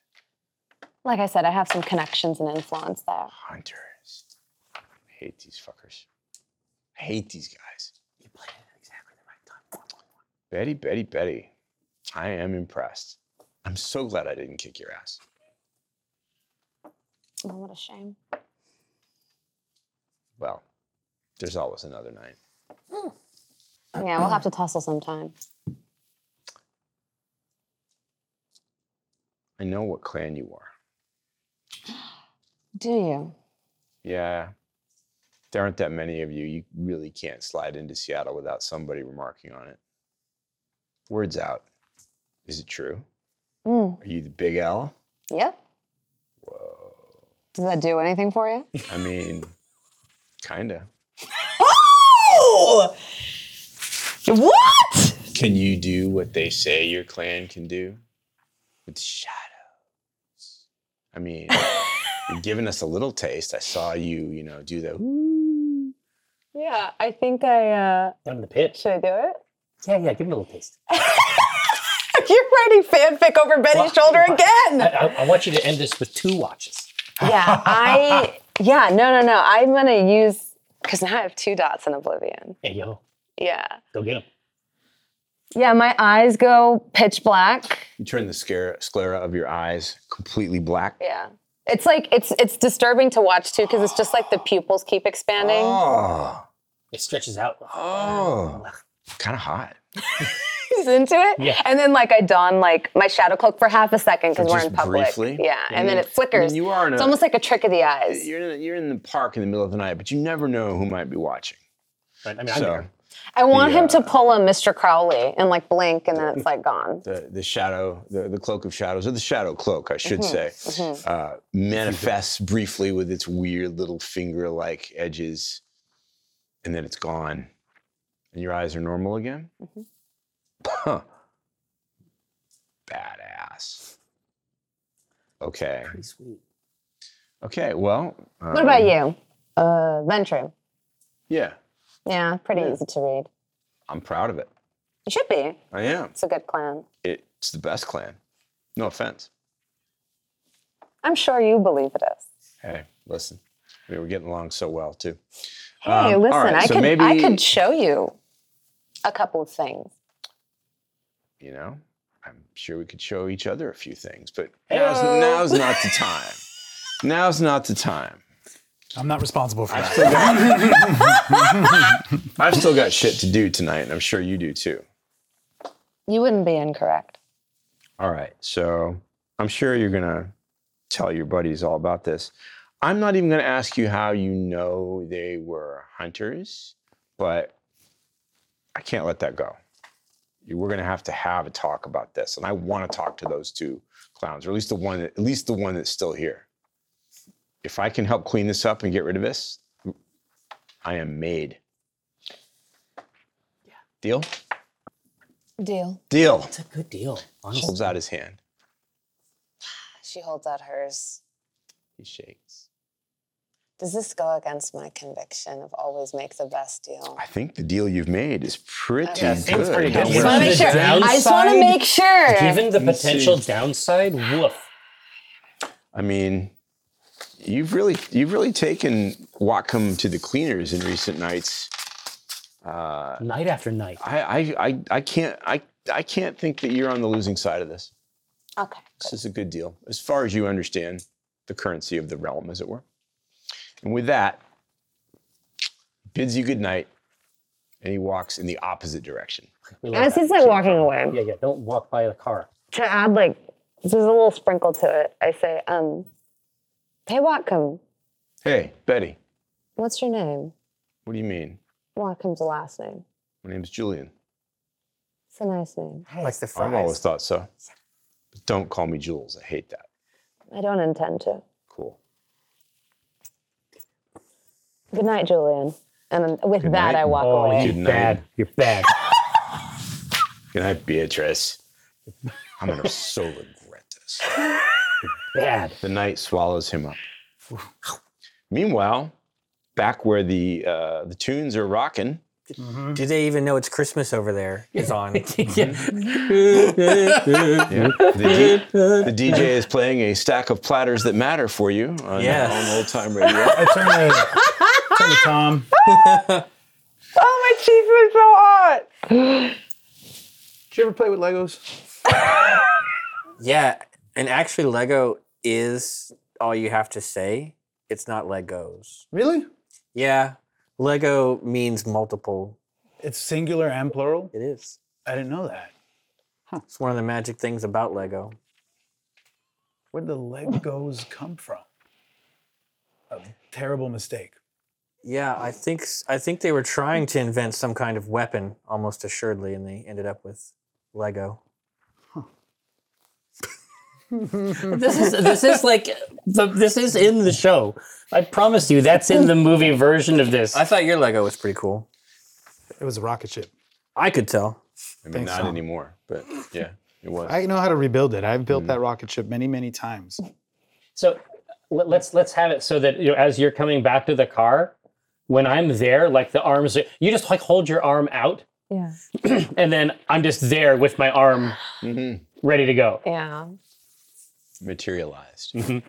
D: Like I said, I have some connections and influence there.
A: Hunters. I hate these fuckers. I hate these guys. You played it exactly the right time. Betty, Betty, Betty. I am impressed. I'm so glad I didn't kick your ass.
D: Oh, what a shame.
A: Well, there's always another night.
D: Yeah, we'll have to tussle sometime.
A: I know what clan you are.
D: Do you?
A: Yeah. There aren't that many of you. You really can't slide into Seattle without somebody remarking on it. Word's out. Is it true?
D: Mm.
A: Are you the big L?
D: Yep. Does that do anything for you?
A: I mean, kinda.
G: Oh! What?
A: Can you do what they say your clan can do? With shadows. I mean, you've given us a little taste. I saw you, you know, do the
D: Yeah, I think I uh
E: Down in the pit.
D: should I do it?
E: Yeah, yeah. Give it a little taste.
G: You're writing fanfic over Betty's shoulder
E: I,
G: again.
E: I, I want you to end this with two watches.
D: Yeah, I
G: Yeah, no, no, no.
D: I'm gonna use because now I have two dots in Oblivion.
E: Hey, yo,
D: Yeah.
E: go get them.
D: Yeah, my eyes go pitch black.
A: you turn the scare, sclera of your eyes completely black.
D: Yeah. It's like it's it's disturbing to watch too because it's just like the pupils keep expanding.
A: Oh,
E: It stretches out.
A: oh. Kind of hot.
D: He's into it,
E: Yeah.
D: and then like I don like my shadow cloak for half a second because
A: For
D: we're
A: just
D: in public.
A: briefly? Mm-hmm.
D: Yeah, and then it flickers.
A: you are in
D: it's
A: a-
D: almost like a trick of the eyes.
A: You're in, you're in the park in the middle of the night, but you never know who might be watching.
E: Right? I mean, I'm
A: So
E: there.
D: I want him
A: Yeah.
D: to pull a Mr. Crowley and like blink, and then it's like gone.
A: the, the shadow, the, the cloak of shadows, or the shadow cloak, I should
D: Mm-hmm,
A: say, uh, manifests briefly with its weird little finger like edges, and then it's gone. And your eyes are normal again?
D: Mm-hmm.
A: Huh. Badass. Okay. Pretty sweet. Okay, well. um,
D: What about you, uh, Ventru?
A: Yeah,
D: Yeah, pretty easy to read.
A: I'm proud of it.
D: You should be.
A: I am.
D: It's a good clan.
A: It's the best clan. No offense.
D: I'm sure you believe it is.
A: Hey, listen, we were getting along so well too.
D: Hey,
A: Um, all
D: listen,
A: right,
D: I
A: so
D: could
A: maybe-
D: I could show you a couple of things.
A: You know, I'm sure we could show each other a few things, but now's, now's not the time. Now's not the time.
C: I'm not responsible for that.
A: I've still got shit to do tonight, and I'm sure you do too.
D: You wouldn't be incorrect.
A: All right, so I'm sure you're gonna tell your buddies all about this. I'm not even gonna ask you how you know they were hunters, but I can't let that go. You- We're gonna have to have a talk about this, and I want to talk to those two clowns, or at least the one, that, at least the one that's still here. If I can help clean this up and get rid of this, I am made. Deal?
D: Deal.
A: Deal.
E: It's a good deal. Honestly.
A: Holds out his hand.
D: She holds out hers.
A: He shakes.
D: Does this go against my conviction of always make the best deal?
A: I think the deal you've made is pretty
D: Yeah,
A: good.
E: seems pretty good.
A: Don't
E: Yeah.
A: worry.
E: Just wanna make
D: sure. I just want to
E: Downside?
D: make sure.
E: Given the
A: Let me
E: potential
A: see.
E: downside, woof.
A: I mean, you've really you've really taken Whatcom to the cleaners in recent nights. Uh,
E: Night after night.
A: I, I I I can't I I can't think that you're on the losing side of this.
D: okay.
A: This is a good deal, as far as you understand the currency of the realm, as it were. And with that, bids you good night, and he walks in the opposite direction.
E: We
D: As
E: that.
D: he's like walking away,
E: Yeah, yeah. Don't walk by the car.
D: to add like there's a little sprinkle to it. I say, um, hey Watcom,
A: Hey, Betty,
D: what's your name?
A: what do you mean?
D: Watcom's the last name.
A: My name's Julian.
D: It's a nice name.
J: Like the
A: I've
J: fries.
A: always thought so. But don't call me Jules. I hate that.
D: I don't intend to.
A: Cool.
D: Good night, Julian. And um, with
A: Good
D: that,
A: night.
D: I walk
E: Oh,
D: away.
E: you're
A: Good night.
E: bad. You're bad.
A: Good night, Beatrice. I'm gonna so regret this.
E: bad.
A: The night swallows him up. Meanwhile, back where the uh, the tunes are rocking,
J: Do they even know it's Christmas over there? Is on.
A: yeah, the, D- the DJ is playing a stack of platters that matter for you on,
J: Yes.
A: on old time radio.
C: I turn to, turn to Tom.
G: Oh, my cheeks are so hot.
F: Did you ever play with Legos?
J: yeah, and actually, Lego is
B: all you have to say. It's not Legos.
C: Really?
B: Yeah, Lego means multiple.
C: It's singular and plural?
B: It is.
C: I didn't know that.
B: It's one of the magic things about Lego.
C: Where'd the Legos come from? A terrible mistake.
B: Yeah, I think s- I think they were trying to invent some kind of weapon, almost assuredly, and they ended up with Lego.
E: This is this is like the, this is in the show. I promise you, that's in the movie version of this.
B: I thought your Lego was pretty cool.
C: It was a rocket ship.
B: I could tell.
A: I mean, not anymore, but yeah, it was.
C: I know how to rebuild it. I've
E: Mm.
C: built that rocket ship many, many times.
E: So let, let's let's have it so that you know, as you're coming back to the car, when I'm there, like the arms, you just like hold your arm out,
L: Yeah.
E: and then I'm just there with my arm
A: Mhm.
E: ready to go.
L: Yeah.
A: materialized.
E: Mhm.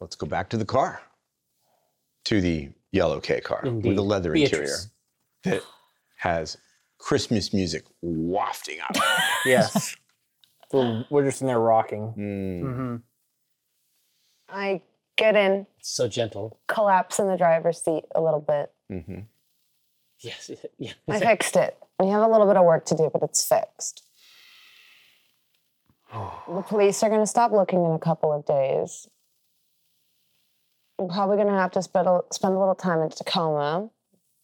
A: Let's go back to the car, to the yellow K car with
E: Indeed.
A: the leather
B: Beatrice.
A: interior that has Christmas music wafting up.
B: Yes. we're, we're just in there rocking.
A: Mm.
D: I get in,
E: So gentle.
D: collapse in the driver's seat a little bit.
A: hmm
E: Yes. Yeah.
D: I fixed it. We have a little bit of work to do, but it's fixed. The police are going to stop looking in a couple of days. We're probably going to have to spend a, spend a little time in Tacoma,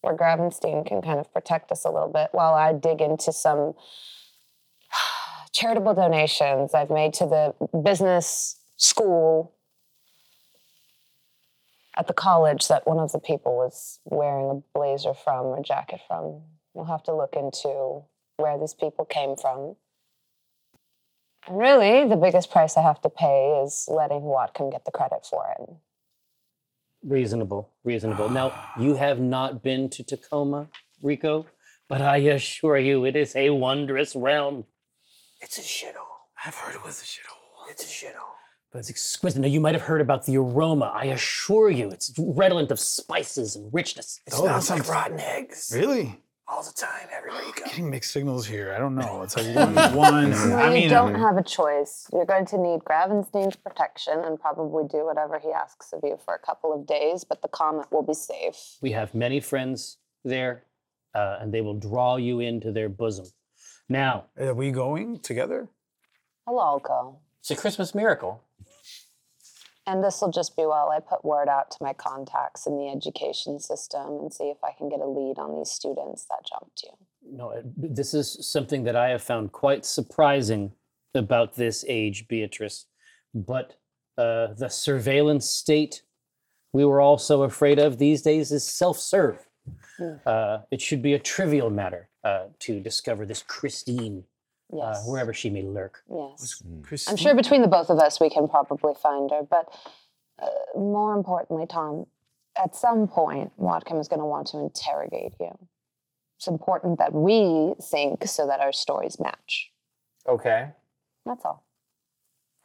D: where Gravenstein can kind of protect us a little bit while I dig into some charitable donations I've made to the business school at the college that one of the people was wearing a blazer from or jacket from. We'll have to look into where these people came from. And really, the biggest price I have to pay is letting Watcom get the credit for it.
E: Reasonable. Reasonable. Now you have not been to Tacoma, Rico, but I assure you, it is a wondrous realm.
B: It's a shithole. I've heard it was a shithole. It's a shithole.
E: But it's exquisite. Now you might have heard about the aroma. I assure you, it's redolent of spices and richness.
B: It
C: Oh, that
B: smells like
C: sounds-
B: rotten eggs.
C: Really?
B: All the time, everywhere you go.
C: Getting mixed signals here. I don't know. It's like one, one.
D: Well,
C: I
D: you
C: mean,
D: don't have a choice. You're going to need Gravenstein's protection and probably do whatever he asks of you for a couple of days, but the comet will be safe.
E: We have many friends there, uh, and they will draw you into their bosom. Now,
C: are we going together?
D: I'll all go.
B: It's a Christmas miracle.
D: And this will just be while I put word out to my contacts in the education system and see if I can get a lead on these students that jumped you.
E: no, it- this is something that I have found quite surprising about this age, Beatrice. But uh, the surveillance state we were also afraid of these days is self-serve. Uh, it should be a trivial matter uh, to discover this Christine uh,
D: Yes.
E: wherever she may lurk.
D: Yes.
C: Christine?
D: I'm sure between the both of us, we can probably find her. But uh, more importantly, Tom, at some point, Watcom is going to want to interrogate you. It's important that we sync so that our stories match.
B: Okay.
D: That's all.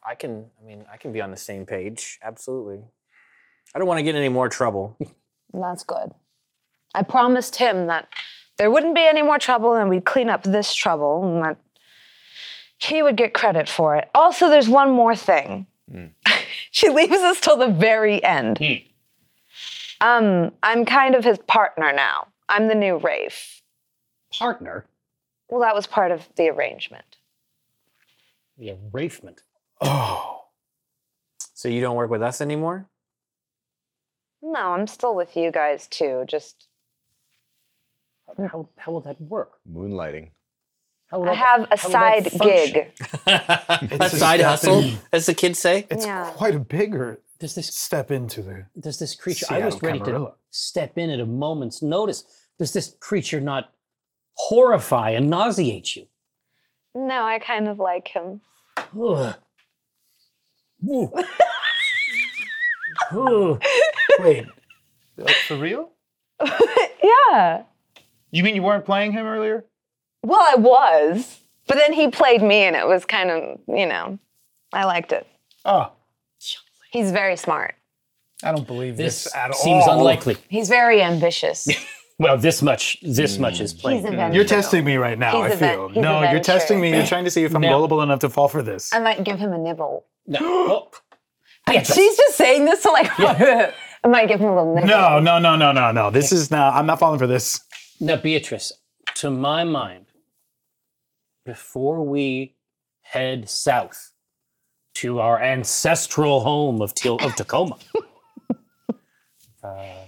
B: I can. I mean, I can be on the same page. Absolutely. I don't want to get in any more trouble.
D: That's good. I promised him that there wouldn't be any more trouble and we'd clean up this trouble and that he would get credit for it. Also, there's one more thing. she leaves us till the very end. Um, I'm kind of his partner now. I'm the new Rafe.
E: Partner,
D: Well, that was part of the arrangement.
E: the arrangement.
C: Oh,
B: So you don't work with us anymore?
D: No, I'm still with you guys too. Just
E: How, how will that work?
A: Moonlighting.
E: How will
D: I
E: that-
D: have a
E: how will that
D: side
E: function?
D: gig.
B: a
C: a
B: side
C: step
B: hustle,
C: in.
B: as the kids say.
C: it's
D: Yeah.
C: quite a bigger
E: Does this
C: step into the.
E: does this creature? I
C: Seattle
E: was ready to
C: Camarilla.
E: step in at a moment's notice. Does this creature not horrify and nauseate you?
D: No, I kind of like him.
E: Ugh. Ooh. Ugh.
C: Wait, uh, for real?
D: Yeah.
C: You mean you weren't playing him earlier?
D: Well, I was, but then he played me, and it was kind of, you know, I liked it.
C: Oh,
D: He's very smart.
C: I don't believe this,
E: This
C: at all.
E: seems unlikely.
D: He's very ambitious.
E: Well, this much this much is plain.
D: Mm. He's a
C: You're testing me right now.
D: He's
C: I
D: a ven-
C: feel
D: he's a
C: no. You're
D: venturer.
C: testing me. You're trying to see if I'm
E: No.
C: gullible enough to fall for this.
D: I might give him a nibble.
E: No. Oh,
G: She's just saying this to like, I might give him a little.
C: No, no, no, no, no, no. This is now. I'm not falling for this.
E: Now, Beatrice, to my mind, before we head south to our ancestral home of, Til- of Tacoma, uh,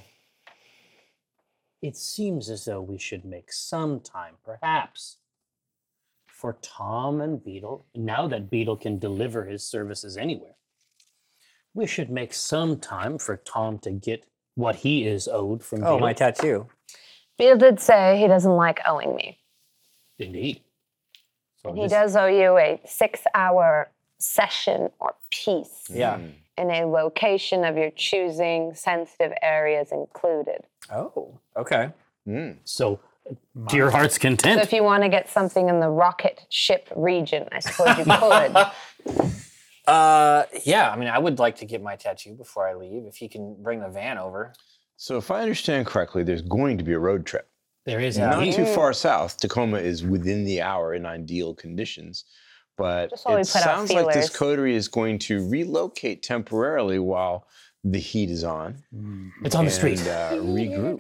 E: it seems as though we should make some time, perhaps, for Tom and Beetle, now that Beetle can deliver his services anywhere, we should make some time for Tom to get what he is owed from
J: Oh,
E: Beetle.
J: my tattoo.
G: Beale did say he doesn't like owing me.
E: Indeed. So
G: He
E: this-
G: does owe you a six-hour session or piece
J: Yeah.
G: in a location of your choosing, sensitive areas included.
J: Oh, okay.
A: Mm.
E: So, to your heart's
G: So
E: content.
G: if you want to get something in the rocket ship region, I suppose you could.
B: Uh, yeah. I mean, I would like to get my tattoo before I leave. If he can bring the van over,
A: So, if I understand correctly, there's going to be a road trip.
E: there is
A: Not
E: indeed.
A: too far south. Tacoma is within the hour in ideal conditions. But
G: Just while we
A: it
G: put out
A: sounds like this
G: feelers.
A: coterie is going to relocate temporarily while the heat is on.
E: It's on
A: and,
E: the street.
A: Uh, regroup.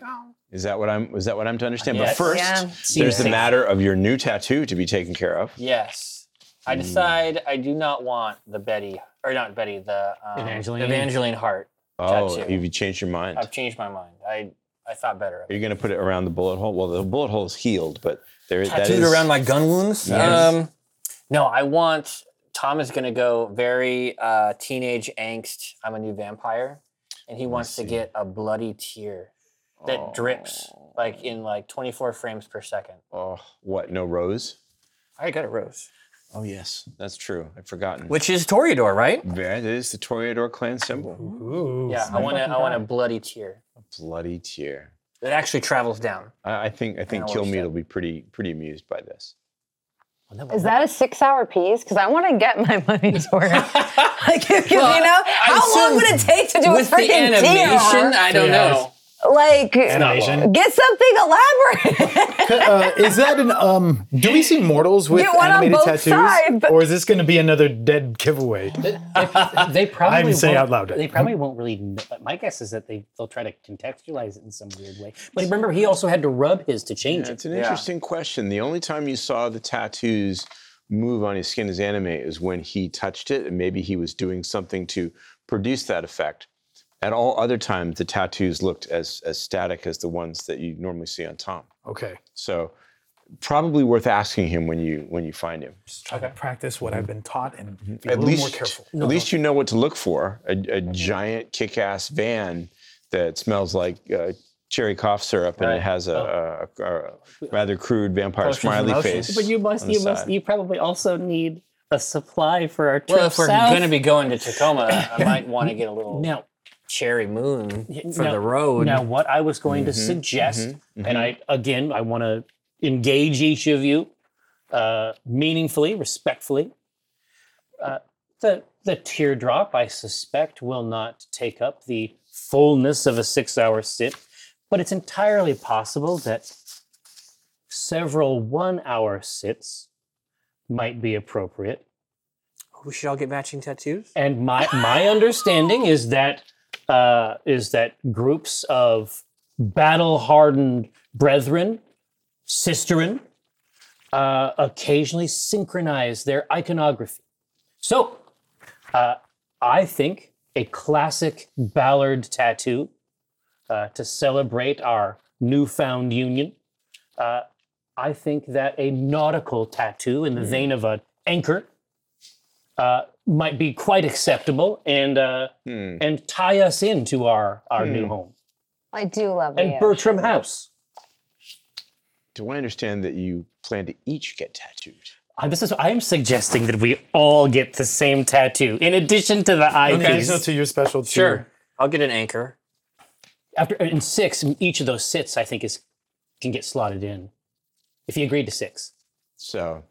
A: Is that what I'm? Is that what I'm to understand? But
E: Yes.
A: first,
G: Yeah.
A: there's the
E: Seems-
A: matter of your new tattoo to be taken care of.
B: yes. I
A: Hmm.
B: decide I do not want the Betty, or not Betty, the um,
E: Evangeline?
B: Evangeline Heart.
A: Oh,
B: Tattoo.
A: you've changed your mind.
B: I've changed my mind. I I thought better of
A: Are
B: it.
A: you going to put it around the bullet hole? Well, the bullet hole's healed, but there is that
J: Tattooed
A: is-
J: around my gun wounds.
A: Yes.
J: Um,
B: No, I want. Tom is going to go very uh, teenage angst. I'm a new vampire, and he wants to
A: see.
B: get a bloody tear that
E: Oh.
B: drips like in like 24 frames per second.
A: Oh, what? No rose?
B: I got a rose.
A: Oh yes, that's true. I've forgotten.
J: which is Toreador, right?
A: That is the Toreador clan symbol.
C: Ooh.
B: Yeah, I want to. I want a bloody tear
A: Bloody tear.
B: that actually travels down.
A: I, I think I think
B: know what
A: Kill
B: we
A: Meat
B: said.
A: will be pretty pretty amused by this.
G: Is that a six-hour piece? Because I want to get my money's worth. like, if you,
J: Well,
G: you know,
J: I
G: how long
J: assume
G: would it take to do a
J: With the
G: freaking
J: animation,
G: TR?
J: I don't
E: Yeah.
J: know.
G: Like,
C: Animation.
G: get something elaborate.
F: Uh, is that an um? Do we see mortals with
G: Get one on
F: animated
G: both
F: tattoos,
G: sides.
F: or is this going to be another dead giveaway?
E: they probably
F: didn't say
E: won't-
F: out loud.
E: They probably won't really. Know, but my guess is that they they'll try to contextualize it in some weird way. But remember, he also had to rub his to change it.
A: It's an interesting question. The only time you saw the tattoos move on his skin as anime is when he touched it, and maybe he was doing something to produce that effect. At all other times, the tattoos looked as as static as the ones that you normally see on Tom.
F: Okay.
A: So probably worth asking him when you when you find him.
C: Just try to practice what I've been taught and be a
A: at
C: little
A: least
C: more careful.
A: at least you know what to look for. A, a giant kick-ass van that smells like uh, cherry cough syrup and it has
C: Oh.
A: a, a, a- a rather crude vampire smiley face.
E: But you must.
A: on the
E: You must.
A: side.
E: You probably also need a supply for our trip
B: Well, if we're
E: south.
B: going to be going to Tacoma, I might want to get a little
E: now,
B: cherry moon for
E: now-
B: the road.
E: Now, what I was going to
A: Mm-hmm,
E: suggest, and I again, I want to engage each of you uh, meaningfully, respectfully. Uh, the the teardrop, I suspect, will not take up the fullness of a six-hour sit, but it's entirely possible that several one-hour sits might be appropriate.
J: We should all get matching tattoos.
E: And my my understanding is that uh, is that groups of battle hardened brethren, sisterin, uh, occasionally synchronize their iconography. So, uh, I think a classic Ballard tattoo uh, to celebrate our newfound union. Uh, I think that a nautical tattoo in the vein of an anchor uh, might be quite acceptable and uh,
A: Hmm.
E: and tie us into our our new
F: Hmm.
E: home
G: I do love
E: and
G: it.
E: Bertram House.
A: Do I understand that you plan to each get tattooed?
E: Uh, this is I'm suggesting that we all get the same tattoo in addition to the
F: Okay.
E: eyepiece.
F: So to your special too.
J: Sure. I'll get an anchor.
E: After and six, each of those sits I think is can get slotted in if he agreed to six.
A: So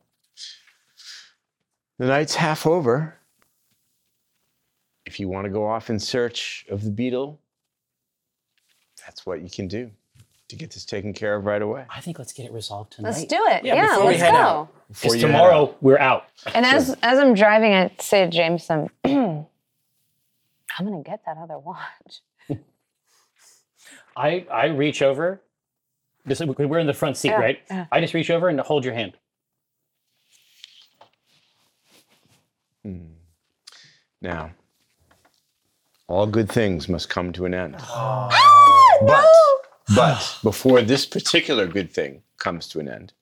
A: the night's half over. If you want to go off in search of the beetle, that's what you can do to get this taken care of right away.
E: I think let's get it resolved tonight.
G: Let's do it.
E: Yeah,
G: Yeah,
E: before we
G: let's
E: head
G: go.
A: Before
E: out. Because
A: you head out.
E: tomorrow we're out.
G: And as as I'm driving, I say to Jameson, I'm gonna get that other watch.
E: I I reach over. This is- we're in the front seat,
G: Yeah,
E: right?
G: yeah.
E: I just reach over and hold your hand.
A: Hmm. Now, all good things must come to an end. but, but before this particular good thing comes to an end,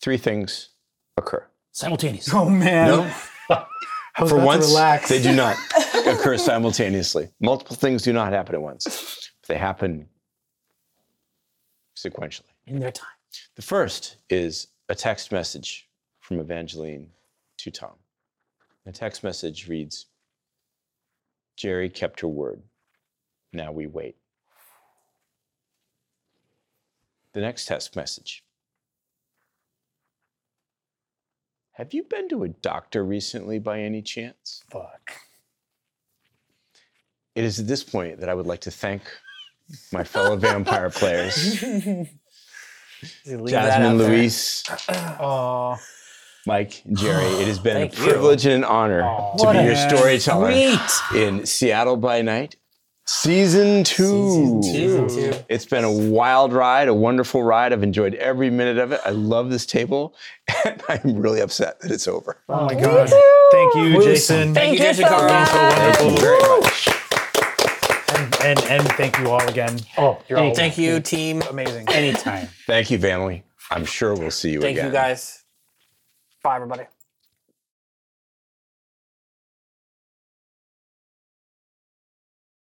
A: three things occur.
E: Simultaneous.
C: Oh man. I was
A: For
C: about to
A: once,
C: relax.
A: they do not occur simultaneously. Multiple things do not happen at once, they happen sequentially.
E: In their time.
A: The first is a text message from Evangeline to Tom. The text message reads Jerry kept her word. Now we wait. The next text message Have you been to a doctor recently by any chance?
C: Fuck.
A: It is at this point that I would like to thank my fellow vampire players, Jasmine Luis.
C: Oh.
A: Mike, Jerry, it has been a
B: Thank you.
A: privilege and an honor
C: Aw.
A: to
C: What
A: be
C: a
A: your storyteller
B: Sweet.
A: in Seattle by Night, season two.
J: two.
A: It's been a wild ride, a wonderful ride. I've enjoyed every minute of it. I love this table, and I'm really upset that it's over.
C: Oh my god. Thank you, Jason.
J: Thank you,
G: Thank
J: Jason
G: you so
J: Carl.
A: Thank you very much.
C: And, and and thank you all again.
E: Oh,
C: You're all
J: Thank you, team.
C: amazing.
E: anytime.
A: Thank you, Vanley. I'm sure we'll see you
B: Thank
A: again.
B: you guys. Bye, everybody.